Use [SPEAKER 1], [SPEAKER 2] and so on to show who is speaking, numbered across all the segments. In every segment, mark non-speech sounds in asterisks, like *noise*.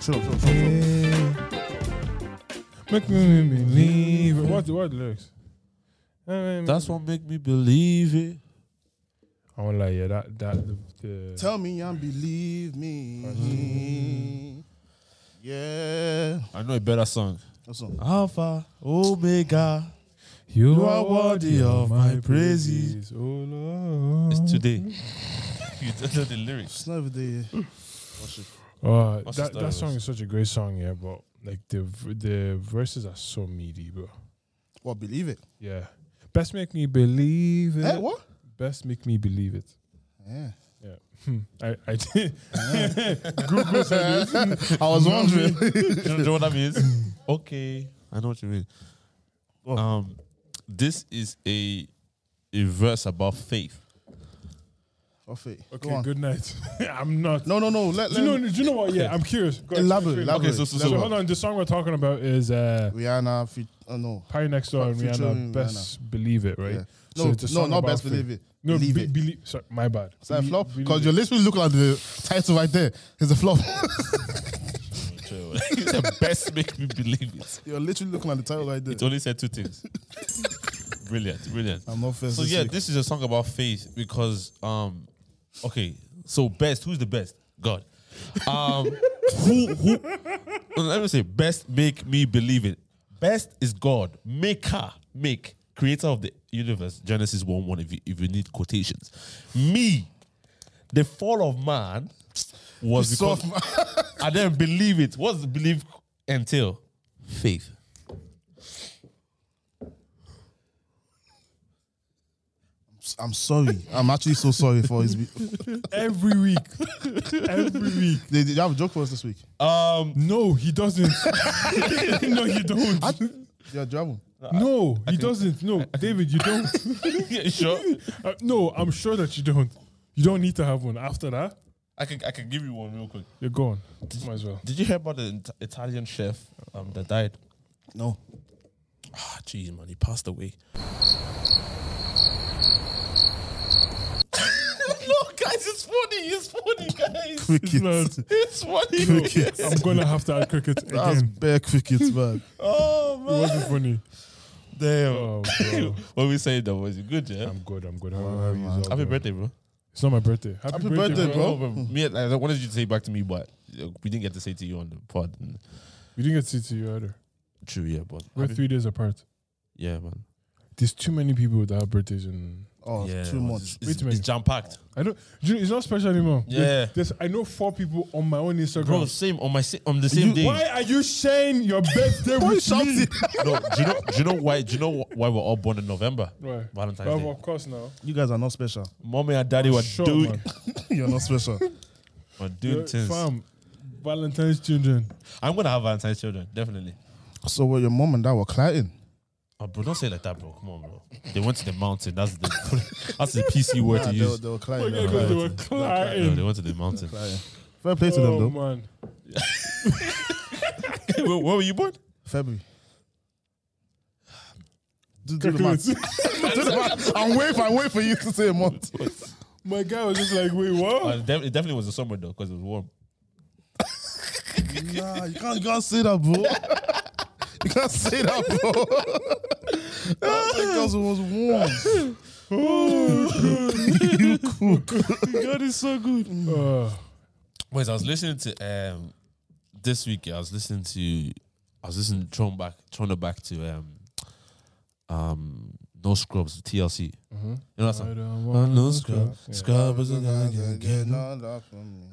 [SPEAKER 1] そうそうそう
[SPEAKER 2] Make me believe. it. What the, what are the lyrics? Um,
[SPEAKER 3] That's what make me believe it.
[SPEAKER 2] I won't lie. Yeah, that that the, the
[SPEAKER 1] Tell me and believe me. Yeah.
[SPEAKER 3] I know a better song.
[SPEAKER 1] That's all.
[SPEAKER 3] Alpha, Omega.
[SPEAKER 2] you
[SPEAKER 3] are worthy of my praises.
[SPEAKER 2] Oh Lord.
[SPEAKER 3] It's today. *laughs* you don't know the lyrics.
[SPEAKER 1] It's not every day. Worship.
[SPEAKER 2] Uh,
[SPEAKER 3] What's the
[SPEAKER 2] that
[SPEAKER 3] story
[SPEAKER 2] that
[SPEAKER 3] with
[SPEAKER 2] song
[SPEAKER 3] this?
[SPEAKER 2] is such a great song, yeah. But like the v- the verses are so meaty, bro.
[SPEAKER 1] Well, believe it.
[SPEAKER 2] Yeah. Best make me believe it.
[SPEAKER 1] Eh, what?
[SPEAKER 2] Best make me believe it.
[SPEAKER 1] Yeah.
[SPEAKER 2] Yeah. Hmm. I I *laughs* did. Google said
[SPEAKER 1] *laughs*
[SPEAKER 2] it.
[SPEAKER 1] I was wondering.
[SPEAKER 2] *laughs*
[SPEAKER 3] Do *laughs* you know what that means?
[SPEAKER 1] *laughs*
[SPEAKER 3] okay. I know what you mean.
[SPEAKER 1] What?
[SPEAKER 3] Um, this is a a verse about faith. *laughs*
[SPEAKER 1] Off it. Go
[SPEAKER 2] Okay.
[SPEAKER 1] on.
[SPEAKER 2] Good night. *laughs* I'm not.
[SPEAKER 1] No, no, no. Let,
[SPEAKER 2] Do
[SPEAKER 1] let
[SPEAKER 2] you know? Do you know what? Yeah, I'm curious. Go ahead,
[SPEAKER 1] Elaborate,
[SPEAKER 2] explain.
[SPEAKER 1] elaborate.
[SPEAKER 3] Okay, so- so-
[SPEAKER 2] So hold on. The song we're talking about is uh,
[SPEAKER 1] Rihanna, feat- oh, no.
[SPEAKER 2] Party Next Door and
[SPEAKER 1] Featuring
[SPEAKER 2] Rihanna. Best believe it, right?
[SPEAKER 1] Yeah.
[SPEAKER 2] So
[SPEAKER 1] No,
[SPEAKER 2] it's a
[SPEAKER 1] no,
[SPEAKER 2] song
[SPEAKER 1] not
[SPEAKER 2] about
[SPEAKER 1] best
[SPEAKER 2] faith.
[SPEAKER 1] believe it.
[SPEAKER 2] No,
[SPEAKER 1] believe
[SPEAKER 2] be-
[SPEAKER 1] it.
[SPEAKER 2] believe. Sorry, my bad.
[SPEAKER 1] Is that a
[SPEAKER 2] Be-
[SPEAKER 1] flop?
[SPEAKER 2] believe
[SPEAKER 1] Because
[SPEAKER 2] it.
[SPEAKER 1] you're literally looking at the title right there. It's a flop.
[SPEAKER 3] it's the best make me believe it.
[SPEAKER 1] *laughs* you're literally looking at the title right there.
[SPEAKER 3] It only said two things.
[SPEAKER 1] *laughs*
[SPEAKER 3] brilliant, brilliant.
[SPEAKER 1] I'm not fair.
[SPEAKER 3] So
[SPEAKER 1] this
[SPEAKER 3] yeah,
[SPEAKER 1] week.
[SPEAKER 3] this is a song about faith because um okay, so best, who's the best? God. Um *laughs* who who no, let me say best make me believe it. Best is God, maker, make, creator of the universe, Genesis 1 1 if you if you need quotations. Me, the fall of man was
[SPEAKER 1] Piss off,
[SPEAKER 3] because I didn't believe it. What's the belief entail? Faith.
[SPEAKER 1] *laughs* I'm sorry. I'm actually so sorry for his. Did
[SPEAKER 2] every week. every week.
[SPEAKER 1] did you have a joke for us this week?
[SPEAKER 3] *laughs* Um *laughs*
[SPEAKER 2] No, he doesn't. *laughs* no, you don't.
[SPEAKER 1] Yeah, do you have one?
[SPEAKER 2] no, he doesn't. No, David, you don't. *laughs*
[SPEAKER 3] yeah, sure.
[SPEAKER 2] Uh, no, I'm sure that you don't. You don't need to have one. After that,
[SPEAKER 3] I can I can give you one real quick.
[SPEAKER 2] you're gone. Might as well.
[SPEAKER 3] Did you hear about the It- Italian chef um, that died?
[SPEAKER 1] No.
[SPEAKER 3] Ah, jeez, man, he passed *laughs* away. no, guys, it's funny. It's funny, guys. *laughs*
[SPEAKER 1] Crickets.
[SPEAKER 3] It's *laughs* funny.
[SPEAKER 1] Crickets.
[SPEAKER 2] I'm gonna have to add cricket
[SPEAKER 1] *laughs* That's
[SPEAKER 2] again.
[SPEAKER 1] bare crickets, man.
[SPEAKER 3] Oh
[SPEAKER 2] It
[SPEAKER 3] man.
[SPEAKER 2] wasn't
[SPEAKER 1] *laughs*
[SPEAKER 2] funny.
[SPEAKER 3] Damn.
[SPEAKER 2] Oh, bro.
[SPEAKER 3] when we say that was it good, yeah.
[SPEAKER 2] I'm good. I'm good. How are you? It's all
[SPEAKER 3] Happy
[SPEAKER 2] good.
[SPEAKER 3] birthday, bro.
[SPEAKER 2] It's not my birthday. Happy,
[SPEAKER 1] Happy birthday, bro.
[SPEAKER 3] Me, I wanted you to say back to me, but uh, we didn't get to say to you on the pod. And-
[SPEAKER 2] We didn't get to see to you either.
[SPEAKER 3] True, yeah, but
[SPEAKER 2] We're
[SPEAKER 3] happy-
[SPEAKER 2] three days apart.
[SPEAKER 3] yeah, man.
[SPEAKER 2] There's too many people that have birthdays, and
[SPEAKER 1] Oh,
[SPEAKER 3] yeah,
[SPEAKER 1] too
[SPEAKER 3] man,
[SPEAKER 1] much.
[SPEAKER 3] It's,
[SPEAKER 2] Wait a minute.
[SPEAKER 3] jam packed,
[SPEAKER 2] I don't. do you- It's not special anymore.
[SPEAKER 3] Yeah.
[SPEAKER 2] There's, there's- I know four people on my own Instagram.
[SPEAKER 3] bro. Same on my sa- on the same day.
[SPEAKER 2] Why are you sharing your birthday
[SPEAKER 1] Why you
[SPEAKER 2] with me?
[SPEAKER 1] shouting?
[SPEAKER 3] no, do you know? Do you know why? Do you know wh- why we're all born in November?
[SPEAKER 2] Why?
[SPEAKER 3] Valentine's
[SPEAKER 2] Well,
[SPEAKER 3] Day.
[SPEAKER 2] of course now.
[SPEAKER 1] You guys are not special.
[SPEAKER 3] Mommy and daddy were
[SPEAKER 2] Sure,
[SPEAKER 3] doing,
[SPEAKER 2] man.
[SPEAKER 1] You're not special.
[SPEAKER 3] *laughs* were doing things.
[SPEAKER 2] Fam, Valentine's children.
[SPEAKER 3] I'm gonna have Valentine's children, definitely.
[SPEAKER 1] so, well, your mom and dad were clouting.
[SPEAKER 3] Oh, bro, don't say it like that, bro. Come on, bro. They went to the *laughs* mountain. That's the that's the PC word
[SPEAKER 1] Nah,
[SPEAKER 3] to
[SPEAKER 1] Ah, they, were-
[SPEAKER 3] use.
[SPEAKER 1] they were clouting.
[SPEAKER 2] Okay,
[SPEAKER 1] they were
[SPEAKER 2] because
[SPEAKER 1] clouting.
[SPEAKER 2] Oh, they were
[SPEAKER 3] No,
[SPEAKER 2] crying.
[SPEAKER 3] they went to the mountain.
[SPEAKER 1] Clouting. Fair play to them,
[SPEAKER 2] Oh,
[SPEAKER 1] though.
[SPEAKER 2] man.
[SPEAKER 3] *laughs* where, where were you born?
[SPEAKER 1] February. Do, do the math. do the math. *laughs* I'm waiting. for- I'm waiting for you to say a month.
[SPEAKER 2] *laughs* My guy was just like, wait, what?
[SPEAKER 3] *laughs* Uh, it def- it definitely was the summer though, because it was warm.
[SPEAKER 1] Nah, you can't. You can't say that, bro. You can't say that, bro. Because it was warm. *laughs* you cook.
[SPEAKER 3] God is
[SPEAKER 1] *laughs*
[SPEAKER 3] so good.
[SPEAKER 2] Uh,
[SPEAKER 3] Wait, I was listening to um this week. yeah, I was listening to I was listening thrown back thrown it back to um um No Scrubs TLC.
[SPEAKER 2] Mm-hmm.
[SPEAKER 3] You know that
[SPEAKER 2] I
[SPEAKER 3] song?
[SPEAKER 2] don't
[SPEAKER 3] Oh,
[SPEAKER 2] want
[SPEAKER 3] no
[SPEAKER 2] to
[SPEAKER 3] scrub,
[SPEAKER 2] cry.
[SPEAKER 3] scrub is a guy you get no.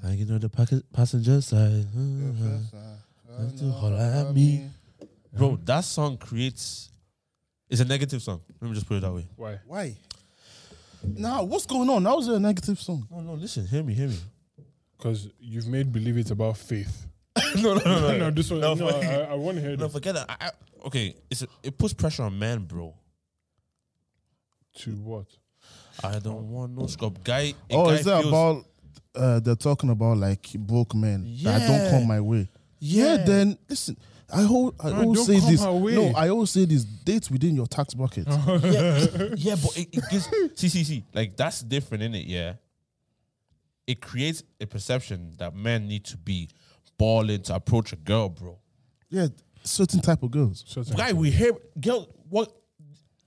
[SPEAKER 3] I get on the packet, passenger side. Uh-huh. That's to holler at me. Bro, that song creates. It's a negative song. Let me just put it that way.
[SPEAKER 2] Why?
[SPEAKER 1] Why? Nah, what's going on? That was a negative song.
[SPEAKER 3] No, no, listen, hear me, hear me.
[SPEAKER 2] Because you've made believe it's about faith.
[SPEAKER 3] no, no,
[SPEAKER 2] *laughs*
[SPEAKER 3] no,
[SPEAKER 2] No, this one. No,
[SPEAKER 3] fuck you.
[SPEAKER 2] I, I want to hear
[SPEAKER 3] *laughs* No,
[SPEAKER 2] this
[SPEAKER 3] forget that. I, I, okay, it's a, it puts pressure on men, bro.
[SPEAKER 2] to what?
[SPEAKER 3] I don't want no scrub. Guy, a
[SPEAKER 1] oh,
[SPEAKER 3] guy
[SPEAKER 1] is that
[SPEAKER 3] feels-
[SPEAKER 1] about? Uh, they're talking about like broke men that don't
[SPEAKER 3] Yeah.
[SPEAKER 1] come my way. Yeah. then listen. I hold. I
[SPEAKER 2] Man,
[SPEAKER 1] always
[SPEAKER 2] don't
[SPEAKER 1] say
[SPEAKER 2] come
[SPEAKER 1] this.
[SPEAKER 2] my way. Uh-huh.
[SPEAKER 1] No, I always say this. Date within your tax bracket.
[SPEAKER 3] yeah, yeah, but it, it gives see, see, see. Like that's different, in it? Yeah, it creates a perception that men need to be balling to approach a girl, bro.
[SPEAKER 1] Yeah, certain type of girls. *laughs*
[SPEAKER 2] So it's like,
[SPEAKER 3] Guy, we hear girl what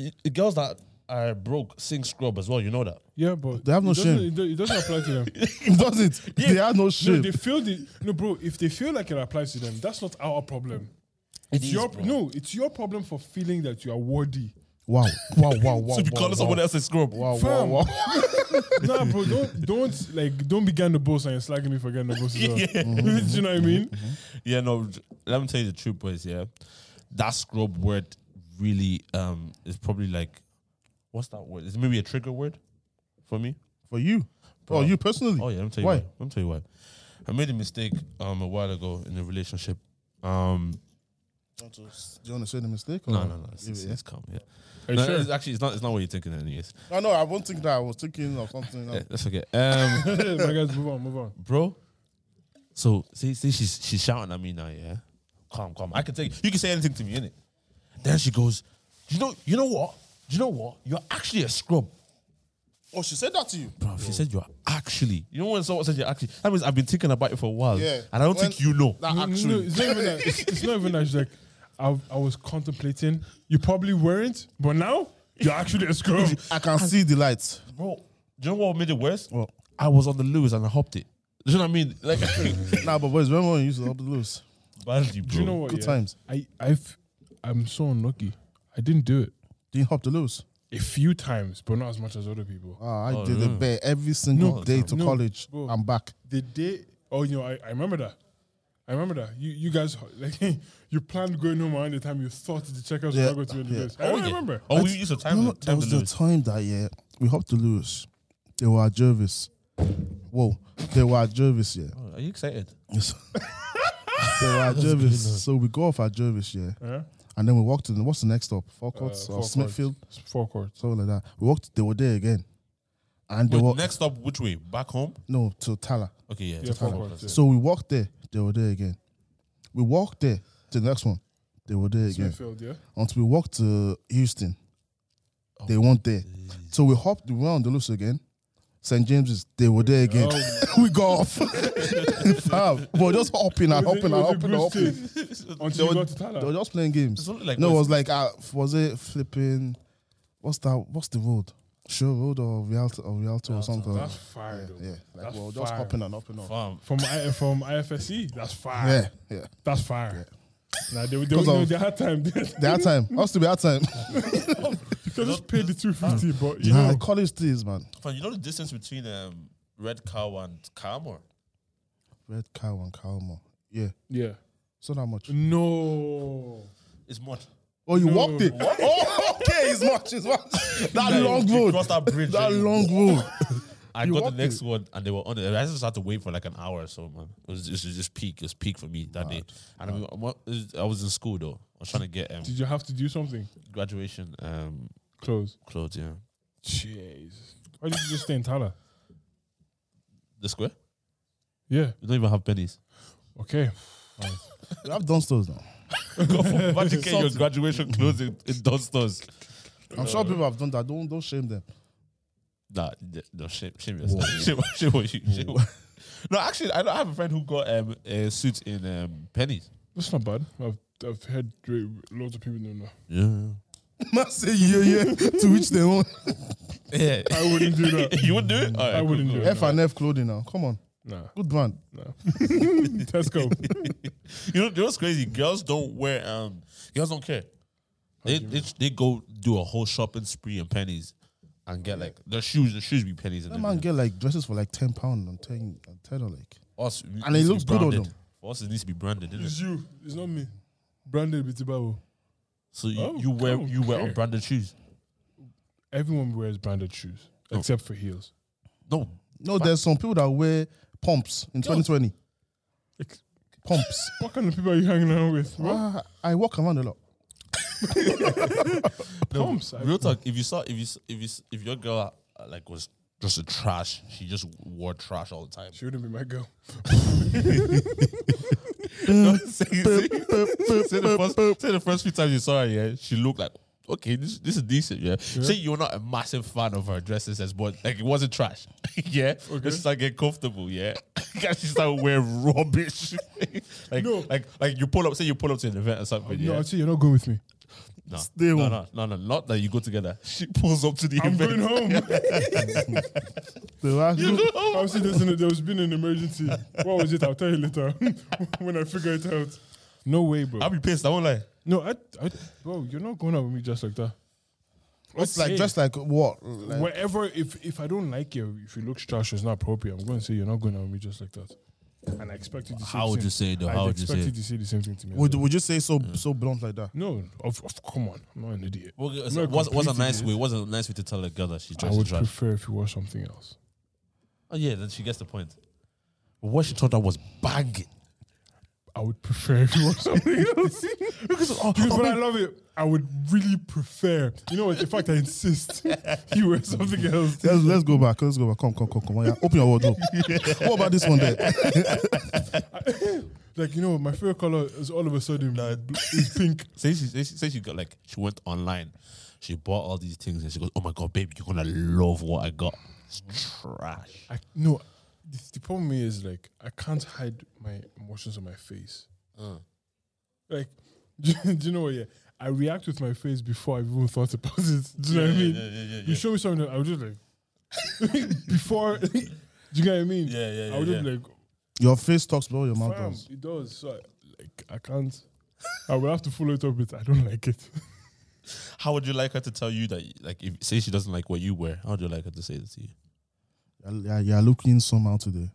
[SPEAKER 3] i- i- girls that are broke sing scrub as well. You know that.
[SPEAKER 2] yeah, but
[SPEAKER 1] They have no
[SPEAKER 2] it doesn't-
[SPEAKER 1] shame.
[SPEAKER 2] It, do- it doesn't apply
[SPEAKER 1] *laughs*
[SPEAKER 2] to them.
[SPEAKER 1] Does it? They have no
[SPEAKER 2] no,
[SPEAKER 1] shame.
[SPEAKER 2] they feel the no, bro. If they feel like it applies to them, that's not our problem. It's
[SPEAKER 3] is,
[SPEAKER 2] your
[SPEAKER 3] bro.
[SPEAKER 2] no. It's your problem for feeling that you are worthy.
[SPEAKER 1] wow, wow, wow,
[SPEAKER 2] *laughs*
[SPEAKER 1] wow.
[SPEAKER 3] to be
[SPEAKER 1] wow,
[SPEAKER 3] calling
[SPEAKER 1] wow.
[SPEAKER 3] someone else a scrub.
[SPEAKER 1] Wow, wow,
[SPEAKER 2] Fam.
[SPEAKER 1] wow.
[SPEAKER 2] *laughs* nah, bro, don't don't like don't be getting the boss and you're slagging me for getting the boss. As well. *laughs* Do you know what I mean?
[SPEAKER 3] Yeah, no. j- Let me tell you the truth, boys. Yeah, that scrub word really um is probably like, what's that word? Is it maybe a trigger word for me?
[SPEAKER 1] For you. Oh, you personally?
[SPEAKER 3] Oh yeah, let me tell you why.
[SPEAKER 1] Why?
[SPEAKER 3] Let me tell you why. I made a mistake um a while ago in a relationship. Um,
[SPEAKER 1] Do you want to say the mistake? or-
[SPEAKER 3] no, no, no. It's, it's,
[SPEAKER 1] Yeah.
[SPEAKER 3] it's calm. Yeah.
[SPEAKER 2] Are you
[SPEAKER 3] No,
[SPEAKER 2] sure?
[SPEAKER 3] it's actually, it's not. It's not what you're thinking. Anyways,
[SPEAKER 1] I know. I won't think that. I was thinking of something.
[SPEAKER 3] yeah,
[SPEAKER 1] Else.
[SPEAKER 3] that's okay. Um,
[SPEAKER 2] My guys, move on, move on.
[SPEAKER 3] bro. So see, see, she's she's shouting at me now. Yeah, calm, calm. I can take. You can say anything to me, innit? Then she goes, you know, you know what? You know what? You're actually a scrub.
[SPEAKER 1] Oh, she said that to you.
[SPEAKER 3] Bro, she said you're actually. You know when someone says you're actually, that means I've been thinking about it for a while,
[SPEAKER 1] Yeah.
[SPEAKER 3] and I don't
[SPEAKER 1] When-
[SPEAKER 3] think you know.
[SPEAKER 1] That
[SPEAKER 2] No, no, no,
[SPEAKER 1] actually.
[SPEAKER 2] it's not even that. It's, it's not even that. She's like, I, I was contemplating. You probably weren't, but now you're actually a scrub.
[SPEAKER 1] *laughs* I can see the
[SPEAKER 2] *coughs*
[SPEAKER 1] lights.
[SPEAKER 3] Bro, do you know what made it worse?
[SPEAKER 1] What?
[SPEAKER 3] I was on the lose and I hopped it. Do you know what I mean?
[SPEAKER 2] *laughs*
[SPEAKER 3] Like,
[SPEAKER 1] Nah, but boys, remember when you used to help the loose?
[SPEAKER 3] badly, bro.
[SPEAKER 2] Do you know what?
[SPEAKER 1] Good
[SPEAKER 2] yeah?
[SPEAKER 1] times.
[SPEAKER 2] I I've I'm so unlucky. I didn't do it
[SPEAKER 1] Do you hop the loose?
[SPEAKER 2] a few times, but not as much as other people.
[SPEAKER 1] Ah, I did it bare every single
[SPEAKER 2] Oh, No,
[SPEAKER 1] day to
[SPEAKER 2] no,
[SPEAKER 1] college.
[SPEAKER 2] bro.
[SPEAKER 1] I'm back.
[SPEAKER 2] The day, oh, you know, I, I remember that. I remember that. You you guys *laughs* like you planned going home around the time you thought the checkouts
[SPEAKER 1] Yeah,
[SPEAKER 2] were not going to be
[SPEAKER 1] yeah.
[SPEAKER 2] the best. I don't remember.
[SPEAKER 3] Oh, we used to time,
[SPEAKER 1] No, there
[SPEAKER 3] time to
[SPEAKER 1] was the
[SPEAKER 3] lose.
[SPEAKER 1] time that year we hopped the loose. They were at Jervis. Whoa, they were at Jervis, yeah.
[SPEAKER 3] Oh, are you excited? *laughs*
[SPEAKER 1] Yes. they were at Jervis. So we go off at Jervis, yeah.
[SPEAKER 2] Yeah?
[SPEAKER 1] And then we walked to the, what's the next stop? Forecourts
[SPEAKER 2] Uh,
[SPEAKER 1] or
[SPEAKER 2] forecourt.
[SPEAKER 1] Smithfield?
[SPEAKER 2] Four courts.
[SPEAKER 1] Something like that. We walked, they were there again. And they
[SPEAKER 3] Wait,
[SPEAKER 1] were,
[SPEAKER 3] next stop, which way? Back home?
[SPEAKER 1] no, to Tala.
[SPEAKER 3] Okay, yeah.
[SPEAKER 2] Yeah, four courts.
[SPEAKER 1] So we walked there, they were there again. We walked there to the next one, they were there again.
[SPEAKER 2] Smithfield, yeah.
[SPEAKER 1] Until we walked to Houston,
[SPEAKER 2] Oh,
[SPEAKER 1] they weren't there. So we hopped, we went on the loose again. St. James's, they were there again. *laughs*
[SPEAKER 2] Oh,
[SPEAKER 1] we got off. Fam, we were just hopping and
[SPEAKER 2] Was
[SPEAKER 1] hopping
[SPEAKER 2] it-
[SPEAKER 1] and hopping
[SPEAKER 2] was it
[SPEAKER 1] and
[SPEAKER 2] Bruce
[SPEAKER 1] hopping.
[SPEAKER 2] Timm?
[SPEAKER 1] They
[SPEAKER 2] *laughs*
[SPEAKER 3] *laughs*
[SPEAKER 2] Until
[SPEAKER 1] were,
[SPEAKER 2] you got to
[SPEAKER 1] they were
[SPEAKER 2] Tala.
[SPEAKER 1] just playing games.
[SPEAKER 3] It's only like
[SPEAKER 1] no, it
[SPEAKER 3] West-
[SPEAKER 1] was like, uh, was it flipping? What's that? What's the road? Sure Road or Rialto or, Rialto or something?
[SPEAKER 2] That's fire, though.
[SPEAKER 1] yeah, like
[SPEAKER 2] That's
[SPEAKER 1] we were just
[SPEAKER 2] fire.
[SPEAKER 1] hopping and hopping up.
[SPEAKER 3] Fam,
[SPEAKER 2] From I, from IFSC, that's fire.
[SPEAKER 1] Yeah, yeah.
[SPEAKER 2] That's fire. Nah, they, they,
[SPEAKER 1] 'Cause
[SPEAKER 2] no,
[SPEAKER 1] of-
[SPEAKER 2] they had time. *laughs* they
[SPEAKER 1] That time, us to be that time.
[SPEAKER 2] could just paid the 250, but you
[SPEAKER 1] Nah,
[SPEAKER 2] know.
[SPEAKER 1] college days, man.
[SPEAKER 3] fam, you know the distance between um, Red Cow and Carmore?
[SPEAKER 1] Red cow and cow more. Yeah,
[SPEAKER 2] Yeah.
[SPEAKER 1] so that much.
[SPEAKER 2] No.
[SPEAKER 3] It's much.
[SPEAKER 1] Oh, you
[SPEAKER 2] No.
[SPEAKER 1] walked it. Oh, okay, it's much. It's much. That
[SPEAKER 3] Like,
[SPEAKER 1] long
[SPEAKER 3] you
[SPEAKER 1] road.
[SPEAKER 3] cross that bridge,
[SPEAKER 1] That
[SPEAKER 3] then you-
[SPEAKER 1] long road.
[SPEAKER 3] I
[SPEAKER 1] You
[SPEAKER 3] got
[SPEAKER 1] walked
[SPEAKER 3] the next one and they were on it. I just had to wait for like an hour or so, man. It was just, it was just peak. It was peak for me that day. And I, mean, I'm- I'm- I was in school though. I was trying to get um,
[SPEAKER 2] Did you have to do something?
[SPEAKER 3] graduation um,
[SPEAKER 2] Close.
[SPEAKER 3] clothes, yeah.
[SPEAKER 2] Jeez. Why did you just stay in Tala?
[SPEAKER 3] The square?
[SPEAKER 2] Yeah.
[SPEAKER 3] We don't even have *laughs* pennies.
[SPEAKER 2] Okay.
[SPEAKER 1] You have downstairs now.
[SPEAKER 3] Go for, imagine getting your graduation clothes in, in Dunstores.
[SPEAKER 1] I'm sure people have done that. Don't don't shame them. *laughs*
[SPEAKER 3] Nah, d- no, shame, shame yourself. Shame, shame on you. Shame on- No, actually, I don't I have a friend who got um, a suit in um, pennies.
[SPEAKER 2] That's not bad. I've, I've heard re- loads of people doing that.
[SPEAKER 3] Yeah.
[SPEAKER 1] Must say yeah, yeah. To which they own.
[SPEAKER 3] Yeah.
[SPEAKER 2] I wouldn't do
[SPEAKER 3] *laughs*
[SPEAKER 2] that.
[SPEAKER 3] you would do it? All right,
[SPEAKER 2] I wouldn't do it.
[SPEAKER 1] F and F clothing now. Come on,
[SPEAKER 2] *laughs* Nah.
[SPEAKER 1] good brand.
[SPEAKER 2] Nah. Tesco.
[SPEAKER 3] You know, you know what's crazy? Girls don't wear um girls don't care. They, they they go do a whole shopping spree in pennies and get like their shoes, the shoes be pennies and
[SPEAKER 1] That man
[SPEAKER 3] everything.
[SPEAKER 1] get like dresses for like ten pound and ten and ten or like.
[SPEAKER 3] us it
[SPEAKER 1] it
[SPEAKER 3] needs to
[SPEAKER 1] looks
[SPEAKER 3] be
[SPEAKER 1] good on
[SPEAKER 3] branded.
[SPEAKER 1] them.
[SPEAKER 3] For us it needs to be branded,
[SPEAKER 2] *laughs*
[SPEAKER 3] isn't
[SPEAKER 2] it's
[SPEAKER 3] it?
[SPEAKER 2] you. It's not me. Branded Bitibao.
[SPEAKER 3] So you,
[SPEAKER 2] Oh,
[SPEAKER 3] you wear
[SPEAKER 2] I don't
[SPEAKER 3] you wear
[SPEAKER 2] care.
[SPEAKER 3] unbranded shoes.
[SPEAKER 2] Everyone wears branded shoes except for heels.
[SPEAKER 3] No.
[SPEAKER 1] No, there's some people that wear pumps in 2020.
[SPEAKER 2] Ex-
[SPEAKER 1] Pumps.
[SPEAKER 2] What kind of people are you hanging around with? *laughs* What?
[SPEAKER 1] Ah, I walk around a
[SPEAKER 2] *laughs*
[SPEAKER 1] lot.
[SPEAKER 2] Pumps. I-
[SPEAKER 3] Real talk, if you saw if you s- if you s- if your girl uh, like was just a trash, she just wore trash all the time. *laughs*
[SPEAKER 2] She wouldn't be my girl.
[SPEAKER 3] *laughs* say, say- say the first, say the first few times you saw her, yeah, she looked like okay, this this is decent, yeah. Say you're not a massive fan of her dressing sense, but like it wasn't trash, *laughs* yeah. Just start getting comfortable, yeah. *laughs* she started wearing rubbish, *laughs* like
[SPEAKER 2] No.
[SPEAKER 3] like like you pull up. Say you pull up to an event or something,
[SPEAKER 2] No,
[SPEAKER 3] yeah.
[SPEAKER 2] actually, you're not going with *laughs* me.
[SPEAKER 3] No,
[SPEAKER 1] Stay
[SPEAKER 3] no,
[SPEAKER 1] home.
[SPEAKER 3] no, no, no, not that you go together. *laughs* She pulls up to the
[SPEAKER 2] I'm going
[SPEAKER 3] event.
[SPEAKER 2] *laughs* home.
[SPEAKER 1] The last
[SPEAKER 3] You go home.
[SPEAKER 2] I've seen this. In a, there's been an emergency. What was it? I'll tell you later *laughs* when I figure it out. No way, bro.
[SPEAKER 3] I'll be pissed. I won't lie.
[SPEAKER 2] no, I, I, bro, you're not going out with me just like that.
[SPEAKER 1] What's like
[SPEAKER 2] say-
[SPEAKER 1] just like what? Like,
[SPEAKER 2] Whatever. If if I don't like you, if you look trash, it's not appropriate. I'm going to say you're not going out with me just like that. And I expect you to. say
[SPEAKER 3] How
[SPEAKER 2] the
[SPEAKER 3] would
[SPEAKER 2] same-
[SPEAKER 3] you say it, though?
[SPEAKER 2] I'd
[SPEAKER 3] How would you
[SPEAKER 2] expect
[SPEAKER 3] say
[SPEAKER 2] you
[SPEAKER 3] it?
[SPEAKER 2] to say the same thing to me. as
[SPEAKER 1] would
[SPEAKER 2] well.
[SPEAKER 1] would you say so so blunt like that?
[SPEAKER 2] No, of, of come on, I'm not an idiot.
[SPEAKER 3] Well,
[SPEAKER 2] I'm
[SPEAKER 3] so
[SPEAKER 2] not
[SPEAKER 3] what's, what's a
[SPEAKER 2] complete
[SPEAKER 3] nice
[SPEAKER 2] idiot.
[SPEAKER 3] way? What's a nice way to tell a girl that she's
[SPEAKER 2] I
[SPEAKER 3] dressed in
[SPEAKER 2] would
[SPEAKER 3] trash?
[SPEAKER 2] prefer if you wore something else.
[SPEAKER 3] Oh yeah, then she gets the point. But what she thought that was banging.
[SPEAKER 2] I would prefer if you wore
[SPEAKER 3] *laughs*
[SPEAKER 2] something else. because
[SPEAKER 3] oh,
[SPEAKER 2] because when I love it, I would really prefer. You know what? In fact, I insist *laughs* you wear something
[SPEAKER 3] *laughs*
[SPEAKER 2] else.
[SPEAKER 1] Let's, let's go back. Let's go back. Come, come, come, come. on, Yeah. Open your wardrobe. What about this one
[SPEAKER 3] *laughs*
[SPEAKER 1] there?
[SPEAKER 2] Like you know, what? my favorite color is all of a sudden bl- is pink.
[SPEAKER 3] Say she, say she say she got like she went online, she bought all these things and she goes, "Oh my god, babe, you're gonna love what I got." It's trash.
[SPEAKER 2] I no. The, the problem is like I can't hide my emotions on my face. Mm. Like, *laughs* do, you know what? Yeah, I react with my face before I have even thought about it. *laughs* Do you know what I mean? You show me something, I would just like *laughs* before. do you get what I mean?
[SPEAKER 3] Yeah, yeah, yeah,
[SPEAKER 2] I would just
[SPEAKER 3] yeah.
[SPEAKER 2] like,
[SPEAKER 1] Your face talks about your mouth.
[SPEAKER 2] fam,
[SPEAKER 1] does.
[SPEAKER 2] it does. So I, like, I can't. I will have to follow it up with. I don't like it. *laughs*
[SPEAKER 3] How would you like her to tell you that? Like, if say she doesn't like what you wear, how would you like her to say it to you?
[SPEAKER 1] Yeah, you're looking somehow today.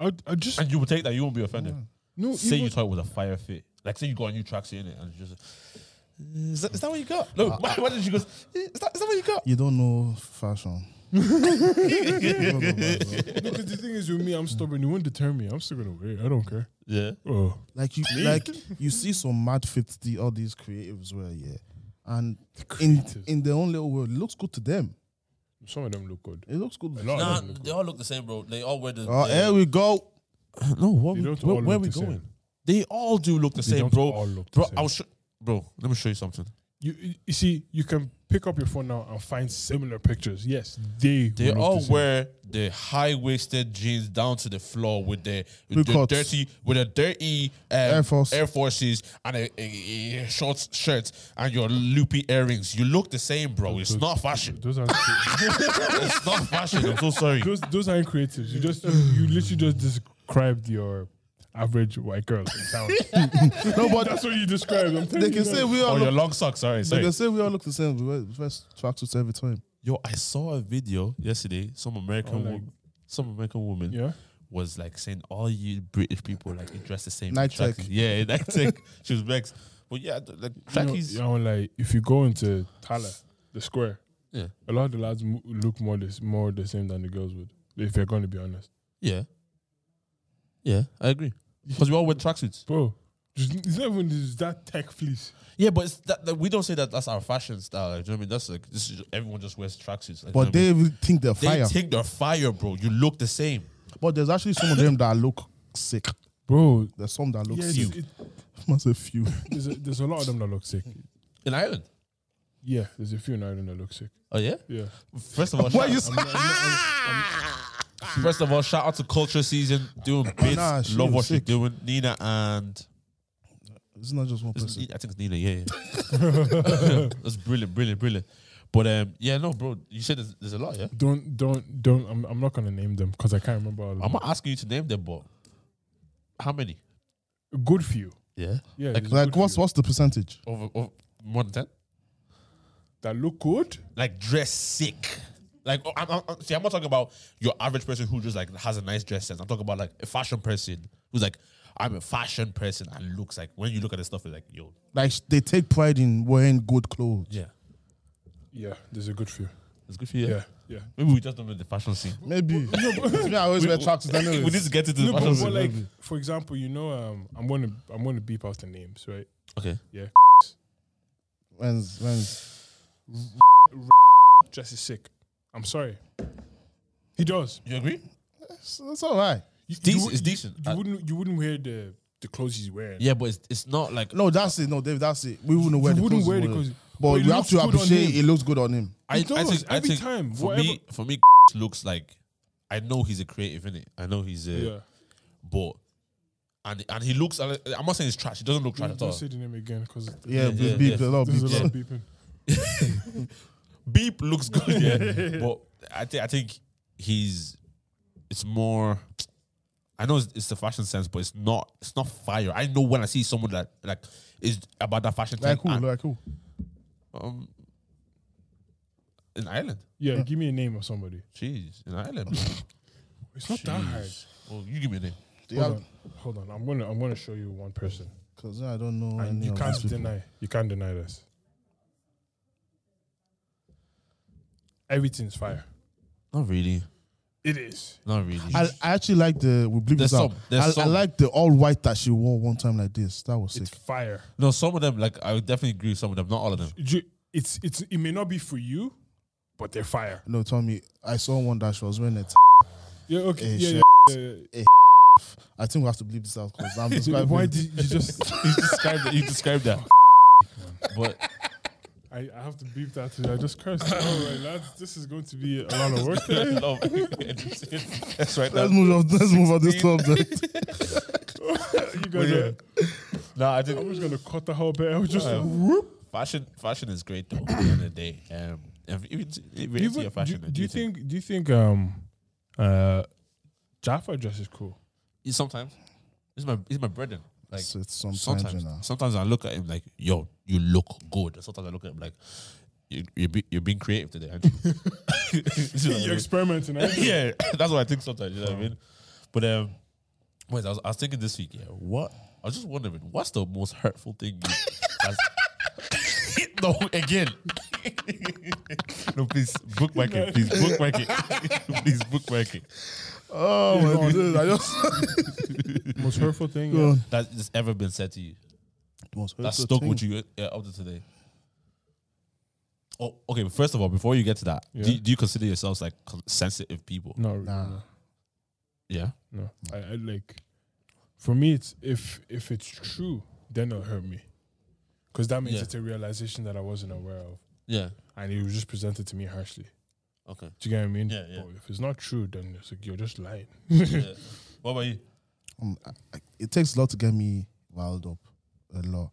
[SPEAKER 2] I I just
[SPEAKER 3] And you would take that. You won't be offended.
[SPEAKER 2] no.
[SPEAKER 3] Say you
[SPEAKER 2] even-
[SPEAKER 3] thought it was a fire fit. Like, say you got a new tracksuit in it, and you just. Is that, is that what you got? No, why, why did she goes? Is that, is that what you got?
[SPEAKER 1] You don't know
[SPEAKER 3] *laughs*
[SPEAKER 1] fashion. You don't know fashion.
[SPEAKER 2] no, 'cause the thing is with me, I'm stubborn. You won't deter me. I'm still gonna wear. it. I don't care.
[SPEAKER 3] Yeah.
[SPEAKER 2] Oh,
[SPEAKER 1] like you, like you see some mad fits the all these creatives where yeah, and in
[SPEAKER 2] creatives.
[SPEAKER 1] in their own little world, it looks good to them.
[SPEAKER 2] some of them look good.
[SPEAKER 1] It looks good.
[SPEAKER 2] A lot. of
[SPEAKER 3] Nah,
[SPEAKER 2] them look
[SPEAKER 3] they all look the same, bro. They all wear the.
[SPEAKER 1] Oh,
[SPEAKER 3] the-
[SPEAKER 1] here we go.
[SPEAKER 3] no, what
[SPEAKER 2] They
[SPEAKER 3] Uh, we,
[SPEAKER 2] don't
[SPEAKER 3] where,
[SPEAKER 2] all
[SPEAKER 3] where
[SPEAKER 2] look
[SPEAKER 3] we
[SPEAKER 2] the same.
[SPEAKER 3] going? They all do look the
[SPEAKER 2] They
[SPEAKER 3] same,
[SPEAKER 2] don't
[SPEAKER 3] bro.
[SPEAKER 2] all look the
[SPEAKER 3] bro,
[SPEAKER 2] same.
[SPEAKER 3] I was. Sh- bro, let me show you something.
[SPEAKER 2] You you- you see, you can pick up your phone now and find similar pictures. Yes, they
[SPEAKER 3] They
[SPEAKER 2] will look
[SPEAKER 3] all
[SPEAKER 2] the same.
[SPEAKER 3] wear the high waisted jeans down to the floor with their
[SPEAKER 1] Big
[SPEAKER 3] with their
[SPEAKER 1] cuts.
[SPEAKER 3] dirty with a dirty um,
[SPEAKER 1] Air Force.
[SPEAKER 3] Air Forces and a, a, a short shirt and your loopy earrings. You look the same, bro. It's not fashion.
[SPEAKER 2] Those *laughs* are.
[SPEAKER 3] It's not fashion. I'm so sorry.
[SPEAKER 2] those those aren't creatives. You
[SPEAKER 3] *sighs*
[SPEAKER 2] just you, you literally just described your average white girl in
[SPEAKER 3] *laughs*
[SPEAKER 2] town.
[SPEAKER 1] No, but
[SPEAKER 2] That's what you described. I'm telling
[SPEAKER 1] they
[SPEAKER 2] you
[SPEAKER 1] can
[SPEAKER 2] now.
[SPEAKER 1] say we all
[SPEAKER 3] Oh, your
[SPEAKER 1] look,
[SPEAKER 3] long socks. Sorry,
[SPEAKER 1] they
[SPEAKER 3] sorry.
[SPEAKER 1] can say we all look the same. We wear first tracksuits every time.
[SPEAKER 3] Yo, I saw a video yesterday. Some American,
[SPEAKER 2] Oh, like-
[SPEAKER 3] wo- some American woman.
[SPEAKER 2] yeah.
[SPEAKER 3] was like saying all you British people like you dress the same.
[SPEAKER 1] Night
[SPEAKER 3] Trackies-
[SPEAKER 1] tech.
[SPEAKER 3] Yeah, *laughs* night tech. She was vexed. But yeah, th-
[SPEAKER 2] You
[SPEAKER 3] like
[SPEAKER 2] know,
[SPEAKER 3] trackies.
[SPEAKER 2] you know, like if you go into Tala, the square,
[SPEAKER 3] Yeah.
[SPEAKER 2] a lot of the lads m- look more this more the same than the girls would. If you're going to be honest,
[SPEAKER 3] Yeah. Yeah, I agree. Because we all wear tracksuits.
[SPEAKER 2] bro, just, it's not even it's that tech fleece.
[SPEAKER 3] Yeah, but it's that, that we don't say that that's our fashion style. Like, do you know what I mean? That's like this is, everyone just wears tracksuits. Like, do you know
[SPEAKER 1] But
[SPEAKER 3] what I mean?
[SPEAKER 1] they will think they're fire.
[SPEAKER 3] they take their fire, bro. You look the same.
[SPEAKER 1] but there's actually some of them that look sick.
[SPEAKER 2] Bro,
[SPEAKER 1] There's some that look
[SPEAKER 2] yeah,
[SPEAKER 1] sick. *laughs*
[SPEAKER 2] it's- it,
[SPEAKER 1] Must a few.
[SPEAKER 2] there's, a, there's a lot of them that look sick.
[SPEAKER 3] In Ireland.
[SPEAKER 2] Yeah, there's a few in Ireland that look sick.
[SPEAKER 3] Oh yeah.
[SPEAKER 2] Yeah,
[SPEAKER 3] First of all,
[SPEAKER 1] Why
[SPEAKER 3] shout
[SPEAKER 1] you
[SPEAKER 3] out- first of all, shout out to Culture Season doing bits.
[SPEAKER 1] nah, she
[SPEAKER 3] Love
[SPEAKER 1] was
[SPEAKER 3] what she's
[SPEAKER 1] sick.
[SPEAKER 3] doing. Nina and
[SPEAKER 1] It's not just one
[SPEAKER 3] It's
[SPEAKER 1] person.
[SPEAKER 3] Ni- I think it's Nina, yeah. yeah. *laughs* That's brilliant, brilliant, brilliant. But um, yeah, no, bro, you said there's, there's a lot, yeah.
[SPEAKER 2] don't don't don't. I'm, I'm not gonna name them because I can't remember. All of them.
[SPEAKER 3] I'm not asking you to name them, but how many?
[SPEAKER 2] good for you.
[SPEAKER 3] Yeah,
[SPEAKER 2] Yeah,
[SPEAKER 3] Like-
[SPEAKER 2] there's a
[SPEAKER 1] Like
[SPEAKER 2] good
[SPEAKER 1] what's
[SPEAKER 2] few.
[SPEAKER 1] what's the percentage?
[SPEAKER 3] over, over more than ten.
[SPEAKER 2] that look good?
[SPEAKER 3] Like dress sick. Like oh, I'm, I'm- I'm- see, I'm not talking about your average person who just like has a nice dress sense. I'm talking about like a fashion person who's like, I'm a fashion person and looks like when you look at the stuff, it's like, yo,
[SPEAKER 1] Like they take pride in wearing good clothes.
[SPEAKER 3] yeah,
[SPEAKER 2] Yeah, there's a good few.
[SPEAKER 3] it's good for you.
[SPEAKER 2] Yeah, yeah.
[SPEAKER 3] Maybe we just don't know the fashion scene.
[SPEAKER 1] *laughs* Maybe. It's me, I always wear tracksuits.
[SPEAKER 3] *laughs* we
[SPEAKER 1] anyways.
[SPEAKER 3] need to get into the
[SPEAKER 2] No,
[SPEAKER 3] fashion
[SPEAKER 2] but,
[SPEAKER 3] scene.
[SPEAKER 2] but like for example, you know, um, I'm gonna I'm gonna beep out the names, right?
[SPEAKER 3] okay,
[SPEAKER 2] Yeah,
[SPEAKER 1] When's when's
[SPEAKER 2] Jess is sick. I'm sorry. He does.
[SPEAKER 3] you agree?
[SPEAKER 1] it's, it's all right.
[SPEAKER 2] You,
[SPEAKER 3] dec-
[SPEAKER 2] would-
[SPEAKER 3] it's decent.
[SPEAKER 2] You
[SPEAKER 3] I-
[SPEAKER 2] wouldn't you wouldn't wear the the clothes he's wearing.
[SPEAKER 3] Yeah, but it's, it's not like
[SPEAKER 1] No, that's it. No, Dave, that's it. We wouldn't wear
[SPEAKER 2] you
[SPEAKER 1] the
[SPEAKER 2] wouldn't
[SPEAKER 1] clothes
[SPEAKER 2] wear the
[SPEAKER 1] we
[SPEAKER 2] clothes.
[SPEAKER 1] wanted. But
[SPEAKER 2] it
[SPEAKER 1] we have
[SPEAKER 2] looks
[SPEAKER 1] to
[SPEAKER 2] good on
[SPEAKER 1] appreciate
[SPEAKER 2] him.
[SPEAKER 1] it looks good on him.
[SPEAKER 3] I,
[SPEAKER 2] It
[SPEAKER 3] I
[SPEAKER 2] does,
[SPEAKER 3] think, I
[SPEAKER 2] every
[SPEAKER 3] think
[SPEAKER 2] time,
[SPEAKER 3] for
[SPEAKER 2] whatever.
[SPEAKER 3] me, for me, looks like I know he's a creative in it. I know he's a
[SPEAKER 2] Yeah.
[SPEAKER 3] but and and he looks. I'm not saying he's trash. He doesn't look trash
[SPEAKER 2] Don't,
[SPEAKER 3] at all.
[SPEAKER 2] say the name again because
[SPEAKER 1] Yeah,
[SPEAKER 3] Yeah, yeah,
[SPEAKER 1] beep,
[SPEAKER 3] yeah.
[SPEAKER 1] a lot of
[SPEAKER 2] there's
[SPEAKER 1] beeps.
[SPEAKER 2] a lot of beeping.
[SPEAKER 3] Beep looks good, yeah, but I think I think he's it's more. I know it's, it's the fashion sense, but it's not it's not fire. I know when I see someone that like is about that fashion
[SPEAKER 1] Like who?
[SPEAKER 3] thing. and,
[SPEAKER 1] Like who?
[SPEAKER 3] um, in Ireland,
[SPEAKER 2] Yeah, give me a name of somebody.
[SPEAKER 3] jeez, in Ireland, bro.
[SPEAKER 2] It's not that hard.
[SPEAKER 3] Jeez. *laughs* Well, you give me a name.
[SPEAKER 1] They
[SPEAKER 2] Hold
[SPEAKER 1] have-
[SPEAKER 2] on, hold on. I'm gonna I'm gonna show you one person.
[SPEAKER 1] Cause I don't know
[SPEAKER 2] And
[SPEAKER 1] any
[SPEAKER 2] you
[SPEAKER 1] of these
[SPEAKER 2] can't
[SPEAKER 1] people.
[SPEAKER 2] deny. You can't deny this. Everything's fire.
[SPEAKER 3] Not really.
[SPEAKER 2] It is.
[SPEAKER 3] Not really.
[SPEAKER 1] I, I actually like the we bleep
[SPEAKER 3] There's
[SPEAKER 1] this out.
[SPEAKER 3] some- there's
[SPEAKER 1] I, I
[SPEAKER 3] some.
[SPEAKER 1] like the all white that she wore one time like this. That was sick.
[SPEAKER 2] It's fire.
[SPEAKER 3] no, some of them like I would definitely agree with some of them. Not all of them.
[SPEAKER 2] Ju- It's it's it may not be for you, but they're fire.
[SPEAKER 1] No, Tommy, I saw one that she was wearing it.
[SPEAKER 2] Yeah. Okay.
[SPEAKER 1] Eh,
[SPEAKER 2] Yeah.
[SPEAKER 1] shit.
[SPEAKER 2] yeah, yeah, yeah.
[SPEAKER 1] I think we have to bleep this out because I'm
[SPEAKER 2] So
[SPEAKER 1] describing.
[SPEAKER 2] Why did you *laughs* just?
[SPEAKER 3] You described it. You described that. *laughs* But
[SPEAKER 2] I, I have to beep that. Today. I just cursed. All right, lads. This is going to be a lot *laughs* of work. today.
[SPEAKER 3] love. That's
[SPEAKER 1] *laughs*
[SPEAKER 3] right.
[SPEAKER 1] Let's
[SPEAKER 3] Now,
[SPEAKER 1] move on. Let's move on this subject.
[SPEAKER 2] you guys
[SPEAKER 3] yeah.
[SPEAKER 2] are,
[SPEAKER 3] no, I
[SPEAKER 2] I'm
[SPEAKER 3] didn't.
[SPEAKER 2] just gonna cut the whole bit. I was just
[SPEAKER 3] Fashion, fashion is great though. At the end of the day, um, if you- if you
[SPEAKER 2] Do you,
[SPEAKER 3] into your
[SPEAKER 2] think- do,
[SPEAKER 3] fashion,
[SPEAKER 2] do you think? Do you think? Um, uh, Jaffa dress is cool.
[SPEAKER 3] think sometimes he's my he's my brother. Like
[SPEAKER 1] So it's sometimes,
[SPEAKER 3] sometimes,
[SPEAKER 1] you know.
[SPEAKER 3] sometimes I look at him like, yo, you look good. And Sometimes I look at him like, you you be, you're being creative today. Aren't you? *laughs* You know what I
[SPEAKER 2] *laughs* You're
[SPEAKER 3] mean?
[SPEAKER 2] experimenting. eh?
[SPEAKER 3] *laughs* yeah, *coughs* that's what I think sometimes. You know what I mean? But um, wait, I was, I was thinking this week. Yeah, what? I was just wondering, what's the most hurtful thing? You has, *laughs* no, again. *laughs* no, please bookmark it. Please bookmark it. *laughs* please bookmark it.
[SPEAKER 1] Oh my goodness! I just
[SPEAKER 2] *laughs* Most hurtful thing.
[SPEAKER 1] Go
[SPEAKER 2] yeah.
[SPEAKER 1] on.
[SPEAKER 3] That's just ever been said to you.
[SPEAKER 1] Most
[SPEAKER 3] That's
[SPEAKER 1] hurtful
[SPEAKER 3] stuck with
[SPEAKER 1] thing.
[SPEAKER 3] you uh, up to today. Oh, okay. But first of all, before you get to that,
[SPEAKER 2] Yeah.
[SPEAKER 3] do, do you consider yourselves like con- sensitive people?
[SPEAKER 2] No, really,
[SPEAKER 1] Nah.
[SPEAKER 2] no,
[SPEAKER 3] Yeah.
[SPEAKER 2] no. I, I like. For me, it's if if it's true, then it'll hurt me, because that means
[SPEAKER 3] Yeah.
[SPEAKER 2] it's a realization that I wasn't aware of,
[SPEAKER 3] Yeah.
[SPEAKER 2] and it was just presented to me harshly.
[SPEAKER 3] Okay.
[SPEAKER 2] Do you get what I mean?
[SPEAKER 3] Yeah, yeah.
[SPEAKER 2] But if it's not true, then it's like you're just
[SPEAKER 3] *laughs*
[SPEAKER 2] lying.
[SPEAKER 3] Yeah. What about you?
[SPEAKER 1] Um, I- I- it takes a lot to get me riled up. A lot.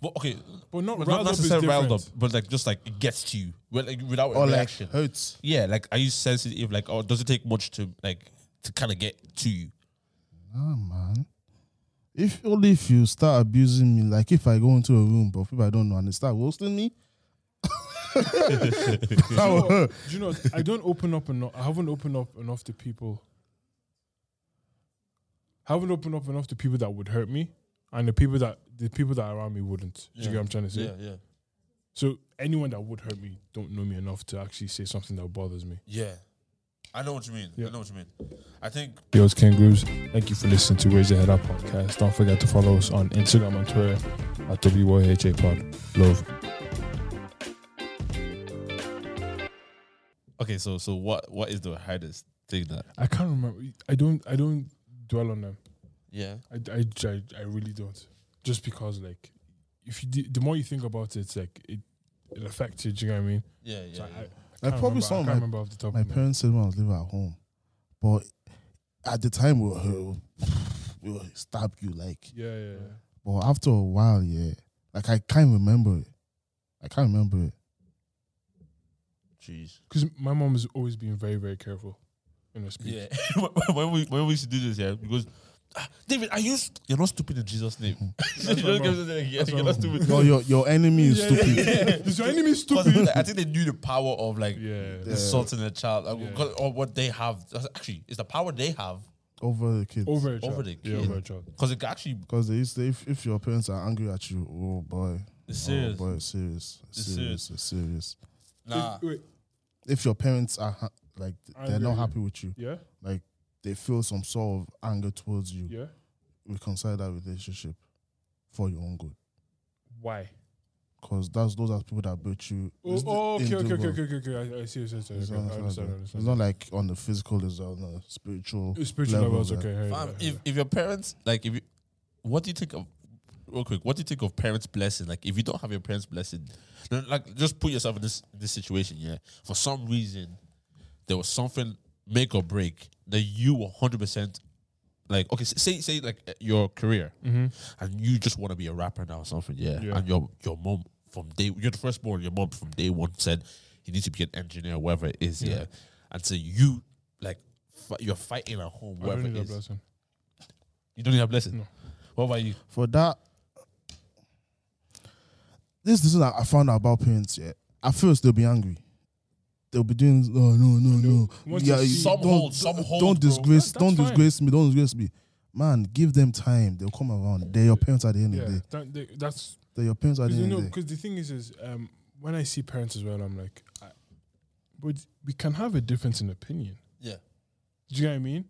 [SPEAKER 3] Well, okay,
[SPEAKER 2] But not,
[SPEAKER 3] but
[SPEAKER 2] riled
[SPEAKER 3] not
[SPEAKER 2] up is
[SPEAKER 3] necessarily riled up,
[SPEAKER 2] different.
[SPEAKER 3] but like just like it gets to you, well, like without a
[SPEAKER 1] Or like
[SPEAKER 3] reaction.
[SPEAKER 1] hurts.
[SPEAKER 3] yeah, like are you sensitive? Like, or does it take much to like to kind of get to you?
[SPEAKER 1] Nah, man. If only if you start abusing me, like if I go into a room, but people I don't know and they start roasting me, that will
[SPEAKER 3] Oh. *laughs*
[SPEAKER 1] hurt.
[SPEAKER 2] Do you know? I don't open up enough. I haven't opened up enough to people. I haven't opened up enough to people that would hurt me, and the people that the people that are around me wouldn't. Do you get what I'm trying to say?
[SPEAKER 3] yeah,
[SPEAKER 2] So anyone that would hurt me don't know me enough to actually say something that bothers me.
[SPEAKER 3] yeah. I know what you mean.
[SPEAKER 2] Yeah.
[SPEAKER 3] I know what you mean. I think
[SPEAKER 2] Yo, it's Ken Grooves. Thank you for listening to Raise Your Head Up podcast. Don't forget to follow us on Instagram and Twitter at WYHA Pod. Love.
[SPEAKER 3] okay. So, so what what is the hardest thing that?
[SPEAKER 2] I can't remember. I don't. I don't dwell on them.
[SPEAKER 3] Yeah,
[SPEAKER 2] I, I, I, I really don't. Just because, like, if you d- the more you think about it, it's like it, it affects you. Do you know what I mean?
[SPEAKER 3] yeah,
[SPEAKER 2] So I, I,
[SPEAKER 1] I
[SPEAKER 2] can't
[SPEAKER 1] probably
[SPEAKER 2] remember,
[SPEAKER 1] saw
[SPEAKER 2] I can't
[SPEAKER 1] my-
[SPEAKER 2] remember off the top
[SPEAKER 1] My
[SPEAKER 2] of my head.
[SPEAKER 1] parents said when I was living at home, but at the time we will we will stab you like.
[SPEAKER 2] Yeah, yeah, yeah.
[SPEAKER 1] But after a while, yeah, like I can't remember it. I can't remember it.
[SPEAKER 3] Jeez.
[SPEAKER 2] Because my mom has always been very, very careful in her speech.
[SPEAKER 3] Yeah. *laughs* when we when we used to do this, yeah, because. "Ah, David, are you? st- You're not stupid in Jesus' *laughs* name. you
[SPEAKER 2] my
[SPEAKER 3] don't give
[SPEAKER 2] mom.
[SPEAKER 3] us anything.
[SPEAKER 2] That's my
[SPEAKER 3] You're not
[SPEAKER 2] mom.
[SPEAKER 3] stupid.
[SPEAKER 1] No, your your enemy is
[SPEAKER 2] *laughs* Yeah, yeah,
[SPEAKER 1] stupid.
[SPEAKER 2] yeah. Is your enemy
[SPEAKER 3] *laughs* Because
[SPEAKER 2] stupid?
[SPEAKER 3] I think they knew the power of like
[SPEAKER 2] Yeah.
[SPEAKER 3] insulting a child like,
[SPEAKER 2] Yeah.
[SPEAKER 3] because- uh, or what they have. That's Actually, it's the power they have
[SPEAKER 1] Over the kids.
[SPEAKER 2] Over a child.
[SPEAKER 3] Over the
[SPEAKER 2] Yeah,
[SPEAKER 3] kid.
[SPEAKER 2] over a child.
[SPEAKER 3] because it can actually
[SPEAKER 1] Because they used to, if, if your parents are angry at you, oh boy.
[SPEAKER 3] it's
[SPEAKER 1] Oh boy, it's serious. It's
[SPEAKER 3] It's
[SPEAKER 1] serious. It's serious.
[SPEAKER 3] Nah,
[SPEAKER 2] Is- Wait,
[SPEAKER 1] If your parents are ha- like they're
[SPEAKER 2] Angry.
[SPEAKER 1] not happy with you,
[SPEAKER 2] yeah,
[SPEAKER 1] like they feel some sort of anger towards you,
[SPEAKER 2] yeah.
[SPEAKER 1] reconcile that relationship for your own good.
[SPEAKER 2] Why?
[SPEAKER 1] Because that's those are people that built you.
[SPEAKER 2] Oh,
[SPEAKER 1] It's the-
[SPEAKER 2] oh
[SPEAKER 1] in
[SPEAKER 2] okay,
[SPEAKER 1] the
[SPEAKER 2] okay, okay,
[SPEAKER 1] world.
[SPEAKER 2] okay, okay, okay. I, I see, I see, I see.
[SPEAKER 1] It's
[SPEAKER 2] Okay,
[SPEAKER 1] not- it's
[SPEAKER 2] I
[SPEAKER 1] not
[SPEAKER 2] understand, I
[SPEAKER 1] that. It's
[SPEAKER 2] understand.
[SPEAKER 1] not like on the physical, it's on the spiritual.
[SPEAKER 2] Spiritual levels,
[SPEAKER 1] levels,
[SPEAKER 2] okay. yeah,
[SPEAKER 3] fam,
[SPEAKER 2] yeah,
[SPEAKER 3] if if your parents like if you, what do you think of real quick, what do you think of parents' blessing? Like, if you don't have your parents' blessing, then, like, just put yourself in this this situation. Yeah, for some reason, there was something make or break that you were hundred percent. Like okay, s- say say like uh, your career, and you just want to be a rapper now or something, yeah.
[SPEAKER 2] Yeah.
[SPEAKER 3] And your your mom from day you're the firstborn. Your mom from day one said you need to be an engineer, whatever it is, yeah. And so you like fi- you're fighting at home,
[SPEAKER 2] I don't
[SPEAKER 3] whatever
[SPEAKER 2] need
[SPEAKER 3] it
[SPEAKER 2] a
[SPEAKER 3] is.
[SPEAKER 2] blessing.
[SPEAKER 3] You don't need a blessing. What about you?
[SPEAKER 1] for that. This this is what I found out about parents. Yeah, at first they'll be angry. They'll be doing oh no no no.
[SPEAKER 2] Once
[SPEAKER 1] Yeah,
[SPEAKER 2] you
[SPEAKER 1] you
[SPEAKER 2] see-
[SPEAKER 3] Some
[SPEAKER 1] don't,
[SPEAKER 3] hold, some hold,
[SPEAKER 1] don't
[SPEAKER 3] bro.
[SPEAKER 1] disgrace,
[SPEAKER 2] That-
[SPEAKER 1] don't
[SPEAKER 2] that's fine.
[SPEAKER 1] disgrace me, don't disgrace me. Man, give them time. They'll come around. They're your parents at the end of the
[SPEAKER 2] Yeah,
[SPEAKER 1] day.
[SPEAKER 2] that, they, that's
[SPEAKER 1] They're your parents at the
[SPEAKER 2] because
[SPEAKER 1] end
[SPEAKER 2] you
[SPEAKER 1] of the
[SPEAKER 2] know
[SPEAKER 1] day.
[SPEAKER 2] because the thing is is um, when I see parents as well, I'm like, I, but we can have a difference in opinion.
[SPEAKER 3] Yeah.
[SPEAKER 2] Do you know what I mean?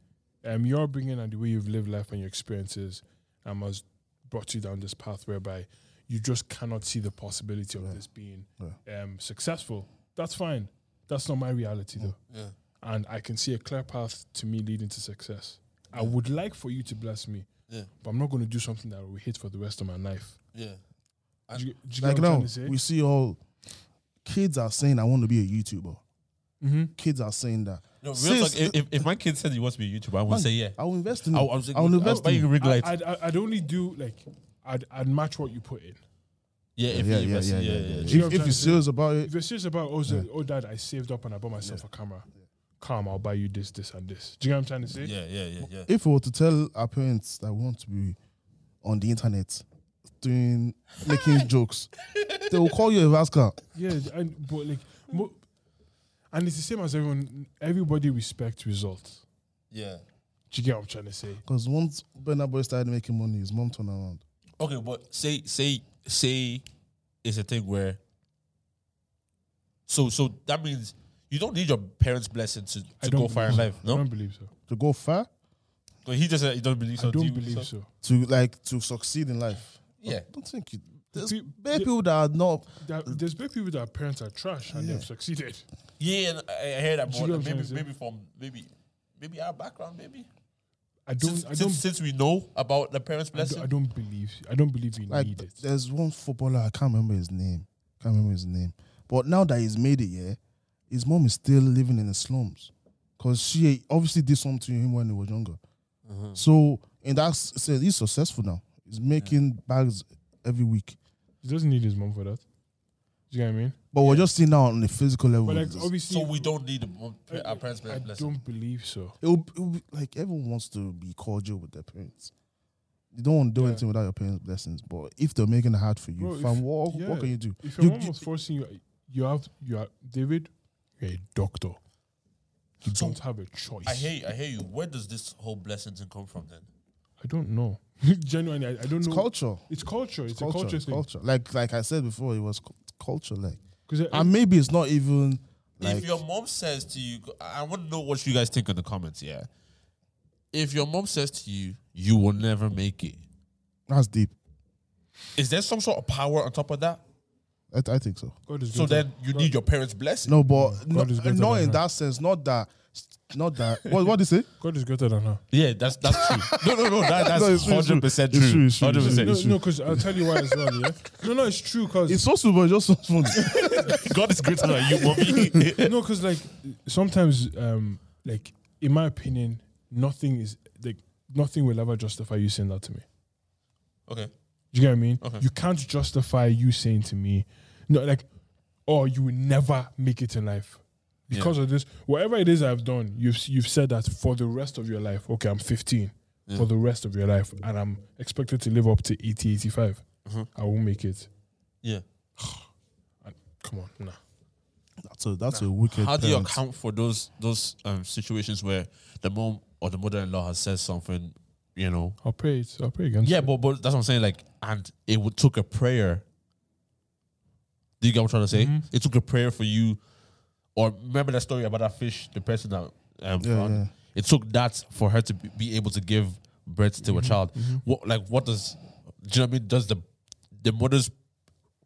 [SPEAKER 2] Um, your bringing and the way you've lived life and your experiences um, has brought you down this path whereby you just cannot see the possibility of
[SPEAKER 1] Yeah.
[SPEAKER 2] this being um, successful. That's fine. That's not my reality though.
[SPEAKER 3] Yeah.
[SPEAKER 2] And I can see a clear path to me leading to success. I would like for you to bless me,
[SPEAKER 3] Yeah.
[SPEAKER 2] but I'm not going to do something that I will hate for the rest of my life.
[SPEAKER 3] Yeah.
[SPEAKER 2] Do you, do you
[SPEAKER 1] Like
[SPEAKER 2] get what I'm
[SPEAKER 1] now,
[SPEAKER 2] trying to say?
[SPEAKER 1] we see all kids are saying I want to be a YouTuber.
[SPEAKER 2] mm-hmm.
[SPEAKER 1] Kids are saying that.
[SPEAKER 3] No, real
[SPEAKER 1] Since-
[SPEAKER 3] talk, if, if, if my kid said he wants to be a YouTuber, I would
[SPEAKER 1] Man,
[SPEAKER 3] say yeah.
[SPEAKER 1] I will invest in it.
[SPEAKER 3] I, I was like,
[SPEAKER 1] I will invest
[SPEAKER 3] buy
[SPEAKER 1] in
[SPEAKER 3] you a
[SPEAKER 1] it.
[SPEAKER 3] rig light.
[SPEAKER 2] I'd, I'd, I'd only do like I'd, I'd match what you put in.
[SPEAKER 3] yeah, if
[SPEAKER 1] yeah,
[SPEAKER 3] you
[SPEAKER 1] yeah,
[SPEAKER 3] invest,
[SPEAKER 1] yeah,
[SPEAKER 3] yeah,
[SPEAKER 1] yeah,
[SPEAKER 3] yeah,
[SPEAKER 1] yeah.
[SPEAKER 2] you know
[SPEAKER 1] If, if
[SPEAKER 2] what I'm
[SPEAKER 1] you're
[SPEAKER 2] saying?
[SPEAKER 1] serious about it,
[SPEAKER 2] If you're serious about also, oh dad, I saved up and I bought myself a camera. Calm, I'll buy you this, this, and this. Do you know what I'm trying to say?
[SPEAKER 3] yeah, yeah, yeah, yeah.
[SPEAKER 1] if we were to tell our parents that we want to be on the internet doing
[SPEAKER 3] *laughs*
[SPEAKER 1] making jokes, they will call you a rascal.
[SPEAKER 2] Yeah, and but like, mo- and it's the same as everyone. Everybody respects results.
[SPEAKER 3] Yeah.
[SPEAKER 2] Do you get what I'm trying to say?
[SPEAKER 1] Because once Burna Boy started making money, his mom turned around.
[SPEAKER 3] Okay, but say say say it's a thing where so so that means you don't need your parents' blessing to,
[SPEAKER 2] I
[SPEAKER 3] to go
[SPEAKER 2] don't
[SPEAKER 3] far in
[SPEAKER 2] believe
[SPEAKER 3] life.
[SPEAKER 2] so. I
[SPEAKER 3] No?
[SPEAKER 2] don't believe so.
[SPEAKER 1] To go far,
[SPEAKER 3] no, he just said he doesn't believe so.
[SPEAKER 2] I
[SPEAKER 3] Do
[SPEAKER 2] don't
[SPEAKER 3] you
[SPEAKER 2] believe so.
[SPEAKER 3] so?
[SPEAKER 1] to like to succeed in life.
[SPEAKER 3] Yeah.
[SPEAKER 1] I don't think you. There's
[SPEAKER 2] Pe-
[SPEAKER 1] bare people that are not.
[SPEAKER 2] There, there's big people that parents are trash and they've succeeded.
[SPEAKER 3] Yeah, and I I hear that
[SPEAKER 2] Do you get what
[SPEAKER 3] more.
[SPEAKER 2] I'm
[SPEAKER 3] Maybe
[SPEAKER 2] trying to say?
[SPEAKER 3] maybe from maybe maybe our background, maybe.
[SPEAKER 2] I don't.
[SPEAKER 3] Since,
[SPEAKER 2] I
[SPEAKER 3] since,
[SPEAKER 2] don't.
[SPEAKER 3] since we know about the parents'
[SPEAKER 2] I don't,
[SPEAKER 3] blessing.
[SPEAKER 2] I don't believe. I don't believe you
[SPEAKER 1] Like
[SPEAKER 2] need it.
[SPEAKER 1] there's one footballer I can't remember his name. Can't remember his name. But now that he's made it, yeah, his mom is still living in the slums because she obviously did something to him when he was younger. So and that's so he's successful now. He's making bags every week.
[SPEAKER 2] He doesn't need his mom for that. Do you know what I mean?
[SPEAKER 1] But we're just seeing now on the physical level.
[SPEAKER 2] But like,
[SPEAKER 1] it's-
[SPEAKER 2] obviously,
[SPEAKER 3] so we don't need the- our parents'
[SPEAKER 2] I
[SPEAKER 3] blessing.
[SPEAKER 2] don't believe so.
[SPEAKER 1] it'll, it'll be like everyone wants to be cordial with their parents. You don't want to do
[SPEAKER 2] Yeah.
[SPEAKER 1] anything without your parents' blessings. But if they're making it hard for you,
[SPEAKER 2] Bro, if-
[SPEAKER 1] fam, what,
[SPEAKER 2] yeah.
[SPEAKER 1] what can you do?
[SPEAKER 2] If your
[SPEAKER 1] You,
[SPEAKER 2] mom
[SPEAKER 1] you-
[SPEAKER 2] was forcing you, you have you are David. You're a doctor. You
[SPEAKER 3] So-
[SPEAKER 2] don't have a choice.
[SPEAKER 3] I hear you, I hear you. Where does this whole blessing thing come from then?
[SPEAKER 2] I don't know. *laughs* Genuinely, I, I don't
[SPEAKER 1] it's
[SPEAKER 2] know.
[SPEAKER 1] culture.
[SPEAKER 2] It's culture. It's,
[SPEAKER 1] It's culture.
[SPEAKER 2] a culture
[SPEAKER 1] it's
[SPEAKER 2] thing.
[SPEAKER 1] culture. Like like I said before, it was cu- culture. Like
[SPEAKER 2] Because
[SPEAKER 1] and maybe it's not even like
[SPEAKER 3] if your mom says to you, I want to know what you guys think in the comments. Yeah, if your mom says to you, you will never make it.
[SPEAKER 1] that's deep.
[SPEAKER 3] Is there some sort of power on top of that?
[SPEAKER 1] I, I think so.
[SPEAKER 2] God is
[SPEAKER 3] So
[SPEAKER 2] greater.
[SPEAKER 3] then you need your parents' blessing.
[SPEAKER 1] No, but no,
[SPEAKER 2] God is greater
[SPEAKER 1] not
[SPEAKER 2] than
[SPEAKER 1] in
[SPEAKER 2] that.
[SPEAKER 1] that sense. Not that. Not that. What what do
[SPEAKER 2] *laughs*
[SPEAKER 1] you say?
[SPEAKER 2] God is greater than her.
[SPEAKER 3] Yeah, that's *laughs* that's true. no, no, no, that,
[SPEAKER 1] No,
[SPEAKER 3] that's
[SPEAKER 1] it's true, it's true.
[SPEAKER 3] hundred percent
[SPEAKER 1] It's true,
[SPEAKER 3] true.
[SPEAKER 1] it's true, it's
[SPEAKER 3] Hundred
[SPEAKER 1] true.
[SPEAKER 3] percent.
[SPEAKER 2] No, no, because I'll tell you why as well. Yeah. No, no, it's true. Because
[SPEAKER 1] It's so super, just so funny.
[SPEAKER 2] *laughs*
[SPEAKER 3] God is greater than you,
[SPEAKER 1] *laughs*
[SPEAKER 3] mommy.
[SPEAKER 2] no, because like sometimes, um, like in my opinion, nothing is like nothing will ever justify you saying that to me.
[SPEAKER 3] okay.
[SPEAKER 2] Do you get what I mean?
[SPEAKER 3] Okay.
[SPEAKER 2] You can't justify you saying to me, no, like, oh, you will never make it in life because of this. Whatever it is I've done, you've you've said that for the rest of your life. Okay, I'm 15 for the rest of your life, and I'm expected to live up to 80, 85. I won't make it.
[SPEAKER 3] Yeah.
[SPEAKER 2] And, come on, nah.
[SPEAKER 1] That's a that's a wicked.
[SPEAKER 3] How do you
[SPEAKER 1] parent.
[SPEAKER 3] account for those those um, situations where the mom or the mother-in-law has said something, you know,
[SPEAKER 2] I'll pray. It, I'll pray against.
[SPEAKER 3] Yeah,
[SPEAKER 2] it.
[SPEAKER 3] but, but that's what I'm saying. Like, and it would took a prayer. Do you get what I'm trying to say?
[SPEAKER 1] Mm-hmm.
[SPEAKER 3] It took a prayer for you. Or remember that story about that fish, the person that um,
[SPEAKER 1] Yeah,
[SPEAKER 3] found?
[SPEAKER 1] yeah.
[SPEAKER 3] It took that for her to be- be able to give birth to a
[SPEAKER 1] Mm-hmm.
[SPEAKER 3] child. What like what does do you know what I mean? Does the the mother's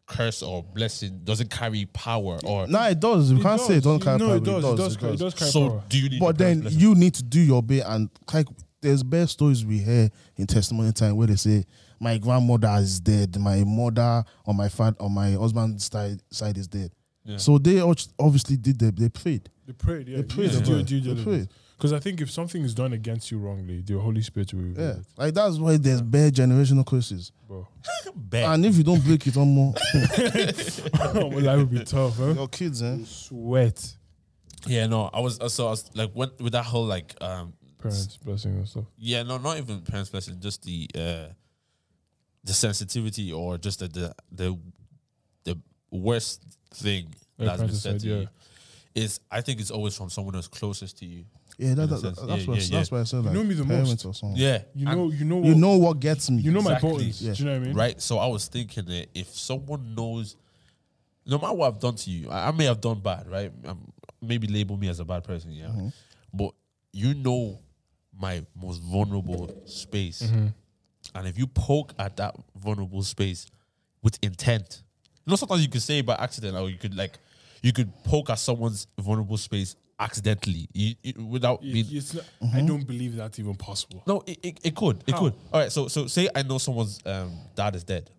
[SPEAKER 3] curse or blessing doesn't carry power or
[SPEAKER 1] No, it does. You
[SPEAKER 2] It
[SPEAKER 1] can't say it don't
[SPEAKER 2] does.
[SPEAKER 1] carry
[SPEAKER 2] No,
[SPEAKER 1] power.
[SPEAKER 2] it does. It does. carry- It does carry
[SPEAKER 3] so
[SPEAKER 2] power.
[SPEAKER 3] do you need your
[SPEAKER 1] But
[SPEAKER 3] parents'
[SPEAKER 1] then
[SPEAKER 3] blessing?
[SPEAKER 1] you need to do your bit and like there's best stories we hear in testimony time where they say my grandmother is dead, my mother or my father or my husband's side, side is dead. So they obs- obviously did their, they prayed.
[SPEAKER 2] They prayed, yeah.
[SPEAKER 1] They prayed
[SPEAKER 2] You
[SPEAKER 1] about
[SPEAKER 2] do a
[SPEAKER 1] it.
[SPEAKER 2] due
[SPEAKER 1] They
[SPEAKER 2] diligence.
[SPEAKER 1] prayed.
[SPEAKER 2] Because I think if something is done against you wrongly, the Holy Spirit will reveal
[SPEAKER 1] Yeah,
[SPEAKER 2] it,
[SPEAKER 1] like that's why there's bare generational curses.
[SPEAKER 2] bro. *laughs*
[SPEAKER 3] Bad.
[SPEAKER 1] And if you don't break it, on more
[SPEAKER 2] well, that would be tough, huh?
[SPEAKER 1] your kids, eh?
[SPEAKER 2] Sweat.
[SPEAKER 3] Yeah, no, I was uh, so I was like when, with that whole like um
[SPEAKER 2] Parents blessing and stuff.
[SPEAKER 3] yeah, no, not even parents blessing, just the uh the sensitivity or just the the the, the worst thing
[SPEAKER 2] Like
[SPEAKER 3] that's been
[SPEAKER 2] Francis
[SPEAKER 3] said
[SPEAKER 2] said,
[SPEAKER 3] to you
[SPEAKER 2] yeah.
[SPEAKER 3] is I think it's always from someone that's closest to you.
[SPEAKER 1] Yeah, that,
[SPEAKER 3] In a
[SPEAKER 1] that,
[SPEAKER 3] sense,
[SPEAKER 1] that's
[SPEAKER 3] yeah,
[SPEAKER 1] why
[SPEAKER 3] yeah, yeah.
[SPEAKER 1] that's why I said like
[SPEAKER 2] know me the
[SPEAKER 1] parents
[SPEAKER 2] most.
[SPEAKER 1] or something.
[SPEAKER 3] Yeah.
[SPEAKER 2] You
[SPEAKER 3] And-
[SPEAKER 2] know, you know,
[SPEAKER 1] You know what gets me?
[SPEAKER 2] you know
[SPEAKER 3] Exactly.
[SPEAKER 2] my buttons.
[SPEAKER 1] Yeah.
[SPEAKER 2] Do you know what I mean?
[SPEAKER 3] Right. So I was thinking that if someone knows, no matter what I've done to you, I, I may have done bad, right? Um, maybe label me as a bad person, yeah. But you know my most vulnerable space, and if you poke at that vulnerable space with intent, you know sometimes you could say it by accident, or you could like, you could poke at someone's vulnerable space accidentally, you, you- without
[SPEAKER 2] It-
[SPEAKER 3] being
[SPEAKER 2] it's not-
[SPEAKER 3] Mm-hmm.
[SPEAKER 2] I don't believe that's even possible.
[SPEAKER 3] No, it, it, it could. It
[SPEAKER 2] How?
[SPEAKER 3] could. All right. So so say I know someone's um, dad is dead,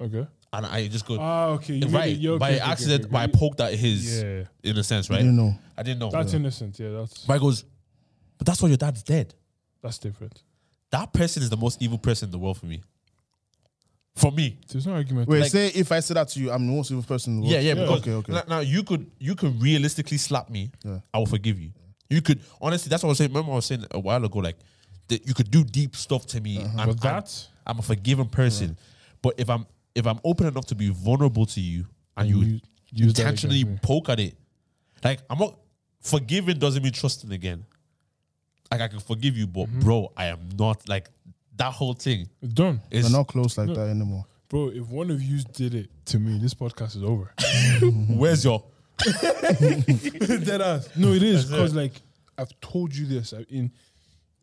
[SPEAKER 2] Okay.
[SPEAKER 3] and I just go.
[SPEAKER 2] Ah, okay. you made
[SPEAKER 3] right
[SPEAKER 2] it- yeah, okay,
[SPEAKER 3] by
[SPEAKER 2] okay, okay,
[SPEAKER 3] accident,
[SPEAKER 2] okay.
[SPEAKER 3] by poked at his,
[SPEAKER 2] Yeah.
[SPEAKER 3] in a sense, right?
[SPEAKER 1] You know.
[SPEAKER 3] I didn't know.
[SPEAKER 2] That's innocent. Yeah, that's
[SPEAKER 3] but I goes, but that's why your dad's dead.
[SPEAKER 2] that's different.
[SPEAKER 3] That person is the most evil person in the world for me. For me,
[SPEAKER 2] There's no argument.
[SPEAKER 1] Wait,
[SPEAKER 3] Like-
[SPEAKER 1] say if I say that to you, I'm the most evil person in the world.
[SPEAKER 3] yeah, yeah. Because
[SPEAKER 1] okay, okay.
[SPEAKER 3] Now, now you could you could realistically slap me.
[SPEAKER 1] Yeah.
[SPEAKER 3] I will forgive you. You could honestly. That's what I was saying. Remember, I was saying a while ago, like that you could do deep stuff to me.
[SPEAKER 1] Uh-huh.
[SPEAKER 3] and-
[SPEAKER 2] But that
[SPEAKER 3] I'm a forgiving person. But if I'm if I'm open enough to be vulnerable to you and you,
[SPEAKER 2] You use that
[SPEAKER 3] intentionally
[SPEAKER 2] against me.
[SPEAKER 3] poke at it, like I'm not forgiving doesn't mean trusting again. Like I can forgive you, but
[SPEAKER 2] Mm-hmm.
[SPEAKER 3] bro, I am not like that whole thing
[SPEAKER 2] it's done.
[SPEAKER 1] We're
[SPEAKER 3] is
[SPEAKER 1] not close like that anymore.
[SPEAKER 2] Bro, if one of you did it to me, this podcast is
[SPEAKER 3] *laughs*
[SPEAKER 2] over.
[SPEAKER 3] where's
[SPEAKER 2] *laughs*
[SPEAKER 3] your *laughs*
[SPEAKER 2] Dead ass. No, it is because like I've told you this. I, in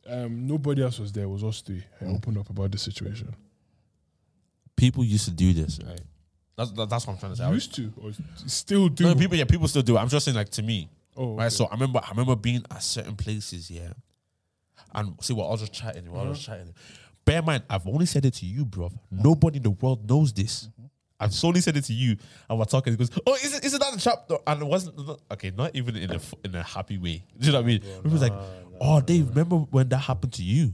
[SPEAKER 2] um, nobody else was there. It was us three. I
[SPEAKER 3] Mm.
[SPEAKER 2] opened up about the situation.
[SPEAKER 3] people used to do this, right? That's that, that's what I'm trying to say. I was-
[SPEAKER 2] Used to or s- still do.
[SPEAKER 3] No, people, yeah, people still do. it. I'm just saying, like to me,
[SPEAKER 2] Oh,
[SPEAKER 3] right?
[SPEAKER 2] okay.
[SPEAKER 3] So I remember, I remember being at certain places, yeah, and see what I was just chatting, what I was
[SPEAKER 2] Uh-huh.
[SPEAKER 3] just chatting. Bear in mind, I've only said it to you, bro. Nobody in the world knows this.
[SPEAKER 2] Mm-hmm.
[SPEAKER 3] I've solely said it to you, and we're talking. He goes, "Oh, is it, isn't that the trap?" No, And it wasn't no- okay. Not even in a f- in a happy way. *laughs* Do you know what I mean? it was like, "Oh, Dave, remember when that happened to you?"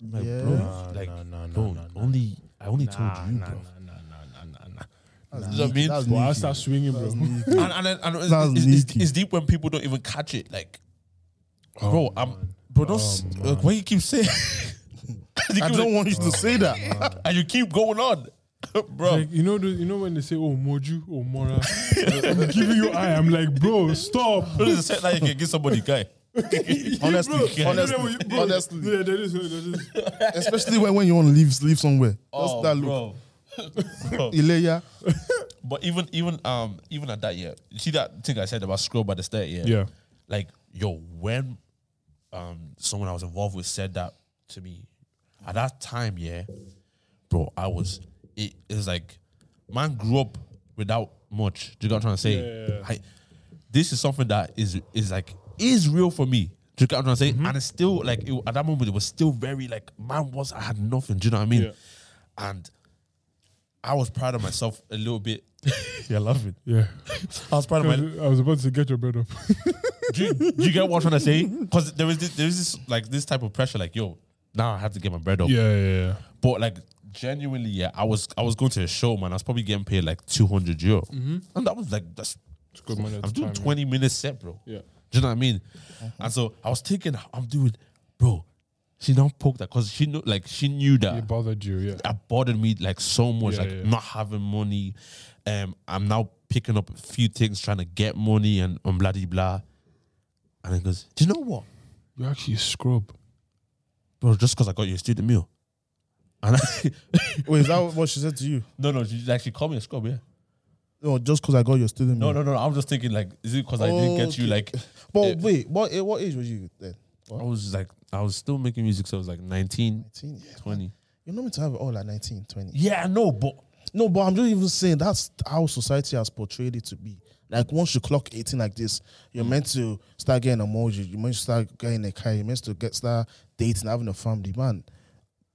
[SPEAKER 3] I'm like,
[SPEAKER 1] Yeah.
[SPEAKER 3] bro,
[SPEAKER 1] Nah,
[SPEAKER 3] like,
[SPEAKER 2] nah, nah, nah,
[SPEAKER 3] bro,
[SPEAKER 2] nah, nah.
[SPEAKER 3] only I only told you,
[SPEAKER 2] nah, nah, nah,
[SPEAKER 3] bro.
[SPEAKER 2] nah, nah, nah.
[SPEAKER 3] Do you know what I mean?
[SPEAKER 1] That's
[SPEAKER 2] Bro, I
[SPEAKER 1] sneaky.
[SPEAKER 2] start swinging, bro.
[SPEAKER 3] and and, then- and it's,
[SPEAKER 1] That's
[SPEAKER 3] it's- it's-
[SPEAKER 1] sneaky.
[SPEAKER 3] it's deep when people don't even catch it. Like, bro, I'm bro. Don't s- like, why you keep saying? *laughs* You
[SPEAKER 1] I
[SPEAKER 3] keep
[SPEAKER 1] don't
[SPEAKER 3] like-
[SPEAKER 1] want you to say that.
[SPEAKER 3] *laughs*
[SPEAKER 1] *laughs*
[SPEAKER 3] and you keep going on, *laughs* bro.
[SPEAKER 2] Like, you know, the, you know when they say, "Oh, Moju, oh Mora," I'm giving you eye. I'm like, bro, *laughs* stop.
[SPEAKER 3] Bro, there's a set that you can give somebody guy.
[SPEAKER 1] honestly,
[SPEAKER 3] bro,
[SPEAKER 1] honestly,
[SPEAKER 2] Bro, you- bro,
[SPEAKER 1] honestly.
[SPEAKER 2] yeah, that is- that is-
[SPEAKER 1] Especially when, when you want to leave, leave somewhere.
[SPEAKER 3] Oh,
[SPEAKER 1] Just that look.
[SPEAKER 3] bro. Bro.
[SPEAKER 1] Ilea,
[SPEAKER 3] But even even um even at that year, you see that thing I said about scroll by the stair, yeah.
[SPEAKER 2] Yeah.
[SPEAKER 3] Like yo, when um someone I was involved with said that to me, at that time, yeah, bro, I was it is like man grew up without much. Do you know what I'm trying to say?
[SPEAKER 2] Yeah.
[SPEAKER 3] I, this is something that is is like is real for me. Do you get what I'm trying
[SPEAKER 2] Mm-hmm.
[SPEAKER 3] to say? And it's still like it, at that moment it was still very like man was I had nothing. Do you know what I mean?
[SPEAKER 2] Yeah.
[SPEAKER 3] And I was proud of myself a little bit. You're laughing.
[SPEAKER 2] *laughs* Yeah,
[SPEAKER 3] I
[SPEAKER 2] *laughs*
[SPEAKER 3] was proud of
[SPEAKER 2] I
[SPEAKER 3] my.
[SPEAKER 2] was, I was about to get your bread up.
[SPEAKER 3] Do you, do you get what I'm trying to say? Because there is this, there is this like this type of pressure. Like yo, now I have to get my bread up.
[SPEAKER 2] yeah, yeah,
[SPEAKER 3] But like genuinely, yeah, I was I was going to a show, man. I was probably getting paid like 200 euro,
[SPEAKER 2] Mm-hmm.
[SPEAKER 3] and that was like that's
[SPEAKER 2] It's good money. At
[SPEAKER 3] I'm
[SPEAKER 2] the
[SPEAKER 3] doing
[SPEAKER 2] time,
[SPEAKER 3] 20 minutes set, bro.
[SPEAKER 2] Yeah.
[SPEAKER 3] Do you know what I mean? And so I was thinking, I'm doing, bro. She now poked that because she knew, like, she knew that
[SPEAKER 2] Yeah. It bothered you, yeah.
[SPEAKER 3] that bothered me like so much,
[SPEAKER 2] Yeah,
[SPEAKER 3] like
[SPEAKER 2] yeah.
[SPEAKER 3] not having money. Um, I'm now picking up a few things, trying to get money and and blah de blah. And he goes, "Do you know what,
[SPEAKER 2] You're actually a scrub.
[SPEAKER 3] bro? Just because I got you a student meal." And I, *laughs*
[SPEAKER 1] wait, is that what she said to you?
[SPEAKER 3] no, no, she actually called me a scrub. Yeah,
[SPEAKER 1] No, just because I got your student.
[SPEAKER 3] no,
[SPEAKER 1] meal.
[SPEAKER 3] no, no. I'm just thinking like, is it because I didn't get you?
[SPEAKER 1] Okay.
[SPEAKER 3] Like,
[SPEAKER 1] *laughs* But wait, what eh, what age was you then?
[SPEAKER 3] I was like, I was still making music, so I was like 19,
[SPEAKER 1] 19. Yeah.
[SPEAKER 3] 20.
[SPEAKER 1] You're not meant to have it all at 19, 20.
[SPEAKER 3] Yeah, I know, but
[SPEAKER 1] No, but I'm just even saying that's how society has portrayed it to be. Like once you clock 18 like this,
[SPEAKER 3] Mm.
[SPEAKER 1] you're meant to start getting a mortgage, you're meant to start getting a car, you're meant to get start dating, having a family. Man,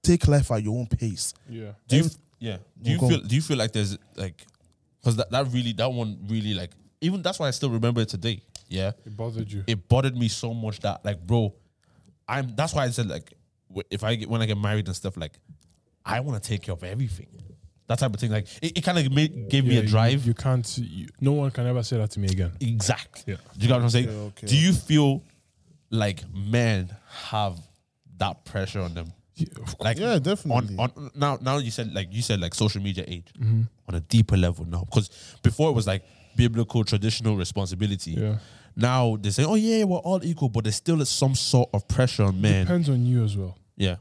[SPEAKER 1] take life at your own pace.
[SPEAKER 2] Yeah.
[SPEAKER 3] Do you? Yeah. Do you
[SPEAKER 1] Go on.
[SPEAKER 3] feel? Do you feel like there's like, because that, that really that one really like even that's why I still remember it today. Yeah.
[SPEAKER 2] It bothered you.
[SPEAKER 3] It bothered me so much that like, bro, I'm. That's why I said like, wh- if I get when I get married and stuff, like, I want to take care of everything. That type of thing. Like, it, it kind of gave me
[SPEAKER 2] Yeah,
[SPEAKER 3] a
[SPEAKER 2] you-
[SPEAKER 3] drive.
[SPEAKER 2] You, can't. You, no one can ever say that to me again.
[SPEAKER 3] Exactly.
[SPEAKER 2] Yeah.
[SPEAKER 3] Do you get what I'm saying?
[SPEAKER 1] okay,
[SPEAKER 3] Do you feel like men have that pressure on them? Like
[SPEAKER 1] Yeah, definitely.
[SPEAKER 3] On, on now, now you said like you said like social media eh, age
[SPEAKER 2] Mm-hmm.
[SPEAKER 3] on a deeper level now because before it was like biblical traditional responsibility.
[SPEAKER 2] Yeah.
[SPEAKER 3] Now they say, oh yeah, we're all equal, but there's still some sort of pressure on men.
[SPEAKER 2] Depends on you as well.
[SPEAKER 3] Yeah.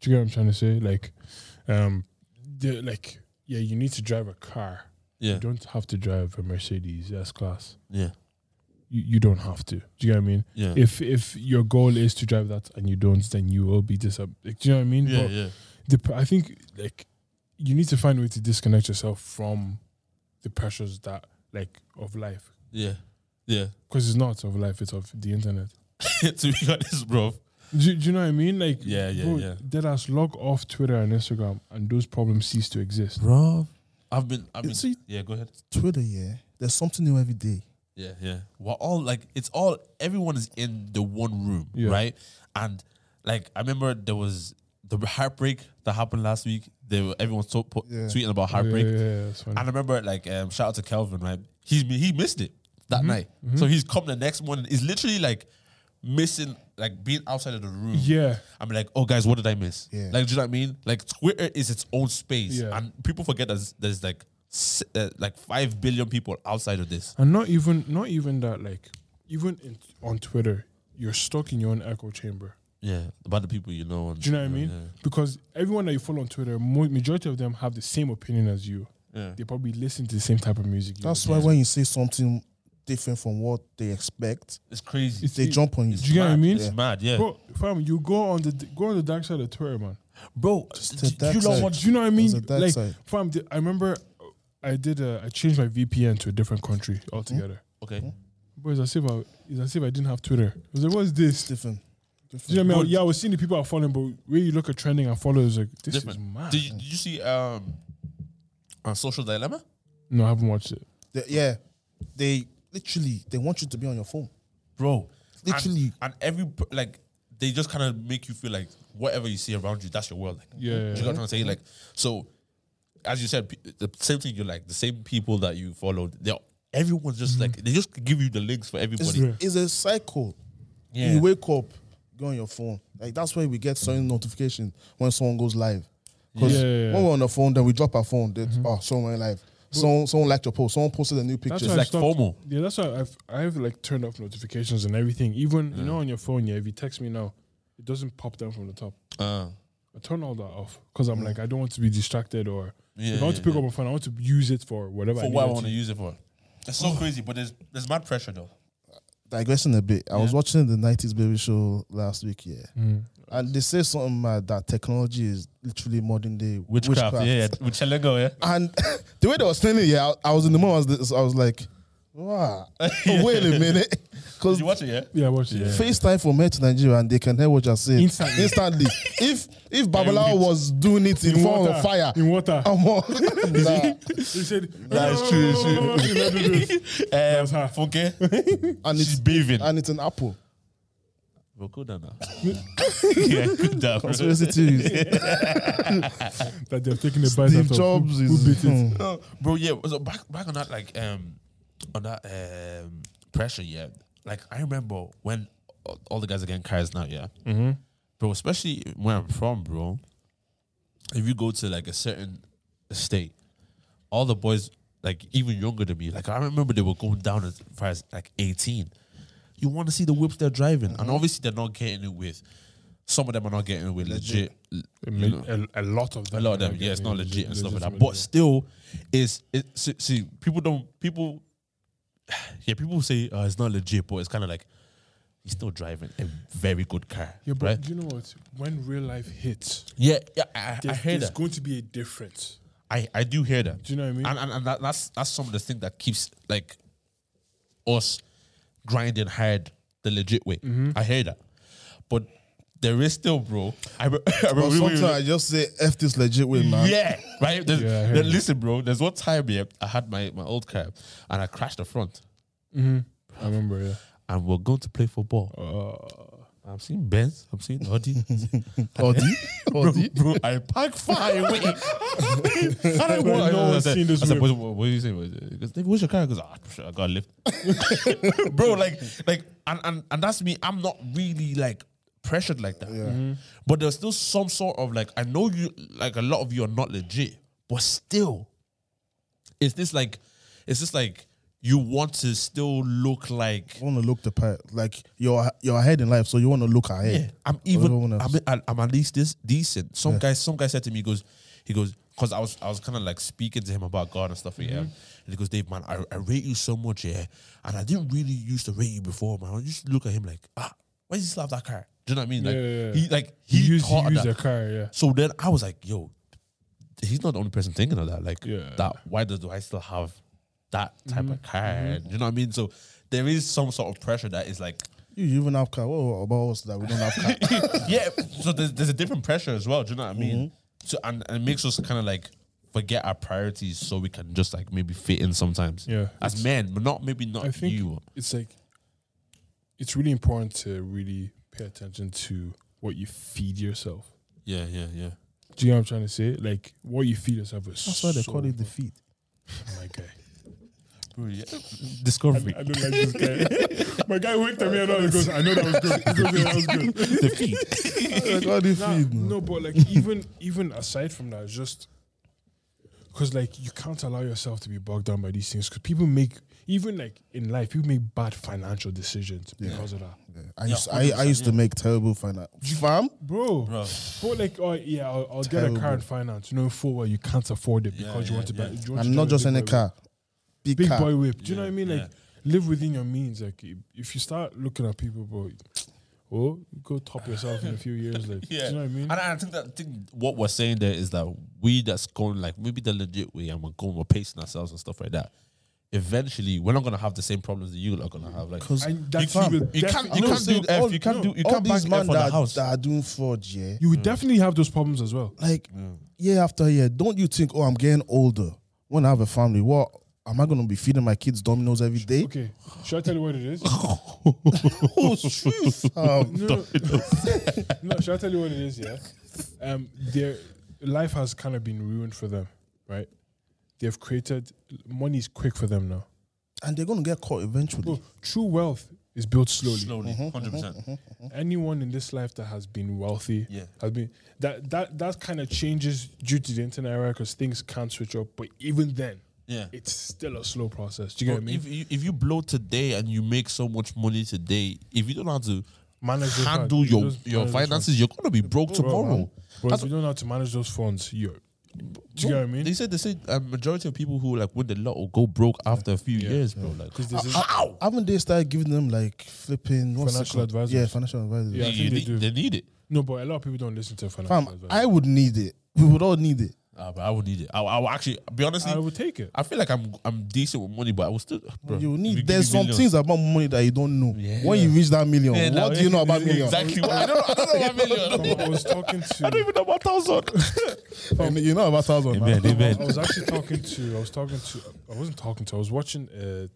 [SPEAKER 2] Do you get what I'm trying to say? Like, um, the, like yeah, you need to drive a car.
[SPEAKER 3] Yeah.
[SPEAKER 2] You don't have to drive a Mercedes S class.
[SPEAKER 3] Yeah.
[SPEAKER 2] You, you don't have to. Do you get what I mean?
[SPEAKER 3] Yeah.
[SPEAKER 2] If if your goal is to drive that and you don't, then you will be disappointed. Do you know what I mean?
[SPEAKER 3] Yeah.
[SPEAKER 2] But
[SPEAKER 3] Yeah.
[SPEAKER 2] the pr- I think like you need to find a way to disconnect yourself from the pressures that like of life
[SPEAKER 3] Yeah. Yeah.
[SPEAKER 2] because it's not of life; it's of the internet.
[SPEAKER 3] *laughs* to be honest, bro.
[SPEAKER 2] Do, do you know what I mean? Like,
[SPEAKER 3] Yeah, yeah, yeah.
[SPEAKER 2] Let us log off Twitter and Instagram, and those problems cease to exist.
[SPEAKER 3] Bro, I've been. I've been.
[SPEAKER 1] See-
[SPEAKER 3] yeah. Go ahead.
[SPEAKER 1] Twitter, yeah, there's something new every day.
[SPEAKER 3] Yeah, yeah. We're all like, it's all, everyone is in the one room,
[SPEAKER 2] Yeah.
[SPEAKER 3] right? And like, I remember there was the heartbreak that happened last week. They were, everyone so, po-
[SPEAKER 1] Yeah.
[SPEAKER 3] tweeting about heartbreak.
[SPEAKER 2] Yeah, yeah, yeah, that's funny.
[SPEAKER 3] And I remember like, um, shout out to Kelvin, right? He's, he missed it that
[SPEAKER 2] Mm-hmm.
[SPEAKER 3] night. So he's come the next morning. He's literally like missing, like being outside of the room.
[SPEAKER 2] Yeah.
[SPEAKER 3] I'm like, oh guys, what did I miss?
[SPEAKER 1] Yeah.
[SPEAKER 3] Like, do you know what I mean? Like, Twitter is its own space,
[SPEAKER 2] Yeah.
[SPEAKER 3] and people forget that there's, there's like, s- uh, like five billion people outside of this.
[SPEAKER 2] And not even, not even that. Like, even in, on Twitter, you're stuck in your own echo chamber.
[SPEAKER 3] Yeah, about the people you know. And,
[SPEAKER 2] Do you know what I mean? Because everyone that you follow on Twitter, mo- majority of them have the same opinion as you.
[SPEAKER 3] Yeah.
[SPEAKER 2] They probably listen to the same type of music. you
[SPEAKER 1] That's
[SPEAKER 2] listen
[SPEAKER 1] why when you say something different from what they expect,
[SPEAKER 3] It's crazy.
[SPEAKER 2] It's-
[SPEAKER 1] they
[SPEAKER 2] It-
[SPEAKER 1] jump on you.
[SPEAKER 2] do you get what I
[SPEAKER 3] Mad.
[SPEAKER 2] mean?
[SPEAKER 3] It's mad,
[SPEAKER 2] to.
[SPEAKER 3] yeah. Bro,
[SPEAKER 2] Bro, fam, you go on the d- go on the dark side of Twitter, man.
[SPEAKER 1] the
[SPEAKER 3] d-
[SPEAKER 1] dark
[SPEAKER 3] you know
[SPEAKER 1] side.
[SPEAKER 3] what?
[SPEAKER 2] Do you know what I mean?
[SPEAKER 1] There's a dark
[SPEAKER 2] like,
[SPEAKER 1] side.
[SPEAKER 2] fam, the- I remember uh, I did. A, I changed my VPN to a different country altogether.
[SPEAKER 3] Okay.
[SPEAKER 1] Hmm?
[SPEAKER 2] But it's as if I, it's as if I didn't have Twitter. I was like, what's this? Do
[SPEAKER 1] different.
[SPEAKER 2] you know
[SPEAKER 1] different.
[SPEAKER 2] what I mean? Yeah, I was seeing the people I following, but where you look at trending and follow is like this is
[SPEAKER 3] Different.
[SPEAKER 2] mad.
[SPEAKER 3] Did you, did you see um, on Social Dilemma?
[SPEAKER 2] no, I haven't watched it.
[SPEAKER 1] They- yeah, they literally they want you to be on your phone.
[SPEAKER 3] Bro.
[SPEAKER 1] Literally.
[SPEAKER 3] And, and every, p- like, they just kind of make you feel like whatever you see around you, that's your world. Like,
[SPEAKER 2] Yeah, yeah,
[SPEAKER 3] Do you know what I'm saying? Like, so, as you said, pe- the same thing you're like, the same people that you followed, they're, everyone's just like, they just give you the links for
[SPEAKER 1] It's,
[SPEAKER 3] everybody.
[SPEAKER 1] it's a cycle.
[SPEAKER 3] Yeah.
[SPEAKER 1] You wake up, go on your phone. Like that's why we get certain notification when someone goes live. Because
[SPEAKER 2] Yeah, yeah, yeah.
[SPEAKER 1] when we're on the phone, then we drop our phone. That oh, someone went live. Someone, someone liked your post. Someone posted a new picture. It's
[SPEAKER 2] That's why I
[SPEAKER 1] like,
[SPEAKER 3] like FOMO.
[SPEAKER 2] Yeah, that's why I've I've like turned off notifications and everything. Even you know on your phone, yeah. If you text me now, it doesn't pop down from the top.
[SPEAKER 3] Uh,
[SPEAKER 2] I turn all that off because I'm like I don't want to be distracted or
[SPEAKER 3] Yeah,
[SPEAKER 2] if I want
[SPEAKER 3] yeah,
[SPEAKER 2] to pick up my phone, I want to use it for whatever. I
[SPEAKER 3] for
[SPEAKER 2] need
[SPEAKER 3] what I
[SPEAKER 2] it
[SPEAKER 3] want to use it for. It's so crazy, but there's there's mad pressure though.
[SPEAKER 1] digressing a bit. I was watching the '90s baby show last week. Yeah,
[SPEAKER 3] Mm.
[SPEAKER 1] and they say something mad that technology is literally modern day
[SPEAKER 3] Witchcraft, yeah, yeah. With Chelengo, yeah.
[SPEAKER 1] And *laughs* the way they was telling it, yeah, I, I was in the moment. I was, I was like,
[SPEAKER 3] *laughs*
[SPEAKER 1] wow, wait a minute,
[SPEAKER 3] Did
[SPEAKER 1] because
[SPEAKER 3] you watch it, yeah?
[SPEAKER 2] Yeah, I watched it. Yeah.
[SPEAKER 1] FaceTime from here to Nigeria and they can hear what you're saying
[SPEAKER 2] Instantly.
[SPEAKER 3] *laughs*
[SPEAKER 1] Instantly. if if Babalawo was doing it in, front of fire, *laughs* Oh.
[SPEAKER 2] In water.
[SPEAKER 1] I'm on.
[SPEAKER 3] *laughs*
[SPEAKER 1] Nah.
[SPEAKER 2] He said, "Oh,
[SPEAKER 3] That is true, it's true.
[SPEAKER 2] You know, do this.
[SPEAKER 3] That's her. *laughs*
[SPEAKER 1] and
[SPEAKER 3] She's
[SPEAKER 1] it's
[SPEAKER 3] bathing.
[SPEAKER 1] and it's an apple.
[SPEAKER 3] Bro, cool down now. *laughs* yeah, cool down. *laughs* bro.
[SPEAKER 1] Conspiracy theories.
[SPEAKER 2] that
[SPEAKER 1] *laughs*
[SPEAKER 2] they're taking the bite out
[SPEAKER 1] Steve
[SPEAKER 2] of.
[SPEAKER 1] Jobs
[SPEAKER 2] Who
[SPEAKER 1] is
[SPEAKER 2] beat it?
[SPEAKER 1] hmm.
[SPEAKER 3] No, bro, yeah. So back back on that like um on that um pressure, yeah. Like I remember when a- all the guys are getting cars now, yeah. Mm-hmm. Bro, especially where I'm from, bro. If you go to like a certain estate, all the boys like even younger than me, like I remember they were going down as far as like 18. You want to see the whips they're driving, and obviously they're not getting it with. Some of them are not getting it with legit.
[SPEAKER 2] A,
[SPEAKER 3] you know.
[SPEAKER 2] mil- a, a lot of them.
[SPEAKER 3] A lot of them,
[SPEAKER 2] are
[SPEAKER 3] yeah, it's
[SPEAKER 2] getting
[SPEAKER 3] not legit and stuff like that.
[SPEAKER 2] legitimate,
[SPEAKER 3] But still, it's it. See, see, people don't people. *sighs* Yeah, people say uh, it's not legit, but it's kind of like he's still driving a very good car,
[SPEAKER 2] yeah, Yeah, but
[SPEAKER 3] right?
[SPEAKER 2] you know what? When real life hits,
[SPEAKER 3] Yeah, yeah, I, I
[SPEAKER 2] there's,
[SPEAKER 3] hear
[SPEAKER 2] there's
[SPEAKER 3] that.
[SPEAKER 2] going to be a difference.
[SPEAKER 3] I, I do hear that.
[SPEAKER 2] Do you know what I mean?
[SPEAKER 3] And and, and that, that's that's some of the thing that keeps like
[SPEAKER 2] Mm-hmm.
[SPEAKER 3] us grinding hard the legit way. I hear that, but There is still, bro. I, re- *laughs* I
[SPEAKER 1] But
[SPEAKER 3] remember we- we-
[SPEAKER 1] sometimes I just say F this legit way, man.
[SPEAKER 3] yeah, right. There's-
[SPEAKER 2] Yeah, I hear
[SPEAKER 3] there-
[SPEAKER 2] you.
[SPEAKER 3] listen, bro. There's one time yeah, I had my, my old car and I crashed the front,
[SPEAKER 2] I remember, yeah.
[SPEAKER 3] and we're going to play football.
[SPEAKER 2] Oh.
[SPEAKER 3] I'm seeing Benz. I'm seeing Audi.
[SPEAKER 2] *laughs*
[SPEAKER 1] Audi,
[SPEAKER 3] *laughs* bro,
[SPEAKER 1] Audi.
[SPEAKER 3] bro, I park far *laughs* away. and I
[SPEAKER 2] no
[SPEAKER 3] walk. I
[SPEAKER 2] one's
[SPEAKER 3] said,
[SPEAKER 2] seen this
[SPEAKER 3] I said,
[SPEAKER 2] move.
[SPEAKER 3] what, what, what are you saying? He goes, David, where's your car? He goes, ah, shit, I got a lift. *laughs* bro, like, like, and, and and that's me. I'm not really like pressured like that. But there's still some sort of like, I know you, like, a lot of you are not legit, but still, it's this like, it's this like, you want to still look like
[SPEAKER 1] want to look the part. Like you're you're ahead in life, so you want to look
[SPEAKER 3] yeah,
[SPEAKER 1] ahead.
[SPEAKER 3] I'm
[SPEAKER 1] everyone
[SPEAKER 3] even.
[SPEAKER 1] else.
[SPEAKER 3] I'm, I'm- I'm at least this decent. Some guy, some guy said to me, he goes, he goes, because I was, I was kind of like speaking to him about God and stuff. Yeah,
[SPEAKER 2] Mm-hmm.
[SPEAKER 3] and he goes, Dave, man, I, I rate you so much, yeah, and I didn't really used to rate you before, man. I just look at him like, ah, why does he still have that car? Do you know what I mean? Like,
[SPEAKER 2] Yeah, yeah, yeah.
[SPEAKER 3] he, like
[SPEAKER 2] He
[SPEAKER 3] he,
[SPEAKER 2] used, he
[SPEAKER 3] taught
[SPEAKER 2] used
[SPEAKER 3] that.
[SPEAKER 2] a car, yeah.
[SPEAKER 3] So then I was like, yo, he's not the only person thinking of that. Like
[SPEAKER 2] Yeah. Mm-hmm.
[SPEAKER 3] that. Why do, do I still have that type of car? You know what I mean? So there is some sort of pressure that is like
[SPEAKER 1] You even have car. What about us that we don't have
[SPEAKER 3] *laughs*
[SPEAKER 1] car?
[SPEAKER 3] yeah, so there's, there's a different pressure as well. Do you know what I mean?
[SPEAKER 2] Mm-hmm.
[SPEAKER 3] So and, and it makes us kind of like forget our priorities, so we can just like maybe fit in sometimes.
[SPEAKER 2] Yeah.
[SPEAKER 3] as men, but not maybe not
[SPEAKER 2] I think
[SPEAKER 3] you.
[SPEAKER 2] it's like it's really important to really pay attention to what you feed yourself.
[SPEAKER 3] Yeah, yeah, yeah.
[SPEAKER 2] Do you know what I'm trying to say? Like what you feed yourself is
[SPEAKER 1] That's why they call it the feet.
[SPEAKER 2] my guy.
[SPEAKER 3] Discovery,
[SPEAKER 2] I don't like this guy. *laughs* my guy winked at me and all. He goes, "I know that was good. He goes, "Yeah, that was good."
[SPEAKER 3] the feet.
[SPEAKER 1] they call it
[SPEAKER 2] Nah,
[SPEAKER 1] feet. man.
[SPEAKER 2] no,
[SPEAKER 1] *laughs*
[SPEAKER 2] but like even even aside from that, just because like you can't allow yourself to be bogged down by these things. Because people make even like in life, people make bad financial decisions because of that,
[SPEAKER 1] I used, I, I used to make terrible finance. Fam,
[SPEAKER 2] bro.
[SPEAKER 3] Bro.
[SPEAKER 2] But like, oh yeah, I'll, I'll get a car
[SPEAKER 1] Terrible.
[SPEAKER 2] in finance, knowing full well you can't afford it because you
[SPEAKER 3] yeah,
[SPEAKER 2] want to buy.
[SPEAKER 3] yeah.
[SPEAKER 2] You
[SPEAKER 1] and
[SPEAKER 2] want to
[SPEAKER 1] not
[SPEAKER 2] drive
[SPEAKER 1] just
[SPEAKER 2] a big
[SPEAKER 1] any
[SPEAKER 2] boy whip.
[SPEAKER 1] car, big,
[SPEAKER 2] Big
[SPEAKER 1] car.
[SPEAKER 2] boy whip. Do you know what I mean?
[SPEAKER 3] yeah.
[SPEAKER 2] Like, live within your means. Like, if- if you start looking at people, bro. Oh, go top yourself in a few years. Like, do you know what I mean?
[SPEAKER 3] And I think that I think what we're saying there is that we that's going like maybe the legit way and we're going, we're pacing ourselves and stuff like that. Eventually, we're not gonna have the same problems that you are gonna have. Like,
[SPEAKER 1] Because
[SPEAKER 2] And
[SPEAKER 3] you,
[SPEAKER 2] that's
[SPEAKER 3] can't,
[SPEAKER 2] will
[SPEAKER 3] you
[SPEAKER 2] definitely-
[SPEAKER 3] can't, you
[SPEAKER 1] No,
[SPEAKER 3] can't
[SPEAKER 1] see,
[SPEAKER 3] do F,
[SPEAKER 1] all-
[SPEAKER 3] you can't do, you
[SPEAKER 1] all
[SPEAKER 3] can't back
[SPEAKER 1] these
[SPEAKER 3] F on
[SPEAKER 1] man
[SPEAKER 3] the
[SPEAKER 1] that,
[SPEAKER 3] house.
[SPEAKER 1] that are doing fraud, yeah.
[SPEAKER 2] You
[SPEAKER 3] Hmm.
[SPEAKER 2] would definitely have those problems as well.
[SPEAKER 1] like year after year, don't you think, oh, I'm getting older when I have a family? What am I gonna be feeding my kids Dominoes every day?
[SPEAKER 2] Okay, should I tell you what it
[SPEAKER 3] *laughs*
[SPEAKER 2] is?
[SPEAKER 1] oh, shoot.
[SPEAKER 2] No, no. *laughs* no, should I tell you what it is? Yeah, um, their life has kind of been ruined for them, right? They've created money's quick for them now.
[SPEAKER 1] *laughs* and they're gonna get caught eventually.
[SPEAKER 2] Bro, true wealth is built slowly.
[SPEAKER 3] Slowly,
[SPEAKER 2] mm-hmm,
[SPEAKER 3] 100 percent.
[SPEAKER 2] Anyone in this life that has been wealthy,
[SPEAKER 3] Yeah.
[SPEAKER 2] has been that that that kind of changes due to the internet era because things can switch up. But even then,
[SPEAKER 3] Yeah.
[SPEAKER 2] it's still a slow process. Do you get what I
[SPEAKER 3] Bro,
[SPEAKER 2] mean?
[SPEAKER 3] If you, if you blow today and you make so much money today, if you don't know how to
[SPEAKER 2] Manage your
[SPEAKER 3] handle
[SPEAKER 2] funds,
[SPEAKER 3] your
[SPEAKER 2] just
[SPEAKER 3] your
[SPEAKER 2] manage your
[SPEAKER 3] finances, you're gonna be broke tomorrow.
[SPEAKER 2] Bro, if
[SPEAKER 3] That's-
[SPEAKER 2] you don't know how to manage those funds, you do you
[SPEAKER 3] bro,
[SPEAKER 2] get what I mean?
[SPEAKER 3] They said they said a majority of people who like win the lotto go broke after a few years, bro. Like,
[SPEAKER 1] Uh,
[SPEAKER 2] this is-
[SPEAKER 3] how?
[SPEAKER 1] Haven't they started giving them like flipping what's it
[SPEAKER 2] Financial
[SPEAKER 1] called?
[SPEAKER 2] advisors.
[SPEAKER 1] Yeah, financial advisors.
[SPEAKER 2] Yeah. I think
[SPEAKER 3] You
[SPEAKER 2] they
[SPEAKER 3] need-
[SPEAKER 2] do.
[SPEAKER 3] they need it.
[SPEAKER 2] No, but a lot of people don't listen to financial
[SPEAKER 1] Fam,
[SPEAKER 2] advice.
[SPEAKER 1] I would need it. We would all need it.
[SPEAKER 3] Ah, but I would need it. I, I will actually, be honest,
[SPEAKER 2] I
[SPEAKER 3] I,
[SPEAKER 2] would take it.
[SPEAKER 3] feel like I'm I'm decent with money, but I will still. Bro,
[SPEAKER 1] You
[SPEAKER 3] if
[SPEAKER 1] need.
[SPEAKER 3] give
[SPEAKER 1] There's
[SPEAKER 3] me
[SPEAKER 1] some
[SPEAKER 3] millions-
[SPEAKER 1] things about money that you don't know.
[SPEAKER 3] Yeah.
[SPEAKER 1] When you reach that million,
[SPEAKER 3] Yeah, nah,
[SPEAKER 1] what do you know about million?
[SPEAKER 3] *laughs* Exactly. I don't know. I don't know
[SPEAKER 2] Fam,
[SPEAKER 3] about million.
[SPEAKER 2] I was talking to.
[SPEAKER 3] I don't even know about thousand.
[SPEAKER 1] And you know about thousand. man. *laughs*
[SPEAKER 3] Amen. Amen.
[SPEAKER 2] I was actually talking to. I was talking to. I wasn't talking to. I was watching. Uh,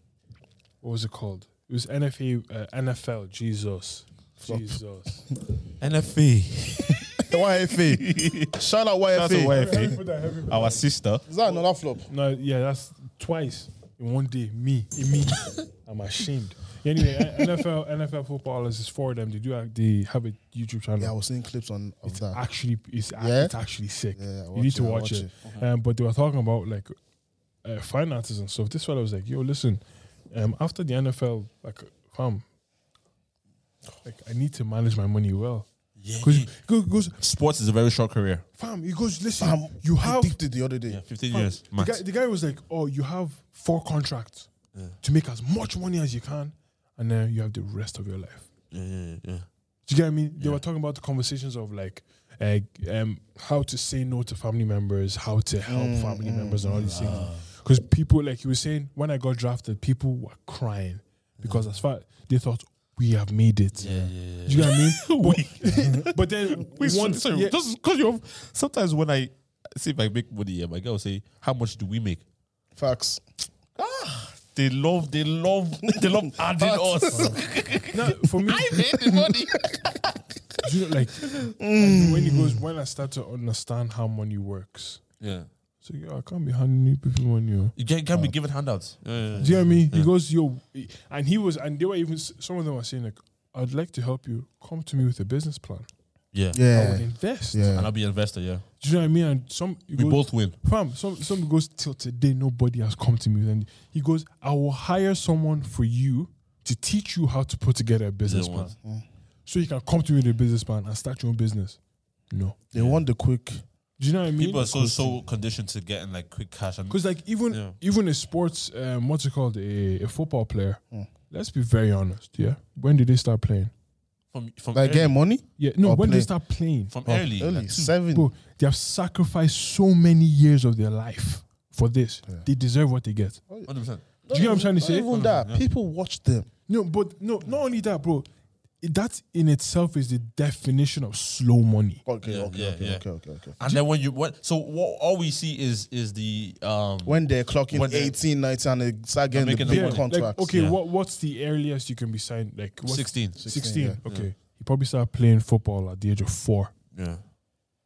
[SPEAKER 2] what was it called? It was NFA, uh, NFL. Jesus, Jesus.
[SPEAKER 3] NFA.
[SPEAKER 1] YFA. Shout out YFA.
[SPEAKER 3] That's a
[SPEAKER 2] Heavy
[SPEAKER 3] YFA.
[SPEAKER 2] for that, heavy for that.
[SPEAKER 3] Our sister.
[SPEAKER 1] Is that another flop?
[SPEAKER 2] No, yeah, that's twice in one day. Me,
[SPEAKER 1] *laughs*
[SPEAKER 2] in me, I'm ashamed. Anyway, uh, NFL NFL footballers is four of them. They do act- they have a YouTube channel.
[SPEAKER 1] Yeah, I was seeing clips on of
[SPEAKER 2] it's
[SPEAKER 1] that.
[SPEAKER 2] actually it's, ac-
[SPEAKER 1] Yeah?
[SPEAKER 2] it's actually sick.
[SPEAKER 1] Yeah,
[SPEAKER 2] you need to
[SPEAKER 1] I
[SPEAKER 2] watch, it. Um, but they were talking about like uh, finances and stuff. This fella was like, "Yo, listen, um, after the NFL, like, fam, like I need to manage my money well."
[SPEAKER 3] Yeah.
[SPEAKER 2] Because goes,
[SPEAKER 3] Sports is a very short career.
[SPEAKER 2] fam, he goes, listen,
[SPEAKER 1] Fam,
[SPEAKER 2] you
[SPEAKER 1] I
[SPEAKER 2] have
[SPEAKER 1] dipped it the other day.
[SPEAKER 3] Yeah, 15
[SPEAKER 2] fam,
[SPEAKER 3] years.
[SPEAKER 2] The
[SPEAKER 3] max.
[SPEAKER 2] guy, the guy was like, "Oh, you have four contracts
[SPEAKER 3] Yeah.
[SPEAKER 2] to make as much money as you can, and then you have the rest of your life."
[SPEAKER 3] yeah, yeah,
[SPEAKER 2] Do
[SPEAKER 3] yeah.
[SPEAKER 2] you get what I mean? They
[SPEAKER 3] Yeah.
[SPEAKER 2] were talking about the conversations of like, uh, um, how to say no to family members, how to help
[SPEAKER 3] Mm,
[SPEAKER 2] family members, and all these
[SPEAKER 3] uh.
[SPEAKER 2] things. Because people, like you were saying, when I got drafted, people were crying because as far they thought, we have made it. Do you know
[SPEAKER 3] *laughs*
[SPEAKER 2] what I mean? But, but then
[SPEAKER 3] Wait, so-
[SPEAKER 2] once
[SPEAKER 3] sorry,
[SPEAKER 2] yeah,
[SPEAKER 3] just because you have, sometimes when I see if I make money, yeah, my girl will say, How much do we make?
[SPEAKER 1] Facts.
[SPEAKER 3] They love, they love, *laughs* they love adding us.
[SPEAKER 2] nah, for
[SPEAKER 3] *laughs*
[SPEAKER 2] me,
[SPEAKER 3] made the money.
[SPEAKER 2] *laughs* do you know, like and when he goes, when I start to understand how money works,
[SPEAKER 3] Yeah.
[SPEAKER 2] so yo, I can't be handing you people money. oh." Yo.
[SPEAKER 3] You can't, can't be given handouts. Yeah,
[SPEAKER 2] Do you know what I mean? He goes, yo, and he was, and they were even some of them were saying like, I'd like to help you. Come to me with a business plan.
[SPEAKER 3] yeah.
[SPEAKER 2] I
[SPEAKER 1] Yeah.
[SPEAKER 2] would invest.
[SPEAKER 1] Yeah.
[SPEAKER 3] And I'll be an investor, yeah.
[SPEAKER 2] Do you know what I mean? And some he
[SPEAKER 3] We
[SPEAKER 2] goes,
[SPEAKER 3] both win.
[SPEAKER 2] fam, some some goes till today nobody has come to me with any. He goes, I will hire someone for you to teach you how to put together a business plan,
[SPEAKER 3] want-
[SPEAKER 2] so you can come to me with a business plan and start your own business. No,
[SPEAKER 1] They want the quick.
[SPEAKER 2] do you know what I mean?
[SPEAKER 3] People are so so conditioned to getting like quick cash. And,
[SPEAKER 2] Because like even
[SPEAKER 3] Yeah.
[SPEAKER 2] even a sports um, what's it called a, a football player.
[SPEAKER 3] Hmm.
[SPEAKER 2] Let's be very honest. Yeah, when did they start playing?
[SPEAKER 3] from from
[SPEAKER 1] Like
[SPEAKER 3] early,
[SPEAKER 1] get money?
[SPEAKER 2] Yeah, no,
[SPEAKER 1] Or
[SPEAKER 2] when
[SPEAKER 1] play.
[SPEAKER 2] they start playing,
[SPEAKER 3] from
[SPEAKER 1] Oh,
[SPEAKER 3] early, like,
[SPEAKER 1] Seven.
[SPEAKER 2] bro, they have sacrificed so many years of their life for this. They deserve what they get. Do
[SPEAKER 3] 100%.
[SPEAKER 2] you know what I'm trying to say?
[SPEAKER 1] Even that, people watch them.
[SPEAKER 2] No, but no, not only that, bro. It- That in itself is the definition of slow money.
[SPEAKER 1] Okay,
[SPEAKER 3] Yeah,
[SPEAKER 1] okay,
[SPEAKER 3] yeah,
[SPEAKER 1] okay,
[SPEAKER 3] yeah.
[SPEAKER 1] okay, okay, okay.
[SPEAKER 3] And then when you what so what all we see is is the um
[SPEAKER 1] When they're clocking
[SPEAKER 3] When they're-
[SPEAKER 1] 18, 19, and they start getting the
[SPEAKER 3] making the
[SPEAKER 1] big
[SPEAKER 3] money. Like,
[SPEAKER 1] contracts.
[SPEAKER 2] Like, okay,
[SPEAKER 3] Yeah.
[SPEAKER 2] what what's the earliest you can be signed? Like what's
[SPEAKER 3] 16.
[SPEAKER 2] 16,
[SPEAKER 1] yeah.
[SPEAKER 2] Okay, he probably started playing football at the age of four.
[SPEAKER 3] Yeah.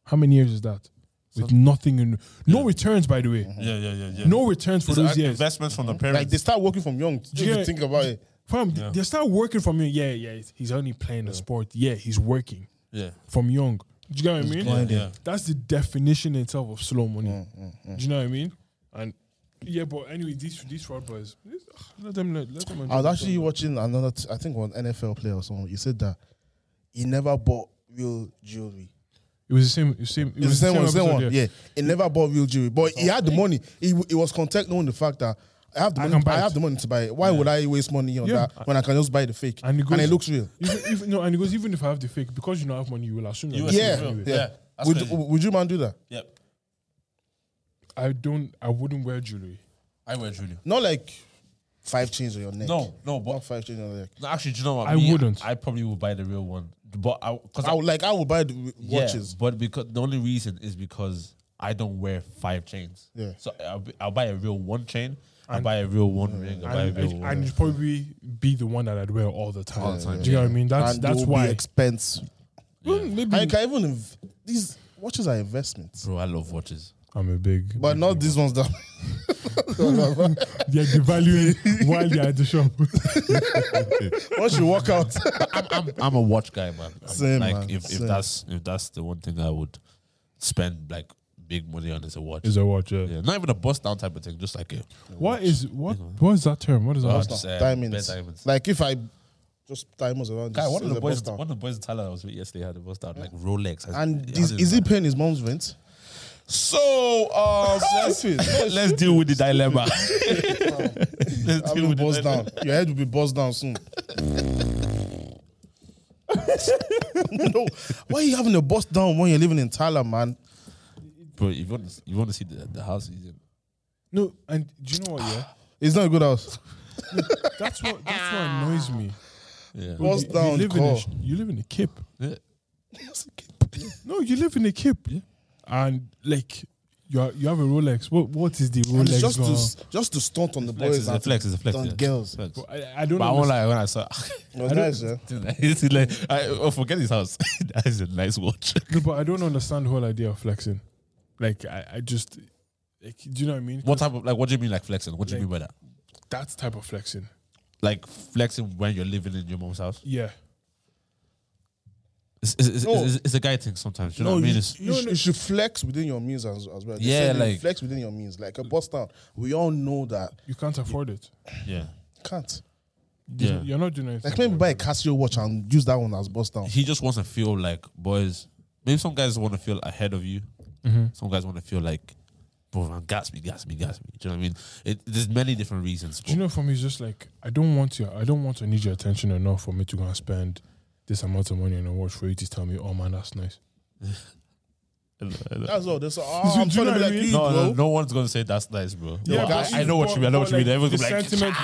[SPEAKER 2] How many years is that? With nothing in, no returns, by the way,
[SPEAKER 3] Yeah, yeah, yeah, yeah.
[SPEAKER 2] no returns for
[SPEAKER 3] It's
[SPEAKER 2] those
[SPEAKER 3] like
[SPEAKER 2] years.
[SPEAKER 3] investments from the
[SPEAKER 1] Like
[SPEAKER 3] parents.
[SPEAKER 1] they start working from young. If
[SPEAKER 2] Yeah.
[SPEAKER 1] you think about it,
[SPEAKER 2] Fam,
[SPEAKER 3] Yeah.
[SPEAKER 2] they start working from you. Yeah, yeah, he's- he's only playing the sport. Yeah, he's working
[SPEAKER 3] yeah.
[SPEAKER 2] from young. Do you know what I mean?
[SPEAKER 3] grinding. Yeah.
[SPEAKER 2] That's the definition itself of slow money.
[SPEAKER 1] Mm,
[SPEAKER 2] Do you know what I mean? And yeah, but anyway, these these fraud boys, this- ugh, let them let, let them.
[SPEAKER 1] I was
[SPEAKER 2] enjoy
[SPEAKER 1] actually watching another. T- I think one NFL player or someone. He said that he never bought real jewelry.
[SPEAKER 2] It was the same. the same. It
[SPEAKER 1] It's the same
[SPEAKER 2] was
[SPEAKER 1] one, same
[SPEAKER 2] episode,
[SPEAKER 1] one. Yeah. he never bought real jewelry, but he had the money. He, w- he was content knowing the fact that I have the
[SPEAKER 2] I
[SPEAKER 1] money.
[SPEAKER 2] can
[SPEAKER 1] I,
[SPEAKER 2] buy it.
[SPEAKER 1] have the money to buy it. Why would I waste money on
[SPEAKER 2] Yeah.
[SPEAKER 1] that when I can just buy the fake
[SPEAKER 2] And
[SPEAKER 1] and
[SPEAKER 2] it
[SPEAKER 1] it,
[SPEAKER 2] goes-
[SPEAKER 1] looks real?
[SPEAKER 2] Even, even, no, and he goes. Even if I have the fake, because you don't have money, you will assume. That
[SPEAKER 3] You
[SPEAKER 2] it's
[SPEAKER 3] assume
[SPEAKER 1] Yeah,
[SPEAKER 3] it's
[SPEAKER 2] fake
[SPEAKER 3] real.
[SPEAKER 2] anyway.
[SPEAKER 1] yeah.
[SPEAKER 3] Yeah, that's
[SPEAKER 1] Would,
[SPEAKER 3] crazy.
[SPEAKER 1] would you man do that?
[SPEAKER 3] Yep.
[SPEAKER 2] I don't. I wouldn't wear jewelry.
[SPEAKER 3] I wear jewelry.
[SPEAKER 1] Not like five chains on your neck.
[SPEAKER 3] No, no, but
[SPEAKER 1] not five chains on your neck.
[SPEAKER 3] no, actually, do you know what?
[SPEAKER 2] I wouldn't.
[SPEAKER 3] I probably would buy the real one, but I because
[SPEAKER 1] I would like. I would buy the w- watches.
[SPEAKER 3] But because the only reason is because I don't wear five chains.
[SPEAKER 1] Yeah.
[SPEAKER 3] So I'll, be- I'll buy a real one chain. I'll buy a real one ring. I'll buy a
[SPEAKER 2] And,
[SPEAKER 3] real
[SPEAKER 2] and,
[SPEAKER 3] one.
[SPEAKER 2] it'd probably be the one that I'd wear all the time.
[SPEAKER 3] All the time,
[SPEAKER 2] Do you know what I mean? That's
[SPEAKER 1] and
[SPEAKER 2] that's
[SPEAKER 1] they'll
[SPEAKER 2] why.
[SPEAKER 1] be expense.
[SPEAKER 2] Well, maybe
[SPEAKER 1] I can even inv- these watches are investments,
[SPEAKER 3] Bro, I love watches.
[SPEAKER 2] I'm a big. *laughs*
[SPEAKER 1] but not these ones that *laughs* *laughs*
[SPEAKER 2] they're devaluing while they're at the shop.
[SPEAKER 1] once you walk
[SPEAKER 3] *laughs*
[SPEAKER 1] out. *laughs*
[SPEAKER 3] I'm, I'm, I'm a watch guy, man. I'm-
[SPEAKER 1] Same,
[SPEAKER 3] like
[SPEAKER 1] man,
[SPEAKER 3] if, if
[SPEAKER 1] same.
[SPEAKER 3] that's if that's the one thing I would spend like big money on is a watch.
[SPEAKER 2] Is a watch. Yeah.
[SPEAKER 3] yeah, not even a bust down type of thing, just like a
[SPEAKER 2] What is what? What is that term? What is that?
[SPEAKER 3] Uh,
[SPEAKER 1] Stuff,
[SPEAKER 3] uh,
[SPEAKER 1] diamonds.
[SPEAKER 3] bare diamonds.
[SPEAKER 1] Like if I just diamonds around.
[SPEAKER 3] guy.
[SPEAKER 1] this,
[SPEAKER 3] One of
[SPEAKER 1] it's
[SPEAKER 3] the
[SPEAKER 1] a
[SPEAKER 3] boys,
[SPEAKER 1] bust down.
[SPEAKER 3] one of the boys in Thailand I was with yesterday had a bust down like Rolex. I-
[SPEAKER 1] And
[SPEAKER 3] I
[SPEAKER 1] this,
[SPEAKER 3] didn't
[SPEAKER 1] is he
[SPEAKER 3] know.
[SPEAKER 1] paying his mom's rent?
[SPEAKER 3] so?
[SPEAKER 1] uh,
[SPEAKER 3] Um,
[SPEAKER 1] *laughs*
[SPEAKER 3] let's, let's deal with the dilemma. let's
[SPEAKER 1] I'll
[SPEAKER 3] deal
[SPEAKER 1] be
[SPEAKER 3] with the
[SPEAKER 1] buzzed
[SPEAKER 3] dilemma.
[SPEAKER 1] down. Your head will be buzzed down soon. *laughs* no, why are you having a bust down when you're living in Thailand, man?
[SPEAKER 3] Bro, if you want to, you want to see the, the house he's in.
[SPEAKER 2] No, and do you know what? Yeah,
[SPEAKER 1] It's not a good house.
[SPEAKER 2] that's what that's what annoys me.
[SPEAKER 3] Yeah.
[SPEAKER 1] *laughs* Bust
[SPEAKER 2] You-
[SPEAKER 1] down,
[SPEAKER 2] You live, in
[SPEAKER 1] call.
[SPEAKER 2] a, sh- you live in a kip.
[SPEAKER 3] yeah.
[SPEAKER 2] No, you live in a kip, and like you are, you have a Rolex. What what is the
[SPEAKER 1] And
[SPEAKER 2] Rolex?
[SPEAKER 1] it's just
[SPEAKER 2] uh,
[SPEAKER 1] to just to stunt on the
[SPEAKER 3] Flex
[SPEAKER 1] boys
[SPEAKER 3] is a
[SPEAKER 1] and
[SPEAKER 3] flex. Is a flex.
[SPEAKER 1] on
[SPEAKER 3] yeah.
[SPEAKER 1] girls.
[SPEAKER 3] Flex.
[SPEAKER 2] But I, I don't
[SPEAKER 3] But I
[SPEAKER 2] know.
[SPEAKER 3] won't lie. When I saw, *laughs*
[SPEAKER 1] It was nice, yeah.
[SPEAKER 3] it's like, I, oh, forget his house. *laughs* that is a nice watch. *laughs*
[SPEAKER 2] No, but I don't understand the whole idea of flexing. Like I, I just like do you know what I mean?
[SPEAKER 3] What type of like? What do you mean like flexing? What do you
[SPEAKER 2] Like-
[SPEAKER 3] mean by that?
[SPEAKER 2] That's type of flexing.
[SPEAKER 3] Like flexing when you're living in your mom's house?
[SPEAKER 2] Yeah.
[SPEAKER 3] It's, it's, it's,
[SPEAKER 1] No.
[SPEAKER 3] it's, it's a guy thing sometimes. You know
[SPEAKER 1] no,
[SPEAKER 3] what I mean?
[SPEAKER 1] you,
[SPEAKER 3] It's,
[SPEAKER 1] you
[SPEAKER 2] No,
[SPEAKER 1] sh-
[SPEAKER 2] no.
[SPEAKER 1] you should flex within your means as, as well. They say
[SPEAKER 3] Yeah,
[SPEAKER 1] you
[SPEAKER 3] like- Mm.
[SPEAKER 1] flex within your means, like a bust down. We all know that
[SPEAKER 2] You can't afford it.
[SPEAKER 3] yeah.
[SPEAKER 1] can't.
[SPEAKER 3] Yeah.
[SPEAKER 2] You're not doing anything.
[SPEAKER 1] Like maybe buy a Casio watch and use that one as bust down.
[SPEAKER 3] He just wants to feel like boys. Maybe some guys want to feel ahead of you.
[SPEAKER 2] Mm-hmm.
[SPEAKER 3] Some guys want to feel like, bro, man, gas me, gas me, gas me. Do you know what I mean? It, there's many different reasons.
[SPEAKER 2] Do you know for me it's just like I don't want to I don't want to need your attention enough for me to go and spend this amount of money on a watch for you to tell me, oh man, that's nice.
[SPEAKER 1] *laughs* That's all. *laughs* That's all. Oh, I'm
[SPEAKER 2] Do
[SPEAKER 1] trying to
[SPEAKER 2] you know
[SPEAKER 1] be
[SPEAKER 2] what I
[SPEAKER 1] like,
[SPEAKER 2] mean?
[SPEAKER 1] Leeds,
[SPEAKER 3] No,
[SPEAKER 1] bro.
[SPEAKER 3] no, no one's gonna say that's nice, bro.
[SPEAKER 2] Yeah,
[SPEAKER 3] Well,
[SPEAKER 2] but
[SPEAKER 3] I, I know what you mean. I know what you mean.
[SPEAKER 2] but
[SPEAKER 3] Everyone's
[SPEAKER 2] the
[SPEAKER 3] gonna be like,
[SPEAKER 2] sentiment-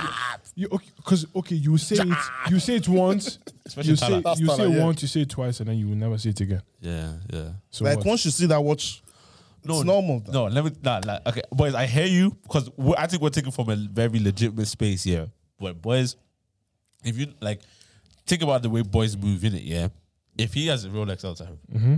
[SPEAKER 2] you, okay, cause okay, you say it, you say it once,
[SPEAKER 3] *laughs* Especially
[SPEAKER 2] you say,
[SPEAKER 1] Tala.
[SPEAKER 2] you
[SPEAKER 1] That's
[SPEAKER 2] say
[SPEAKER 1] Tala,
[SPEAKER 2] it
[SPEAKER 1] yeah.
[SPEAKER 2] once, you say it twice, and then you will never say it again.
[SPEAKER 3] yeah, yeah.
[SPEAKER 2] So
[SPEAKER 1] like
[SPEAKER 2] what?
[SPEAKER 1] once you see that watch,
[SPEAKER 3] No,
[SPEAKER 1] It's normal, though.
[SPEAKER 3] No, let me. Nah, nah, okay, boys, I hear you because I think we're taking from a very legitimate space here. But boys, if you like, think about the way boys move in it. Yeah, if he has a Rolex all the time,
[SPEAKER 2] Mm-hmm.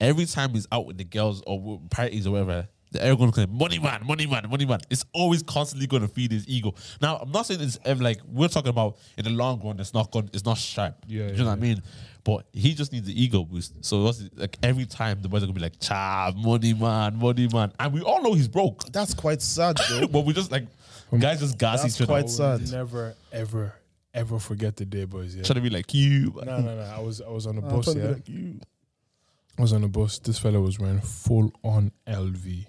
[SPEAKER 3] every time he's out with the girls or with parties or whatever, the ego going to money man, money man, money man. It's always constantly going to feed his ego. Now, I'm not saying it's ever like we're talking about in the long run. It's not going. It's not sharp.
[SPEAKER 2] Yeah,
[SPEAKER 3] do you
[SPEAKER 2] yeah,
[SPEAKER 3] know what I mean? But he just needs the ego boost. So what's it- like every time the boys are gonna be like, "Cha, money man, money man," and we all know he's broke. *laughs*
[SPEAKER 1] that's quite sad, though.
[SPEAKER 3] but we just like
[SPEAKER 2] Um,
[SPEAKER 3] guys just gas
[SPEAKER 1] That's
[SPEAKER 3] each other,
[SPEAKER 1] quite
[SPEAKER 3] out,
[SPEAKER 1] sad.
[SPEAKER 2] never ever ever forget the day, boys. Yeah.
[SPEAKER 3] trying to be like you.
[SPEAKER 2] No, no, no. I was I was on a
[SPEAKER 1] I'm
[SPEAKER 2] bus.
[SPEAKER 1] trying to be
[SPEAKER 2] Yeah.
[SPEAKER 1] like, you.
[SPEAKER 2] I was on a bus. This fella was wearing full on LV,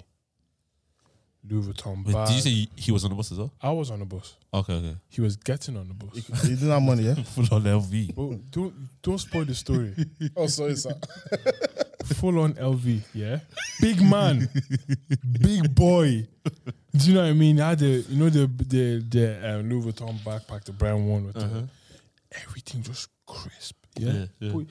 [SPEAKER 2] Louis Vuitton
[SPEAKER 3] Wait,
[SPEAKER 2] bag.
[SPEAKER 3] did you say he- he was on the bus as well?
[SPEAKER 2] I was on a bus.
[SPEAKER 3] Okay, okay. *laughs*
[SPEAKER 2] He was getting on the bus.
[SPEAKER 1] *laughs* You didn't have money, yeah?
[SPEAKER 3] Full on LV.
[SPEAKER 2] Bro, don't don't spoil the story.
[SPEAKER 1] *laughs* oh, sorry, *laughs* sir.
[SPEAKER 2] full on LV, yeah. Big man, big boy. Do you know what I mean? I had the you know the the the um, Louis Vuitton backpack, the brown one with the, everything just crisp. Yeah,
[SPEAKER 3] Uh-huh. Yeah, yeah.
[SPEAKER 2] Boy,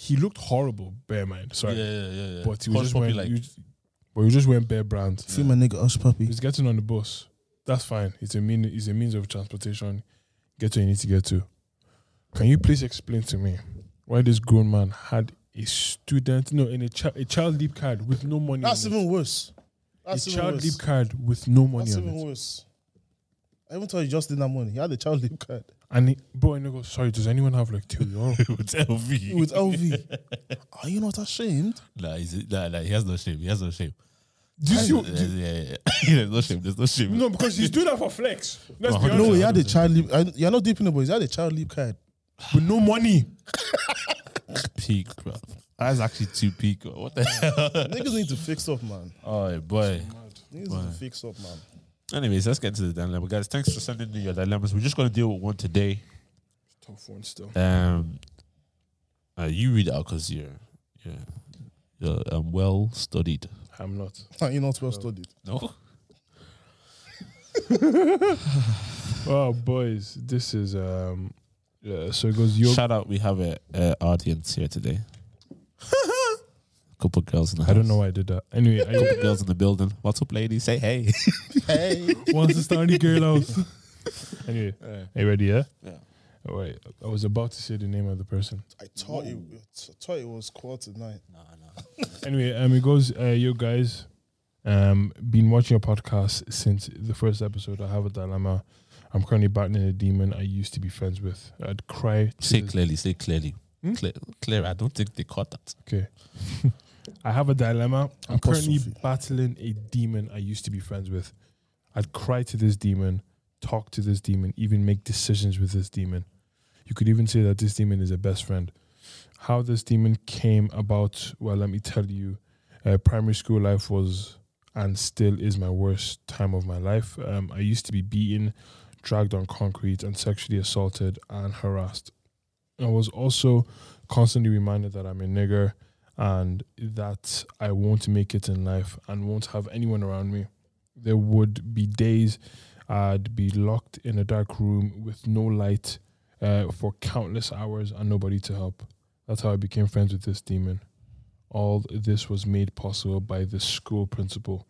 [SPEAKER 2] he looked horrible, bare man. Sorry,
[SPEAKER 3] yeah, yeah, yeah.
[SPEAKER 2] but he was just
[SPEAKER 3] probably
[SPEAKER 2] wearing,
[SPEAKER 3] like,
[SPEAKER 2] like, you,
[SPEAKER 3] *laughs*
[SPEAKER 2] but he was just wearing bare brand.
[SPEAKER 1] Feel my nigga, hush puppy.
[SPEAKER 2] He's getting on the bus. That's fine. It's a mean. It's a means of transportation. Get to where you need to get to. Can you please explain to me why this grown man had a student no and a, chi- a child leap card with no money?
[SPEAKER 1] That's
[SPEAKER 2] on it.
[SPEAKER 1] even worse. That's
[SPEAKER 2] a
[SPEAKER 1] even
[SPEAKER 2] child
[SPEAKER 1] worse.
[SPEAKER 2] leap card with no money
[SPEAKER 1] That's
[SPEAKER 2] on
[SPEAKER 1] even
[SPEAKER 2] it.
[SPEAKER 1] worse. I even thought he just didn't have money. He had a child leave *laughs* card
[SPEAKER 2] And he, bro, and he goes, sorry, does anyone have like
[SPEAKER 1] *laughs*
[SPEAKER 2] two euro?
[SPEAKER 3] with LV.
[SPEAKER 1] with LV. Are you not ashamed?
[SPEAKER 3] Nah, he's, nah, nah, he has no shame. He has no shame.
[SPEAKER 2] Do you see?
[SPEAKER 3] yeah,
[SPEAKER 2] what- do you-
[SPEAKER 3] yeah, yeah. *laughs* He has no shame. There's no shame.
[SPEAKER 2] no, because he's doing that for flex. Let's be honest.
[SPEAKER 1] No, he had a child leave. I- You're not deep in the boys. He had a child leave card.
[SPEAKER 2] with no money.
[SPEAKER 3] peak, bro. That's actually too peak. bro. What the hell?
[SPEAKER 1] Niggas need to fix up, man.
[SPEAKER 3] oh boy.
[SPEAKER 1] Niggas need to fix up, man.
[SPEAKER 3] Anyways, let's get to the dilemma, guys. Thanks for sending in your dilemmas. We're just gonna deal with one today.
[SPEAKER 2] Tough one still.
[SPEAKER 3] Um, uh, you read it out because you're, you're, you're um, well studied.
[SPEAKER 2] I'm not.
[SPEAKER 1] You're not well studied.
[SPEAKER 3] No,
[SPEAKER 2] Oh, boys, this is um. Yeah, so it goes. Your
[SPEAKER 3] shout out. We have a, a audience
[SPEAKER 2] *laughs*
[SPEAKER 3] here today. couple girls in the
[SPEAKER 2] I don't
[SPEAKER 3] house.
[SPEAKER 2] know why I did that. Anyway, *laughs*
[SPEAKER 3] Couple girls in the building. What's up, ladies? Say hey.
[SPEAKER 1] Hey.
[SPEAKER 2] I once a starting girl house. anyway, are you ready? Yeah.
[SPEAKER 3] Yeah.
[SPEAKER 2] All right. I was about to say the name of the person.
[SPEAKER 1] *laughs* I thought it, I thought it was quarter nine.
[SPEAKER 2] Anyway, um, it goes. Uh, you guys, um, been watching your podcast since the first episode. I have a dilemma. I'm currently battling a demon I used to be friends with. I'd cry. to
[SPEAKER 3] say
[SPEAKER 2] this-
[SPEAKER 3] clearly. Say clearly.
[SPEAKER 2] Hmm?
[SPEAKER 3] Clear, clear. I don't think they caught that.
[SPEAKER 2] Okay. I have a dilemma. I'm currently
[SPEAKER 1] Apostrophe.
[SPEAKER 2] battling a demon I used to be friends with. I'd cry to this demon, talk to this demon, even make decisions with this demon. You could even say that this demon is a best friend. How this demon came about, well, let me tell you. Uh, primary school life was and still is my worst time of my life. Um, I used to be beaten, dragged on concrete, and sexually assaulted and harassed. I was also constantly reminded that I'm a nigger and that I won't make it in life and won't have anyone around me. There would be days I'd be locked in a dark room with no light uh, for countless hours and nobody to help. That's how I became friends with this demon. All this was made possible by the school principal.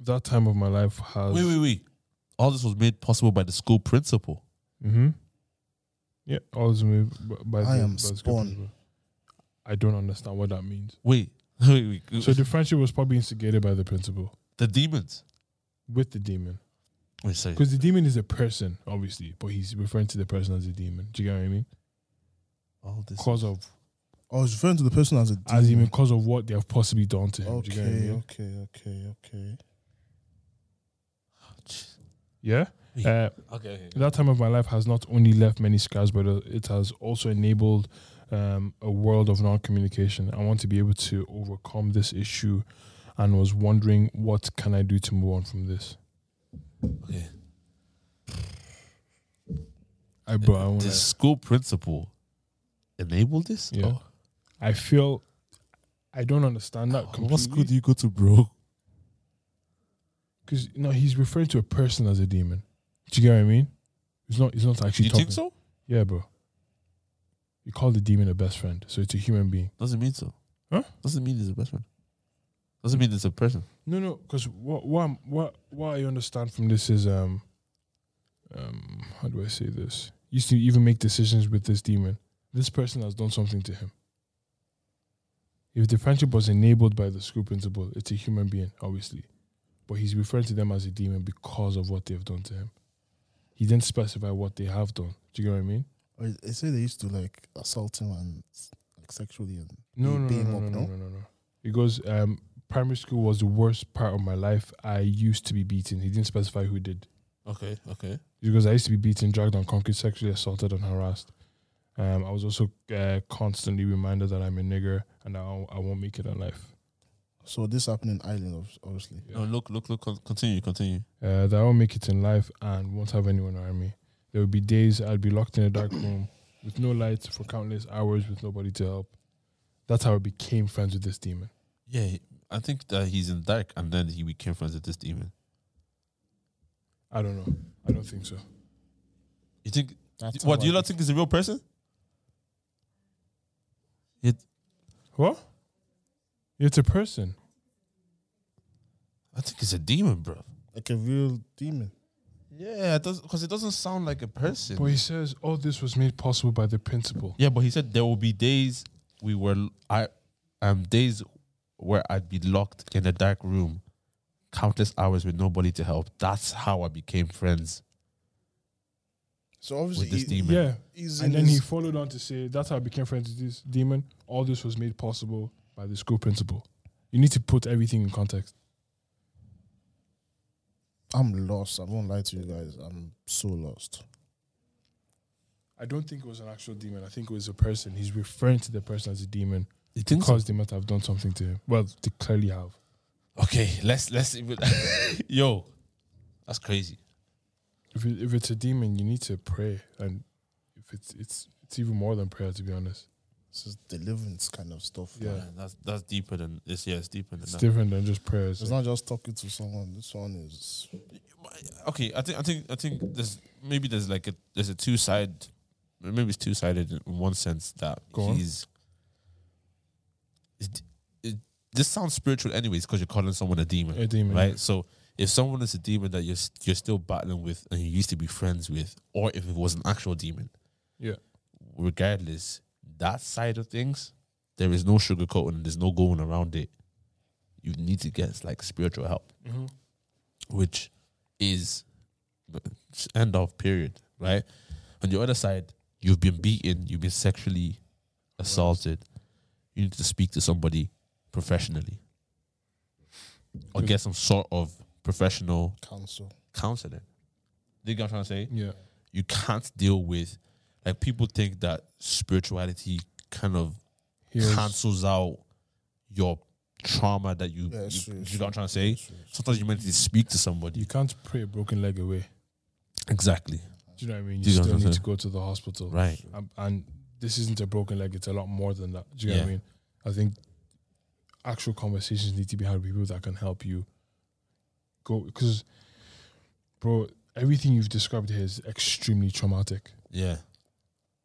[SPEAKER 2] That time of my life has.
[SPEAKER 3] Wait, wait, wait. All this was made possible by the school principal.
[SPEAKER 2] Mm-hmm. Yeah, all this was made b- by the,
[SPEAKER 1] I am
[SPEAKER 2] by the school
[SPEAKER 1] spawn.
[SPEAKER 2] principal. I don't understand what that means.
[SPEAKER 3] Wait, *laughs* wait, wait.
[SPEAKER 2] So the friendship was probably instigated by the principal
[SPEAKER 3] the demons.
[SPEAKER 2] with the demon.
[SPEAKER 3] Wait, sorry.
[SPEAKER 2] Because the demon is a person, obviously, but he's referring to the person as a demon. Do you get what I mean?
[SPEAKER 3] All this.
[SPEAKER 2] Cause of
[SPEAKER 1] I was referring to the person as a
[SPEAKER 2] as even
[SPEAKER 1] demon.
[SPEAKER 2] cause of what they have possibly done to him. Do you get what I
[SPEAKER 1] Okay,
[SPEAKER 2] mean?
[SPEAKER 1] okay, okay, okay.
[SPEAKER 2] Yeah.
[SPEAKER 3] Wait.
[SPEAKER 2] Uh,
[SPEAKER 3] Okay, okay.
[SPEAKER 2] that time of my life has not only left many scars, but uh, it has also enabled um, a world of non-communication. I want to be able to overcome this issue, and was wondering what can I do to move on from this.
[SPEAKER 3] Okay.
[SPEAKER 2] I bro, I won't
[SPEAKER 3] The
[SPEAKER 2] lie.
[SPEAKER 3] school principal enabled this?
[SPEAKER 2] Yeah.
[SPEAKER 3] Oh,
[SPEAKER 2] I feel I don't understand that
[SPEAKER 3] What school
[SPEAKER 2] completely.
[SPEAKER 3] do you go to, bro?
[SPEAKER 2] Because no, he's referring to a person as a demon. Do you get what I mean? It's not. It's not
[SPEAKER 3] Do
[SPEAKER 2] actually.
[SPEAKER 3] you
[SPEAKER 2] talking.
[SPEAKER 3] think so?
[SPEAKER 2] Yeah, bro. You call the demon a best friend, so it's a human being.
[SPEAKER 3] Doesn't mean so.
[SPEAKER 2] Huh?
[SPEAKER 3] Doesn't mean he's a best friend. Doesn't mean it's a person.
[SPEAKER 2] No, no, because what what I'm- what what I understand from this is um um how do I say this? You used to even make decisions with this demon. This person has done something to him. If the friendship was enabled by the school principal, it's a human being, obviously, but he's referring to them as a demon because of what they've done to him. He didn't specify what they have done. Do you get what I mean?
[SPEAKER 1] Or They say they used to like assault him and like sexually and
[SPEAKER 2] No,
[SPEAKER 1] You
[SPEAKER 2] no, no,
[SPEAKER 1] beam
[SPEAKER 2] no,
[SPEAKER 1] up,
[SPEAKER 2] no, no,
[SPEAKER 1] no?
[SPEAKER 2] no, no, no. He goes, um, primary school was the worst part of my life. I used to be beaten. He didn't specify who did.
[SPEAKER 3] Okay, okay.
[SPEAKER 2] because I used to be beaten, dragged on concrete, sexually assaulted, and harassed. Um, I was also uh, constantly reminded that I'm a nigger and I, won't- I won't make it in life.
[SPEAKER 1] so this happened in Ireland, obv- obviously.
[SPEAKER 2] Yeah.
[SPEAKER 3] No, look, look, look. con- Continue, continue.
[SPEAKER 2] Uh, that I won't make it in life and won't have anyone around me. There would be days I'd be locked in a dark room with no lights for countless hours with nobody to help. That's how I became friends with this demon.
[SPEAKER 3] Yeah, he- I think that he's in dark, and then he became friends with this demon.
[SPEAKER 2] I don't know. I don't think so.
[SPEAKER 3] You think?
[SPEAKER 1] That's
[SPEAKER 3] what
[SPEAKER 1] how
[SPEAKER 3] do you
[SPEAKER 1] I
[SPEAKER 3] not think is a real person?
[SPEAKER 2] What? It's a person.
[SPEAKER 3] I think it's a demon, bro.
[SPEAKER 1] like a real demon.
[SPEAKER 3] Yeah, because it doesn't sound like a person.
[SPEAKER 2] But he says all this was made possible by the principal.
[SPEAKER 3] Yeah, but he said there will be days we were I um days where I'd be locked in a dark room, countless hours with nobody to help. That's how I became friends
[SPEAKER 1] So
[SPEAKER 3] with
[SPEAKER 1] obviously,
[SPEAKER 3] this
[SPEAKER 1] he,
[SPEAKER 3] demon.
[SPEAKER 2] Yeah.
[SPEAKER 1] he's in
[SPEAKER 2] And then he
[SPEAKER 1] his,
[SPEAKER 2] followed on to say, "That's how I became friends with this demon. All this was made possible by the school principal." You need to put everything in context.
[SPEAKER 1] I'm lost. I won't lie to you guys. I'm so lost.
[SPEAKER 2] I don't think it was an actual demon. I think it was a person. He's referring to the person as a demon
[SPEAKER 3] You think so?
[SPEAKER 2] because they must have done something to him. Well, they clearly have.
[SPEAKER 3] Okay, let's let's *laughs* even yo, that's crazy.
[SPEAKER 2] If it, if it's a demon, you need to pray, and if it's it's it's even more than prayer, to be honest.
[SPEAKER 1] This is deliverance kind of stuff.
[SPEAKER 2] Yeah.
[SPEAKER 1] man.
[SPEAKER 3] Man, that's that's deeper than it's yeah, it's deeper than
[SPEAKER 2] It's
[SPEAKER 3] that.
[SPEAKER 2] different than just prayers.
[SPEAKER 1] It's not just talking to someone. This one is
[SPEAKER 3] okay, I think I think I think there's maybe there's like a there's a two side, maybe it's two sided in one sense that
[SPEAKER 2] Go on.
[SPEAKER 3] he's. It, it, this sounds spiritual, anyways, because you're calling someone a demon,
[SPEAKER 2] a demon,
[SPEAKER 3] right? So if someone is a demon that you're s- you're still battling with and you used to be friends with, or if it was an actual demon,
[SPEAKER 2] Yeah.
[SPEAKER 3] Regardless, that side of things, there is no sugarcoating and there's no going around it. You need to get like spiritual help
[SPEAKER 2] Mhm.
[SPEAKER 3] which is the end of period, right? On the other side, you've been beaten, you've been sexually assaulted. You need to speak to somebody professionally or get some sort of professional
[SPEAKER 1] counsel.
[SPEAKER 3] counseling. Dig what I'm trying to say?
[SPEAKER 2] Yeah,
[SPEAKER 3] You can't deal with, like, people think that spirituality kind of
[SPEAKER 2] Here's-
[SPEAKER 3] cancels out your trauma that you,
[SPEAKER 1] Yeah,
[SPEAKER 3] you,
[SPEAKER 1] it's true,
[SPEAKER 3] you
[SPEAKER 1] it's
[SPEAKER 3] know what I'm trying to
[SPEAKER 1] true,
[SPEAKER 3] say?
[SPEAKER 1] it's true.
[SPEAKER 3] Sometimes you meant to speak to somebody.
[SPEAKER 2] you can't pray a broken leg away.
[SPEAKER 3] Exactly.
[SPEAKER 2] Do you know what I mean?
[SPEAKER 3] Do
[SPEAKER 2] You
[SPEAKER 3] you know
[SPEAKER 2] still
[SPEAKER 3] what I'm
[SPEAKER 2] need to
[SPEAKER 3] saying?
[SPEAKER 2] go to the hospital.
[SPEAKER 3] Right.
[SPEAKER 2] Um, and this isn't a broken leg; it's a lot more than that. Do you know what I
[SPEAKER 3] Yeah.
[SPEAKER 2] mean? I think actual conversations need to be had with people that can help you go because, bro, everything you've described here is extremely traumatic.
[SPEAKER 3] Yeah.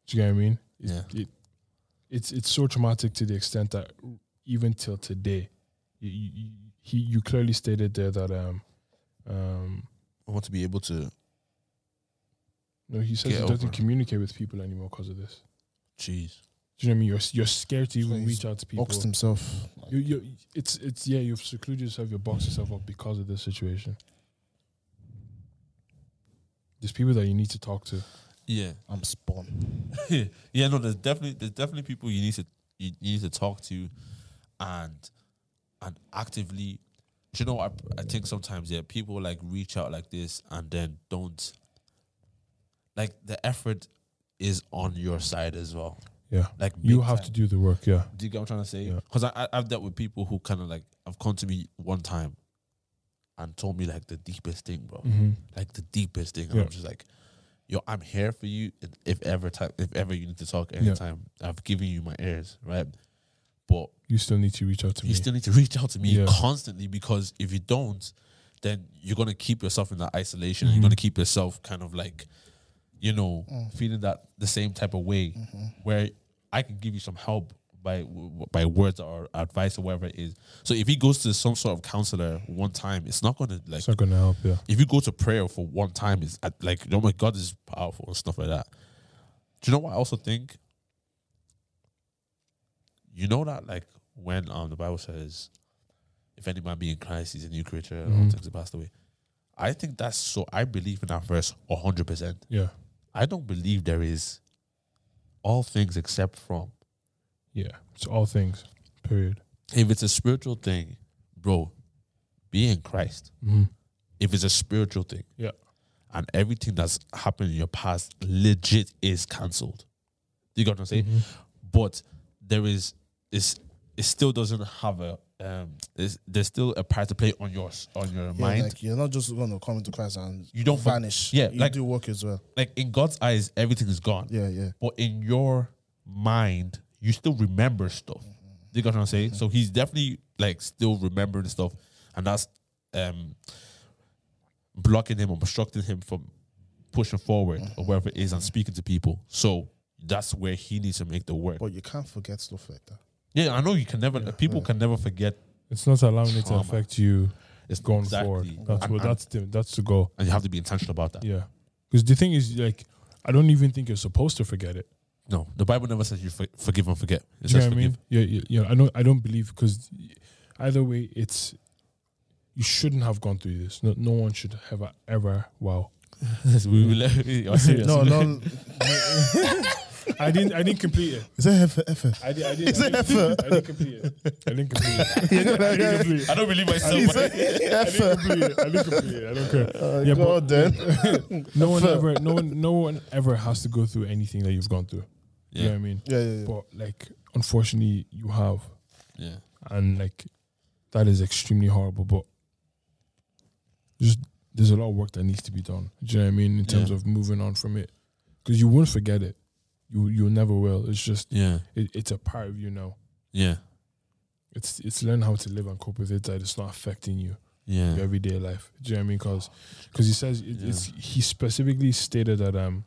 [SPEAKER 2] Do you know what I mean? It-
[SPEAKER 3] Yeah.
[SPEAKER 2] It, it's it's so traumatic to the extent that even till today, you, you, he you clearly stated there that um um
[SPEAKER 3] I want to be able to.
[SPEAKER 2] no he says he
[SPEAKER 3] Get
[SPEAKER 2] doesn't
[SPEAKER 3] over it.
[SPEAKER 2] communicate with people anymore because of this.
[SPEAKER 3] Jeez.
[SPEAKER 2] Do you know what I mean? You're you're scared to
[SPEAKER 1] So
[SPEAKER 2] even
[SPEAKER 1] he's
[SPEAKER 2] reach out to people.
[SPEAKER 1] Boxed himself.
[SPEAKER 2] You, you, it's it's yeah. You've secluded yourself. You boxed yourself up because of this situation. There's people that you need to talk to.
[SPEAKER 3] Yeah. *laughs*
[SPEAKER 1] I'm spawn.
[SPEAKER 3] yeah. No, there's definitely there's definitely people you need to you, you need to talk to, and and actively. Do you know what I, I think sometimes? Yeah, people like reach out like this and then don't. Like the effort is on your side as well.
[SPEAKER 2] Yeah,
[SPEAKER 3] Like
[SPEAKER 2] you
[SPEAKER 3] big
[SPEAKER 2] have
[SPEAKER 3] time.
[SPEAKER 2] to do the work. Yeah,
[SPEAKER 3] Do you get what I'm trying to say?
[SPEAKER 2] Yeah.
[SPEAKER 3] Because I, I, I've dealt with people who kind of like have come to me one time and told me like the deepest thing, bro. Like the deepest thing. And
[SPEAKER 2] Yeah.
[SPEAKER 3] I'm just like, yo, I'm here for you. If, if ever time, if ever you need to talk
[SPEAKER 2] Yeah.
[SPEAKER 3] anytime, I've given you my ears, right? But
[SPEAKER 2] you still need to reach out to
[SPEAKER 3] You
[SPEAKER 2] me.
[SPEAKER 3] still need to *laughs* reach out to me
[SPEAKER 2] Yeah.
[SPEAKER 3] constantly because if you don't, then you're gonna keep yourself in that isolation.
[SPEAKER 2] Mm-hmm.
[SPEAKER 3] and You're gonna keep yourself kind of like, you know, feeling that the same type of way. Where I can give you some help by w- w- by words or advice or whatever it is. So if he goes to some sort of counselor one time, it's not gonna like
[SPEAKER 2] it's not gonna help. Yeah.
[SPEAKER 3] if you go to prayer for one time, it's at- like, oh my God, this is powerful and stuff like that. Do you know what I also think? You know that, like, when um the Bible says, if any man be in Christ, he's a new creature, all things have passed away. I think that's so, I believe in that verse 100%.
[SPEAKER 2] Yeah.
[SPEAKER 3] I don't believe there is all things except from.
[SPEAKER 2] Yeah. It's all things. Period.
[SPEAKER 3] If it's a spiritual thing, bro, be in Christ.
[SPEAKER 2] Mm-hmm.
[SPEAKER 3] If it's a spiritual thing,
[SPEAKER 2] Yeah.
[SPEAKER 3] and everything that's happened in your past legit is cancelled. You got what I'm saying? But there is it's it still doesn't have a um it's, there's still a part to play on yours on your
[SPEAKER 1] Yeah,
[SPEAKER 3] mind. Like,
[SPEAKER 1] like you're not just going to come into Christ and
[SPEAKER 3] You don't for-
[SPEAKER 1] vanish.
[SPEAKER 3] yeah,
[SPEAKER 1] you
[SPEAKER 3] like-
[SPEAKER 1] do work as well.
[SPEAKER 3] in God's eyes, everything is gone.
[SPEAKER 1] Yeah, yeah.
[SPEAKER 3] But in your mind, you still remember stuff. You got what I'm saying? So he's definitely like still remembering stuff and that's um blocking him, obstructing him from pushing forward or whatever it is and speaking to people. So that's where he needs to make the work.
[SPEAKER 1] But you can't forget stuff like
[SPEAKER 3] *laughs*
[SPEAKER 1] that.
[SPEAKER 3] Yeah, I know you can never. people can never forget.
[SPEAKER 2] It's not allowing it to
[SPEAKER 3] Trauma.
[SPEAKER 2] affect you
[SPEAKER 3] It's
[SPEAKER 2] going
[SPEAKER 3] exactly.
[SPEAKER 2] forward. That's
[SPEAKER 3] And-
[SPEAKER 2] what.
[SPEAKER 3] and-
[SPEAKER 2] That's the. That's the goal.
[SPEAKER 3] and you have to be intentional about that.
[SPEAKER 2] Yeah. Because the thing is, like, I don't even think you're supposed to forget it.
[SPEAKER 3] No, the Bible never says you for, forgive and forget. It
[SPEAKER 2] Do you
[SPEAKER 3] says
[SPEAKER 2] know what I
[SPEAKER 3] forgive.
[SPEAKER 2] mean? Yeah, yeah, yeah. I don't. I don't believe because either way, it's you shouldn't have gone through this. No, no one should have ever. Wow.
[SPEAKER 3] *laughs* we will. *laughs*
[SPEAKER 2] *laughs*
[SPEAKER 3] You're serious.
[SPEAKER 1] No, no.
[SPEAKER 2] I didn't. I didn't complete it.
[SPEAKER 1] Is that F-
[SPEAKER 2] *laughs*
[SPEAKER 1] F-
[SPEAKER 2] I did. I did. I didn't, I didn't complete it. I didn't complete it. I didn't complete it.
[SPEAKER 3] *laughs* I don't believe myself.
[SPEAKER 2] He's
[SPEAKER 3] but-
[SPEAKER 2] I didn't complete it. I didn't complete it. I don't care. yeah,
[SPEAKER 1] God, *laughs*
[SPEAKER 2] but
[SPEAKER 1] then.
[SPEAKER 2] no one ever. No one. No one ever has to go through anything that you've gone through. You know what
[SPEAKER 3] yeah,
[SPEAKER 2] I mean?
[SPEAKER 1] Yeah, yeah, yeah.
[SPEAKER 2] But like, unfortunately, you have,
[SPEAKER 3] yeah.
[SPEAKER 2] and like, that is extremely horrible. But just there's a lot of work that needs to be done. Do you know what I mean? In terms
[SPEAKER 3] Yeah.
[SPEAKER 2] of moving on from it, because you won't forget it. You you never will. It's just
[SPEAKER 3] Yeah,
[SPEAKER 2] it, it's a part of you now.
[SPEAKER 3] yeah,
[SPEAKER 2] It's it's learn how to live and cope with it that it's not affecting you
[SPEAKER 3] yeah,
[SPEAKER 2] your everyday life. Do you know what I mean? Because he says it, it's he specifically stated that um,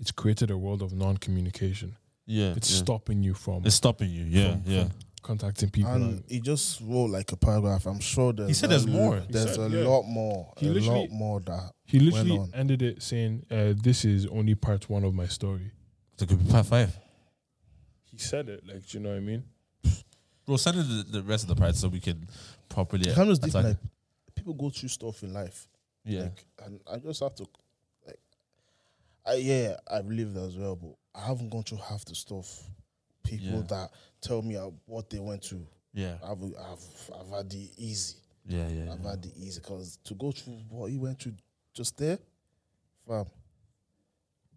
[SPEAKER 2] it's created a world of non-communication.
[SPEAKER 3] yeah.
[SPEAKER 2] It's
[SPEAKER 3] yeah.
[SPEAKER 2] stopping you from
[SPEAKER 3] It's stopping you. Yeah,
[SPEAKER 2] from-
[SPEAKER 3] yeah.
[SPEAKER 2] from contacting people.
[SPEAKER 1] And
[SPEAKER 2] and-
[SPEAKER 1] he just wrote like a paragraph. I'm sure there's a
[SPEAKER 3] said there's
[SPEAKER 1] l-
[SPEAKER 3] more. He
[SPEAKER 1] There's
[SPEAKER 2] said,
[SPEAKER 1] a
[SPEAKER 2] yeah.
[SPEAKER 1] lot more.
[SPEAKER 2] He
[SPEAKER 1] a
[SPEAKER 2] literally-
[SPEAKER 1] lot more that.
[SPEAKER 2] he literally
[SPEAKER 1] on.
[SPEAKER 2] ended it saying, uh, "This is only part one of my story."
[SPEAKER 3] It could be part five.
[SPEAKER 2] He said it like, do you know what I mean?
[SPEAKER 3] Bro, send in the, the rest of the parts so we can properly.
[SPEAKER 1] How much
[SPEAKER 3] attack-
[SPEAKER 1] different? Like, people go through stuff in life.
[SPEAKER 3] yeah,
[SPEAKER 1] Like, and I just have to, like, I, yeah, I've lived as well, but I haven't gone through half the stuff. People
[SPEAKER 3] Yeah.
[SPEAKER 1] that tell me uh, what they went through,
[SPEAKER 3] yeah,
[SPEAKER 2] uh,
[SPEAKER 1] I've, I've, I've had the easy.
[SPEAKER 3] yeah, yeah.
[SPEAKER 1] I've had the easy because to go through what he went through just there, fam,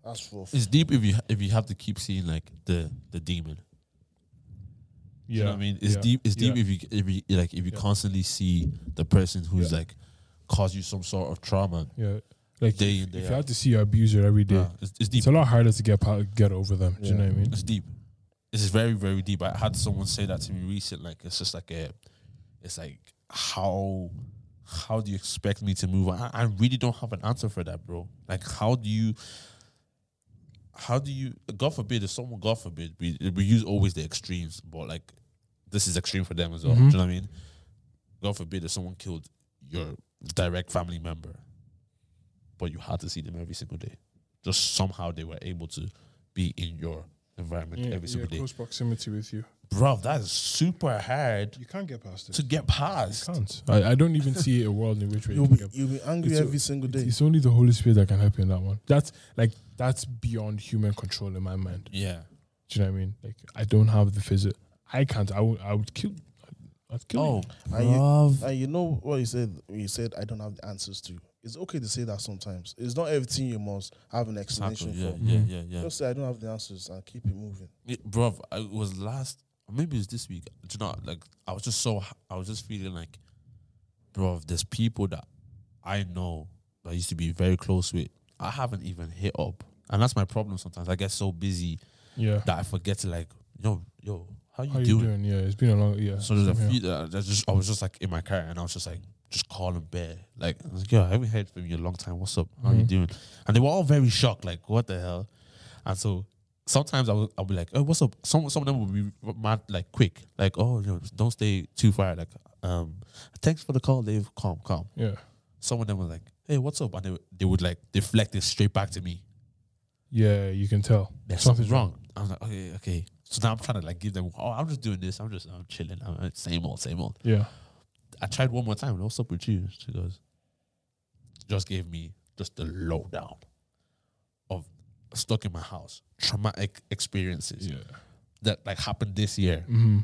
[SPEAKER 1] that's rough.
[SPEAKER 3] It's deep if you if you have to keep seeing like the the demon.
[SPEAKER 2] Yeah,
[SPEAKER 3] You know what I mean? It's
[SPEAKER 2] yeah,
[SPEAKER 3] deep. It's deep
[SPEAKER 2] yeah.
[SPEAKER 3] if you if you like if you
[SPEAKER 2] Yeah.
[SPEAKER 3] constantly see the person who's
[SPEAKER 2] Yeah.
[SPEAKER 3] like caused you some sort of trauma.
[SPEAKER 2] Yeah, like
[SPEAKER 3] Day
[SPEAKER 2] if,
[SPEAKER 3] in, day
[SPEAKER 2] if you
[SPEAKER 3] out.
[SPEAKER 2] had to see your abuser every day,
[SPEAKER 3] Yeah, it's, it's deep.
[SPEAKER 2] it's a lot harder to get pa- get over them. Do you
[SPEAKER 1] Yeah.
[SPEAKER 2] know what I mean?
[SPEAKER 3] It's deep. This is very very deep. I had someone say that to me recently. Like it's just like a, it's like how how do you expect me to move on? I, I really don't have an answer for that, bro. Like how do you how do you God forbid if someone God forbid we we use always the extremes, but like this is extreme for them as well. Do you know what I mean? God forbid if someone killed your direct family member, but you had to see them every single day. Just somehow they were able to be in your environment every single day.
[SPEAKER 2] close proximity with you.
[SPEAKER 3] Bro, that is super hard
[SPEAKER 2] You can't get past it.
[SPEAKER 3] to get past.
[SPEAKER 2] Can't. I, I don't even see a world in which way
[SPEAKER 1] You'll
[SPEAKER 2] you
[SPEAKER 1] be,
[SPEAKER 2] can
[SPEAKER 3] *laughs*
[SPEAKER 2] get
[SPEAKER 1] you'll be angry
[SPEAKER 2] It's a-
[SPEAKER 1] every single day.
[SPEAKER 2] It's only the Holy Spirit that can help you in that one. That's like that's beyond human control in my mind.
[SPEAKER 3] Yeah.
[SPEAKER 2] Do you know what I mean? Like I don't have the physical. I can't. I would. I would kill. I'd kill.
[SPEAKER 3] Oh,
[SPEAKER 2] you.
[SPEAKER 1] Are you-
[SPEAKER 3] bruv.
[SPEAKER 1] And you know what you said? You said I don't have the answers to. It's okay to say that sometimes. It's not everything you must have an
[SPEAKER 3] Tackle,
[SPEAKER 1] explanation
[SPEAKER 3] Yeah,
[SPEAKER 1] for.
[SPEAKER 2] Mm-hmm.
[SPEAKER 3] yeah, yeah, yeah.
[SPEAKER 1] Just say I don't have the answers and keep it moving.
[SPEAKER 3] It, bruv, I- it was last, maybe it was this week. Do you know, like, I was just so, ha- I was just feeling like, bruv, there's people that I know that I used to be very close with. I haven't even hit up. And that's my problem sometimes. I get so busy
[SPEAKER 2] Yeah.
[SPEAKER 3] that I forget to, like, yo, yo, How you
[SPEAKER 2] How you
[SPEAKER 3] doing?
[SPEAKER 2] doing? Yeah, it's been a long yeah.
[SPEAKER 3] So there's a
[SPEAKER 2] same here.
[SPEAKER 3] few. Uh, there's just I was just like in my car and I was just like, just call him Bear. Like I was like, yo, I haven't heard from you in a long time. What's up? How you doing? And they were all very shocked. Like what the hell? And so sometimes I will I'll be like, oh, what's up? Some some of them will be mad like quick. Like oh, you know, don't stay too far. Like um, thanks for the call, Dave. Calm, calm.
[SPEAKER 2] Yeah,
[SPEAKER 3] Some of them were like, hey, what's up? And they would- they would like deflect it straight back to me
[SPEAKER 2] yeah, you can tell
[SPEAKER 3] there's something's wrong. I was like, okay, okay. So now I'm trying to like give them. Oh, I'm just doing this. I'm just I'm chilling. I'm uh, same old, same old.
[SPEAKER 2] Yeah,
[SPEAKER 3] I tried one more time. What's up with you? She goes, just gave me just the lowdown of stuck in my house, traumatic experiences
[SPEAKER 2] yeah.
[SPEAKER 3] that like happened this year,
[SPEAKER 2] Mm-hmm.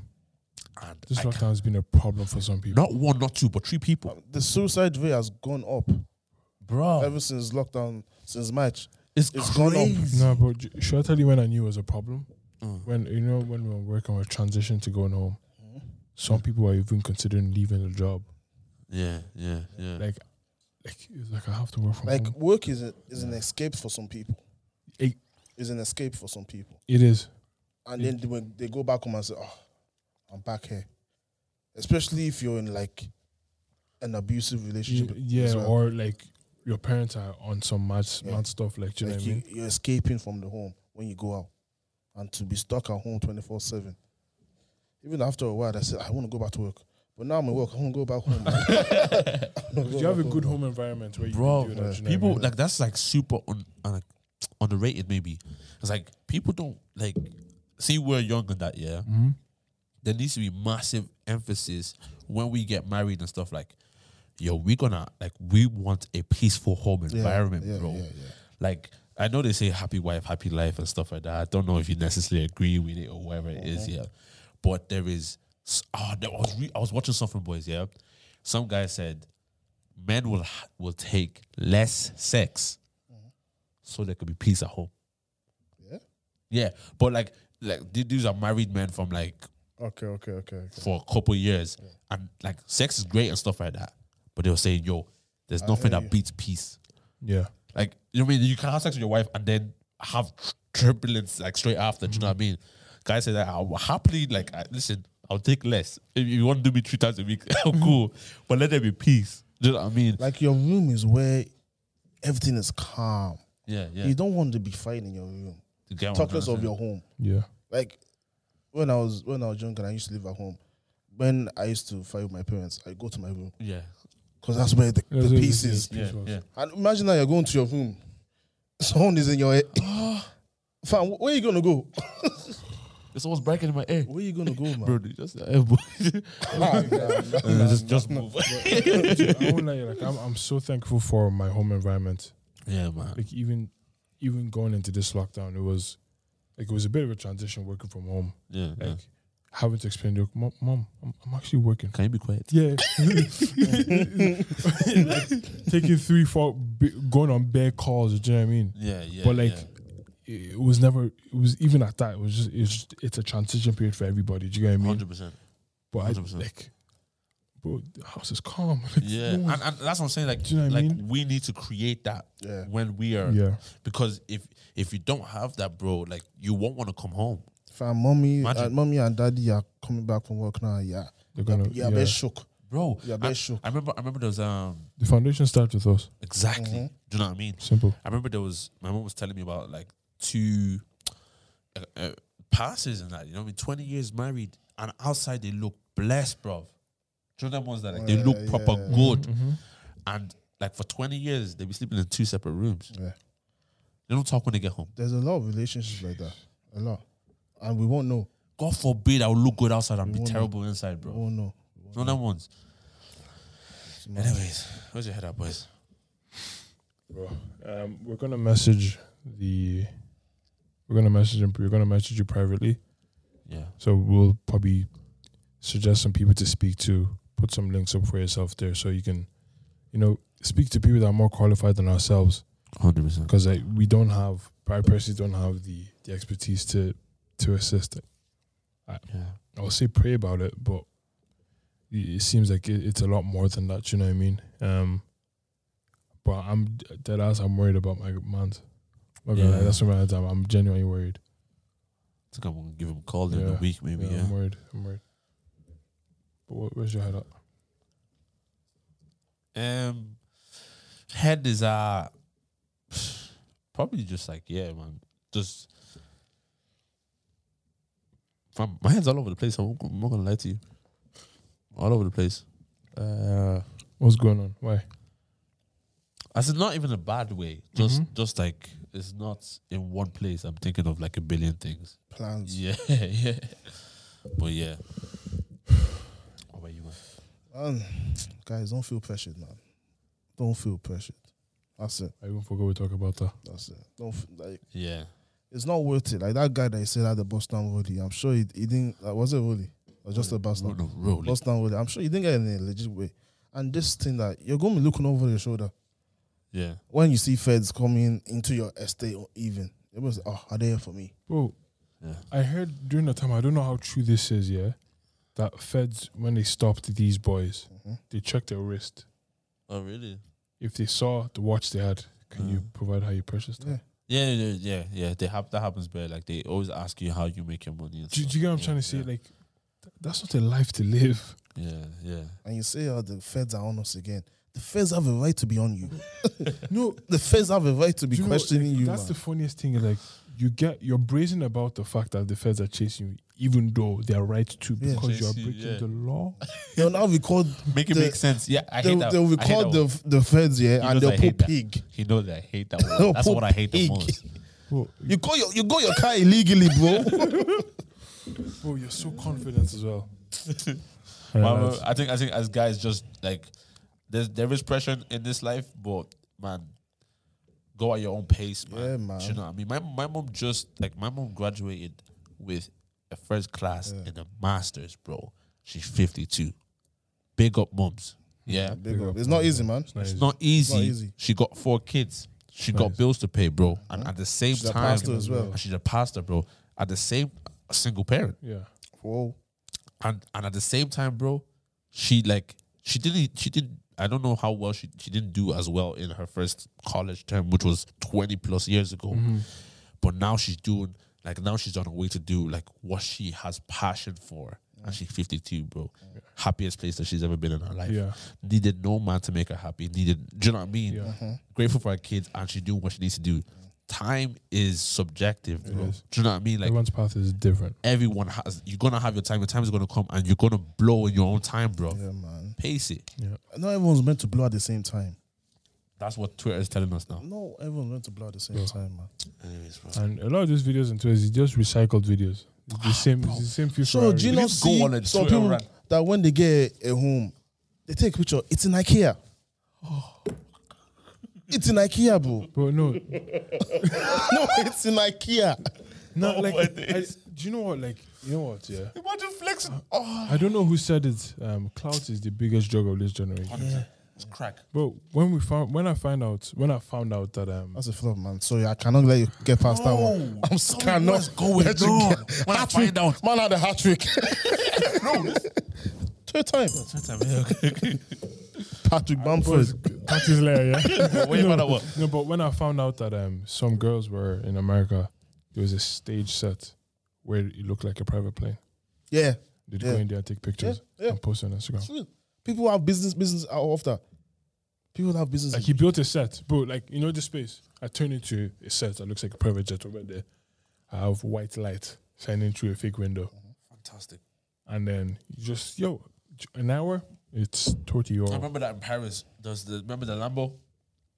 [SPEAKER 3] and
[SPEAKER 2] This
[SPEAKER 3] I can't-
[SPEAKER 2] lockdown has been a problem for some people.
[SPEAKER 3] not one, not two, but three people,
[SPEAKER 1] The suicide rate has gone up
[SPEAKER 2] Oh.
[SPEAKER 3] bro.
[SPEAKER 1] ever since lockdown, since March.
[SPEAKER 3] it's
[SPEAKER 1] it's gone up.
[SPEAKER 3] crazy.
[SPEAKER 2] No, but j- should I tell you when I knew it was a problem?
[SPEAKER 3] Mm.
[SPEAKER 2] When you know when we were working, we transitioned to going home.
[SPEAKER 3] Mm.
[SPEAKER 2] Some people were even considering leaving the job.
[SPEAKER 3] Yeah, yeah, yeah.
[SPEAKER 2] Like, like it was like I have to work from
[SPEAKER 1] Like
[SPEAKER 2] home.
[SPEAKER 1] work is a, is an escape for some people.
[SPEAKER 2] It-
[SPEAKER 1] Is an escape for some people,
[SPEAKER 2] It is.
[SPEAKER 1] and then they, when they go back home and say, "Oh, I'm back here," especially if you're in like an abusive
[SPEAKER 2] Y-
[SPEAKER 1] relationship.
[SPEAKER 2] Yeah,
[SPEAKER 1] as well.
[SPEAKER 2] or like your parents are on some mad,
[SPEAKER 1] Yeah.
[SPEAKER 2] mad stuff. Like, do you know
[SPEAKER 1] like
[SPEAKER 2] what I
[SPEAKER 1] you,
[SPEAKER 2] mean?
[SPEAKER 1] you're escaping from the home when you go out, and to be stuck at home twenty four seven. Even after a while, I said I want to go back to work, but now I'm at work. I want to go back home. *laughs*
[SPEAKER 2] Do you have a good home environment where you
[SPEAKER 3] Bro,
[SPEAKER 2] can do that? do you know what I
[SPEAKER 3] people
[SPEAKER 2] mean?
[SPEAKER 3] like that's like super un, un, like, underrated. Maybe it's like people don't like see we're younger that yeah.
[SPEAKER 2] Mm-hmm.
[SPEAKER 3] There needs to be massive emphasis when we get married and stuff like, yo, we gonna like we want a peaceful home environment,
[SPEAKER 1] yeah,
[SPEAKER 3] bro.
[SPEAKER 1] yeah, yeah.
[SPEAKER 3] Like I know they say happy wife, happy life and stuff like that. I don't know if you necessarily agree with it or whatever it is,
[SPEAKER 1] Uh-huh.
[SPEAKER 3] yeah. But there is, s- oh, there- I was re- I was watching something, boys, yeah. Some guy said, men will ha- will take less sex so there could be peace at home.
[SPEAKER 1] Yeah?
[SPEAKER 3] Yeah. But like like th- these are married men from like
[SPEAKER 1] Okay, okay, okay, okay.
[SPEAKER 3] for a couple years and like sex is great and stuff like that. But they were saying, yo, there's nothing
[SPEAKER 1] hear
[SPEAKER 3] that
[SPEAKER 1] you.
[SPEAKER 3] beats peace.
[SPEAKER 2] yeah,
[SPEAKER 3] Like you know what I mean? You can have sex with your wife and then have tr- triplets like straight after. Do you know what I mean? Guys say that I will happily like I, listen. I'll take less. If you want to do me three times a week, *laughs* cool. But let there be peace. Do you know what I mean?
[SPEAKER 1] Like your room is where everything is calm.
[SPEAKER 3] yeah, yeah.
[SPEAKER 1] You don't want to be fighting in your room.
[SPEAKER 3] You get what I'm
[SPEAKER 1] Talk less
[SPEAKER 3] trying
[SPEAKER 1] of
[SPEAKER 3] to
[SPEAKER 1] your home.
[SPEAKER 2] yeah.
[SPEAKER 1] Like when I was when I was young and I used to live at home. When I used to fight with my parents, I go to my room
[SPEAKER 3] say. Yeah,
[SPEAKER 1] because that's where the,
[SPEAKER 2] That's
[SPEAKER 1] the
[SPEAKER 2] what it
[SPEAKER 1] peace is.
[SPEAKER 2] is.
[SPEAKER 3] yeah,
[SPEAKER 2] Peace was-
[SPEAKER 3] yeah.
[SPEAKER 1] And imagine now you're going to your room, someone is in your *gasps* head. Fam, where you gonna go?
[SPEAKER 3] It's almost breaking in my ear,
[SPEAKER 1] Where you gonna go, man?
[SPEAKER 3] bro. dude, Just, eh, bro.
[SPEAKER 1] *laughs*
[SPEAKER 3] *laughs*
[SPEAKER 1] Ah, nah, nah.
[SPEAKER 3] just, just move. *laughs*
[SPEAKER 2] Dude, I won't lie, like I'm, I'm so thankful for my home environment.
[SPEAKER 3] yeah, man.
[SPEAKER 2] Like even, even going into this lockdown, it was, like it was a bit of a transition working from home.
[SPEAKER 3] Yeah,
[SPEAKER 2] Like
[SPEAKER 3] yeah.
[SPEAKER 2] having to explain, to your mom, mom, I'm, I'm actually working. *laughs*
[SPEAKER 3] Can you be quiet?
[SPEAKER 2] Yeah, Like, taking three, four, b- going on bare calls. Do you know what I mean?
[SPEAKER 3] Yeah, yeah.
[SPEAKER 2] but like,
[SPEAKER 3] yeah.
[SPEAKER 2] it- it was never. It was even at that. It was just. It's just, it's a transition period for everybody. Do you know what I mean?
[SPEAKER 3] hundred percent.
[SPEAKER 2] But I
[SPEAKER 3] 100%.
[SPEAKER 2] like, bro, the house is calm. *laughs*
[SPEAKER 3] Yeah, and, and that's what I'm saying. Like,
[SPEAKER 2] Do you know what I
[SPEAKER 3] like
[SPEAKER 2] mean?
[SPEAKER 3] we need to create that
[SPEAKER 1] Yeah.
[SPEAKER 3] when we are.
[SPEAKER 2] yeah.
[SPEAKER 3] Because if if you don't have that, bro, like you won't want to come home.
[SPEAKER 1] Fam, mommy,
[SPEAKER 3] Imagine.
[SPEAKER 1] uh, mommy and daddy are coming back from work now. Yeah,
[SPEAKER 2] They're gonna-
[SPEAKER 1] yeah,
[SPEAKER 2] yeah.
[SPEAKER 1] best shook.
[SPEAKER 3] Bro,
[SPEAKER 1] Yeah,
[SPEAKER 3] I,
[SPEAKER 1] best shook.
[SPEAKER 3] I remember I remember there was um
[SPEAKER 2] The foundation starts with us.
[SPEAKER 3] exactly.
[SPEAKER 1] Mm-hmm.
[SPEAKER 3] Do you know what I mean?
[SPEAKER 2] Simple.
[SPEAKER 3] I remember there was my mom was telling me about like two uh, uh, passes and that. You know what I mean? Twenty years married and outside they look blessed, bro. Do you know them ones that like they
[SPEAKER 1] Yeah,
[SPEAKER 3] look proper
[SPEAKER 1] yeah.
[SPEAKER 3] good, and like for twenty years they be sleeping in two separate rooms.
[SPEAKER 1] Yeah.
[SPEAKER 3] They don't talk when they get home.
[SPEAKER 1] There's a lot of relationships like that, a lot, and we won't know.
[SPEAKER 3] God forbid I will look good outside and be
[SPEAKER 1] won't know.
[SPEAKER 3] terrible inside,
[SPEAKER 1] We
[SPEAKER 3] bro.
[SPEAKER 1] won't know.
[SPEAKER 3] No, them ones. Anyways, where's your head up, boys?
[SPEAKER 2] Um, we're gonna message the. We're gonna message him. We're gonna message you privately.
[SPEAKER 3] Yeah.
[SPEAKER 2] So we'll probably suggest some people to speak to. Put some links up for yourself there, so you can, you know, speak to people that are more qualified than ourselves.
[SPEAKER 3] Hundred percent.
[SPEAKER 2] Because like, we don't have. I personally don't have the the expertise to to assist.
[SPEAKER 3] Yeah.
[SPEAKER 2] I'll say pray about it, but it it seems like it, it's a lot more than that. You know what I mean? Um, but I'm dead ass. I'm worried about my man's. Not gonna lie,
[SPEAKER 3] Yeah.
[SPEAKER 2] that's what I'm, I'm genuinely worried.
[SPEAKER 3] think I'm gonna give him a call during
[SPEAKER 2] Yeah.
[SPEAKER 3] the week, maybe. Yeah.
[SPEAKER 2] I'm worried. I'm worried. But what, where's your head up?
[SPEAKER 3] Um, head is uh probably just like yeah, man. Just fam, my head's all over the place. I'm, I'm not gonna lie to you, all over the place. Uh,
[SPEAKER 2] What's going on? Why?
[SPEAKER 3] I said not even a bad way. Just
[SPEAKER 2] Mhm.
[SPEAKER 3] just like it's not in one place. I'm thinking of like a billion things.
[SPEAKER 1] Plans.
[SPEAKER 3] Yeah, *laughs* yeah. But yeah. What about you, man?
[SPEAKER 1] Um, guys, don't feel pressured, man. Don't feel pressured. That's it.
[SPEAKER 2] I even forgot we talked about that.
[SPEAKER 1] That's it. Don't f- like.
[SPEAKER 3] Yeah.
[SPEAKER 1] It's not worth it. Like that guy that he said had the bus down Roddy. I'm sure he, he didn't. Uh, was it Roddy? Or just a bus down?
[SPEAKER 3] Roll, roll.
[SPEAKER 1] Bus down Roddy. I'm sure he didn't get it in a legit way. And this thing that you're gonna be looking over your shoulder
[SPEAKER 3] Yeah.
[SPEAKER 1] when you see feds coming into your estate or even. It was oh, are they here for me?
[SPEAKER 2] Bro,
[SPEAKER 3] Yeah.
[SPEAKER 2] I heard during the time, I don't know how true this is, yeah, that feds, when they stopped these boys,
[SPEAKER 1] Mhm.
[SPEAKER 2] they checked their wrist.
[SPEAKER 3] Oh really?
[SPEAKER 2] If they saw the watch they had, can you
[SPEAKER 3] Mm.
[SPEAKER 2] provide how you purchased it?
[SPEAKER 1] Yeah.
[SPEAKER 3] Yeah, yeah, yeah, yeah. They have that happens, but like they always ask you how you make your money. And
[SPEAKER 2] Do,
[SPEAKER 3] stuff.
[SPEAKER 2] do you get what I'm
[SPEAKER 3] yeah,
[SPEAKER 2] trying to say?
[SPEAKER 3] Yeah,
[SPEAKER 2] Like, th- that's not a life to live.
[SPEAKER 3] yeah, yeah.
[SPEAKER 1] And you say, oh, the feds are on us again. The feds have a right to be on you. *laughs*
[SPEAKER 2] No,
[SPEAKER 1] The feds have a right to be
[SPEAKER 2] Do you know,
[SPEAKER 1] questioning
[SPEAKER 3] eh,
[SPEAKER 2] like,
[SPEAKER 1] you.
[SPEAKER 2] That's
[SPEAKER 1] man.
[SPEAKER 2] the funniest thing. Like you get you're brazen about the fact that the feds are chasing you, even though they are right to
[SPEAKER 1] Yeah.
[SPEAKER 2] because you are
[SPEAKER 3] Chase you,
[SPEAKER 2] breaking
[SPEAKER 3] yeah.
[SPEAKER 2] the law.
[SPEAKER 1] *laughs* They'll now be called.
[SPEAKER 3] Make it
[SPEAKER 1] The-
[SPEAKER 3] make sense. Yeah, I
[SPEAKER 1] They'll,
[SPEAKER 3] hate that.
[SPEAKER 1] they'll be
[SPEAKER 3] I hate
[SPEAKER 1] called
[SPEAKER 3] that
[SPEAKER 1] the,
[SPEAKER 3] one.
[SPEAKER 1] f- the feds, yeah,
[SPEAKER 3] He
[SPEAKER 1] and
[SPEAKER 3] knows
[SPEAKER 1] they'll
[SPEAKER 3] I
[SPEAKER 1] put
[SPEAKER 3] hate that.
[SPEAKER 1] pig.
[SPEAKER 3] He knows I hate
[SPEAKER 1] *laughs*
[SPEAKER 3] that one. That's
[SPEAKER 1] They'll
[SPEAKER 3] what
[SPEAKER 1] put
[SPEAKER 3] I hate the
[SPEAKER 1] pig. *laughs*
[SPEAKER 3] most.
[SPEAKER 2] Bro,
[SPEAKER 1] You got your you got your car illegally,
[SPEAKER 3] *laughs*
[SPEAKER 1] bro.
[SPEAKER 2] bro, you're so confident as well.
[SPEAKER 3] Well, I think I think as guys, just like there's there is pressure in this life, but man, go at your own pace, man.
[SPEAKER 1] Yeah,
[SPEAKER 3] Do
[SPEAKER 1] man.
[SPEAKER 3] You know, what I mean, my my mom just like my mom graduated with a first class
[SPEAKER 1] Yeah.
[SPEAKER 3] in a masters, bro. She's fifty two. Big up, moms. Yeah,
[SPEAKER 1] Big up. It's not easy, man.
[SPEAKER 3] it's not easy.
[SPEAKER 1] easy. Uh-huh.
[SPEAKER 3] She got four kids. She got
[SPEAKER 2] Nice.
[SPEAKER 3] bills to pay, bro. And at the same
[SPEAKER 1] She's a
[SPEAKER 3] time,
[SPEAKER 1] pastor as well.
[SPEAKER 3] and she's a pastor, bro. At the same, a single parent
[SPEAKER 2] Yeah.
[SPEAKER 1] Whoa.
[SPEAKER 3] and and at the same time, bro, she like she didn't she did I don't know how well she she didn't do as well in her first college term, which was twenty plus years ago.
[SPEAKER 2] Mm-hmm.
[SPEAKER 3] But now she's doing like now she's on her way to do like what she has passion for, and she's fifty two, bro. Happiest place that she's ever been in her life.
[SPEAKER 2] Yeah.
[SPEAKER 3] Needed no man to make her happy. Needed, do you know what I mean?
[SPEAKER 2] Yeah.
[SPEAKER 3] Grateful for her kids, and she doing what she needs to do. Time is subjective, bro. Do you know what I mean? Like
[SPEAKER 2] Everyone's path is different.
[SPEAKER 3] everyone has you're gonna have your time your time is gonna come and you're gonna blow in your own time bro
[SPEAKER 1] Yeah, man.
[SPEAKER 3] pace it
[SPEAKER 2] Yeah.
[SPEAKER 1] Not everyone's meant to blow at the same time.
[SPEAKER 3] that's what twitter is telling us now
[SPEAKER 1] No, everyone's meant to blow at the same
[SPEAKER 2] Yeah.
[SPEAKER 1] time, man.
[SPEAKER 3] anyways bro
[SPEAKER 2] And a lot of these videos and tweets is just recycled videos. It's the same it's the same few
[SPEAKER 1] So
[SPEAKER 2] Ferrari.
[SPEAKER 1] do you
[SPEAKER 3] We
[SPEAKER 1] not
[SPEAKER 3] just go
[SPEAKER 1] see
[SPEAKER 3] on a
[SPEAKER 1] some
[SPEAKER 3] Twitter
[SPEAKER 1] people
[SPEAKER 3] rant.
[SPEAKER 1] that when they get a home, they take a picture. It's in IKEA.
[SPEAKER 3] Oh.
[SPEAKER 1] It's in IKEA, bro. *laughs*
[SPEAKER 2] Bro, no,
[SPEAKER 1] No, it's in IKEA.
[SPEAKER 2] no, like,
[SPEAKER 3] my
[SPEAKER 2] I,
[SPEAKER 3] days.
[SPEAKER 2] do you know what? Like, you know what? Yeah,
[SPEAKER 3] imagine flexing oh
[SPEAKER 2] I don't know who said it. Um, clout is the biggest drug of this generation.
[SPEAKER 3] it's crack
[SPEAKER 2] But when we found when I find out when I found out that um
[SPEAKER 1] That's a flop, man. Sorry, I cannot let you get past that one. I'm s- cannot.
[SPEAKER 3] what's going
[SPEAKER 1] let you
[SPEAKER 3] on?
[SPEAKER 1] get- *laughs*
[SPEAKER 3] When I
[SPEAKER 1] Hat
[SPEAKER 3] find
[SPEAKER 1] trick.
[SPEAKER 3] out.
[SPEAKER 1] man had a hat trick. no, two times.
[SPEAKER 3] *laughs*
[SPEAKER 1] Patrick Bamford.
[SPEAKER 2] that is layer, yeah.
[SPEAKER 3] wait about that one
[SPEAKER 2] *laughs* no, but when I found out that um some girls were in America, there was a stage set where it looked like a private plane.
[SPEAKER 1] Yeah,
[SPEAKER 2] They'd
[SPEAKER 1] Yeah.
[SPEAKER 2] go in there and take pictures
[SPEAKER 1] Yeah, yeah.
[SPEAKER 2] and post on Instagram.
[SPEAKER 1] True. People have business business out of that. People have business.
[SPEAKER 2] Like he built a set, bro. Like you know the space. I turned into a set that looks like a private jet over there. I have white light shining through a fake window,
[SPEAKER 3] fantastic
[SPEAKER 2] and then you just yo, an hour. It's thirty
[SPEAKER 3] I
[SPEAKER 2] euro.
[SPEAKER 3] remember that in Paris there's the remember the Lambo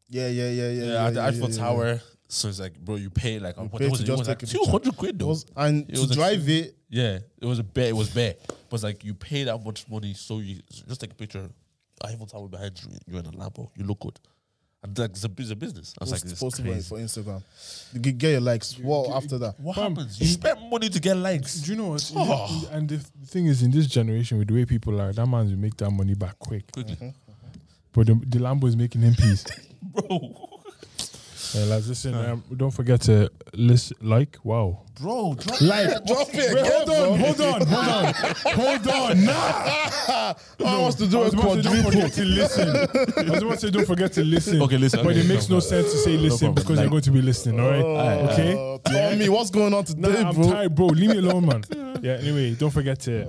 [SPEAKER 1] yeah, yeah, yeah, yeah.
[SPEAKER 3] yeah,
[SPEAKER 1] yeah,
[SPEAKER 3] at the
[SPEAKER 1] yeah,
[SPEAKER 3] Eiffel
[SPEAKER 1] yeah, yeah.
[SPEAKER 3] Tower so it's like bro you pay like what
[SPEAKER 1] pay
[SPEAKER 3] was
[SPEAKER 1] to
[SPEAKER 3] it? It
[SPEAKER 1] just
[SPEAKER 3] was like
[SPEAKER 1] take a picture.
[SPEAKER 3] 200 quid
[SPEAKER 1] It
[SPEAKER 3] though
[SPEAKER 1] was- and
[SPEAKER 3] It
[SPEAKER 1] to
[SPEAKER 3] was
[SPEAKER 1] drive it,
[SPEAKER 3] Yeah, it was a bear. It was bear. But it's like you pay that much money, so you just take a picture. Eiffel Tower behind you. You're in a Lambo. You look good. And like it's a, it's a business. I was
[SPEAKER 1] post,
[SPEAKER 3] like, this
[SPEAKER 1] post it
[SPEAKER 3] crazy.
[SPEAKER 1] for Instagram. You get get your likes. What after that?
[SPEAKER 3] What
[SPEAKER 2] Fam,
[SPEAKER 3] happens? You spend money to get likes.
[SPEAKER 2] Do you know what? in
[SPEAKER 3] Oh.
[SPEAKER 2] the- in- and the th- thing is, in this generation, with the way people are, that man will make that money back
[SPEAKER 1] Mm-hmm.
[SPEAKER 2] quick.
[SPEAKER 3] Quickly,
[SPEAKER 2] *laughs* But the, the Lambo is making him peace.
[SPEAKER 3] bro.
[SPEAKER 2] Yeah, lads, listen, um, don't forget to listen, like, wow.
[SPEAKER 3] Bro, drop
[SPEAKER 2] Like,
[SPEAKER 1] *laughs* Drop it.
[SPEAKER 2] Wait,
[SPEAKER 1] Get
[SPEAKER 2] hold
[SPEAKER 1] on.
[SPEAKER 2] on, hold on, hold on, hold *laughs* on. Nah,
[SPEAKER 1] I want to do
[SPEAKER 2] I
[SPEAKER 1] a
[SPEAKER 2] was about to say, don't
[SPEAKER 1] quadruple.
[SPEAKER 2] forget to listen. I was about to say, don't forget to listen.
[SPEAKER 3] Okay, listen.
[SPEAKER 2] But
[SPEAKER 3] Okay,
[SPEAKER 2] it makes
[SPEAKER 3] no
[SPEAKER 2] no sense to say listen
[SPEAKER 3] problem.
[SPEAKER 2] because you're
[SPEAKER 3] Like- Oh.
[SPEAKER 2] going to be listening, all right? okay?
[SPEAKER 1] Uh, Tommy, what's going on
[SPEAKER 2] Nah,
[SPEAKER 1] today,
[SPEAKER 2] I'm
[SPEAKER 1] bro?
[SPEAKER 2] tired, bro. Leave me alone, man. *laughs* Yeah, anyway, don't forget *laughs* to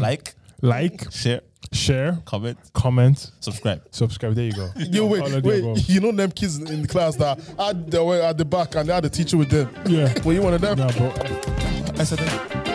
[SPEAKER 3] like,
[SPEAKER 2] like,
[SPEAKER 3] share,
[SPEAKER 2] share,
[SPEAKER 3] comment,
[SPEAKER 2] comment,
[SPEAKER 3] subscribe.
[SPEAKER 2] subscribe. There you go.
[SPEAKER 1] Yo,
[SPEAKER 2] All of
[SPEAKER 1] wait,
[SPEAKER 2] the above.
[SPEAKER 1] wait. *laughs* You know them kids in the class that had, they were at the back and they had a teacher with them. *laughs*
[SPEAKER 2] Yeah.
[SPEAKER 1] Were you one of them?
[SPEAKER 2] Nah, bro.
[SPEAKER 3] I said that.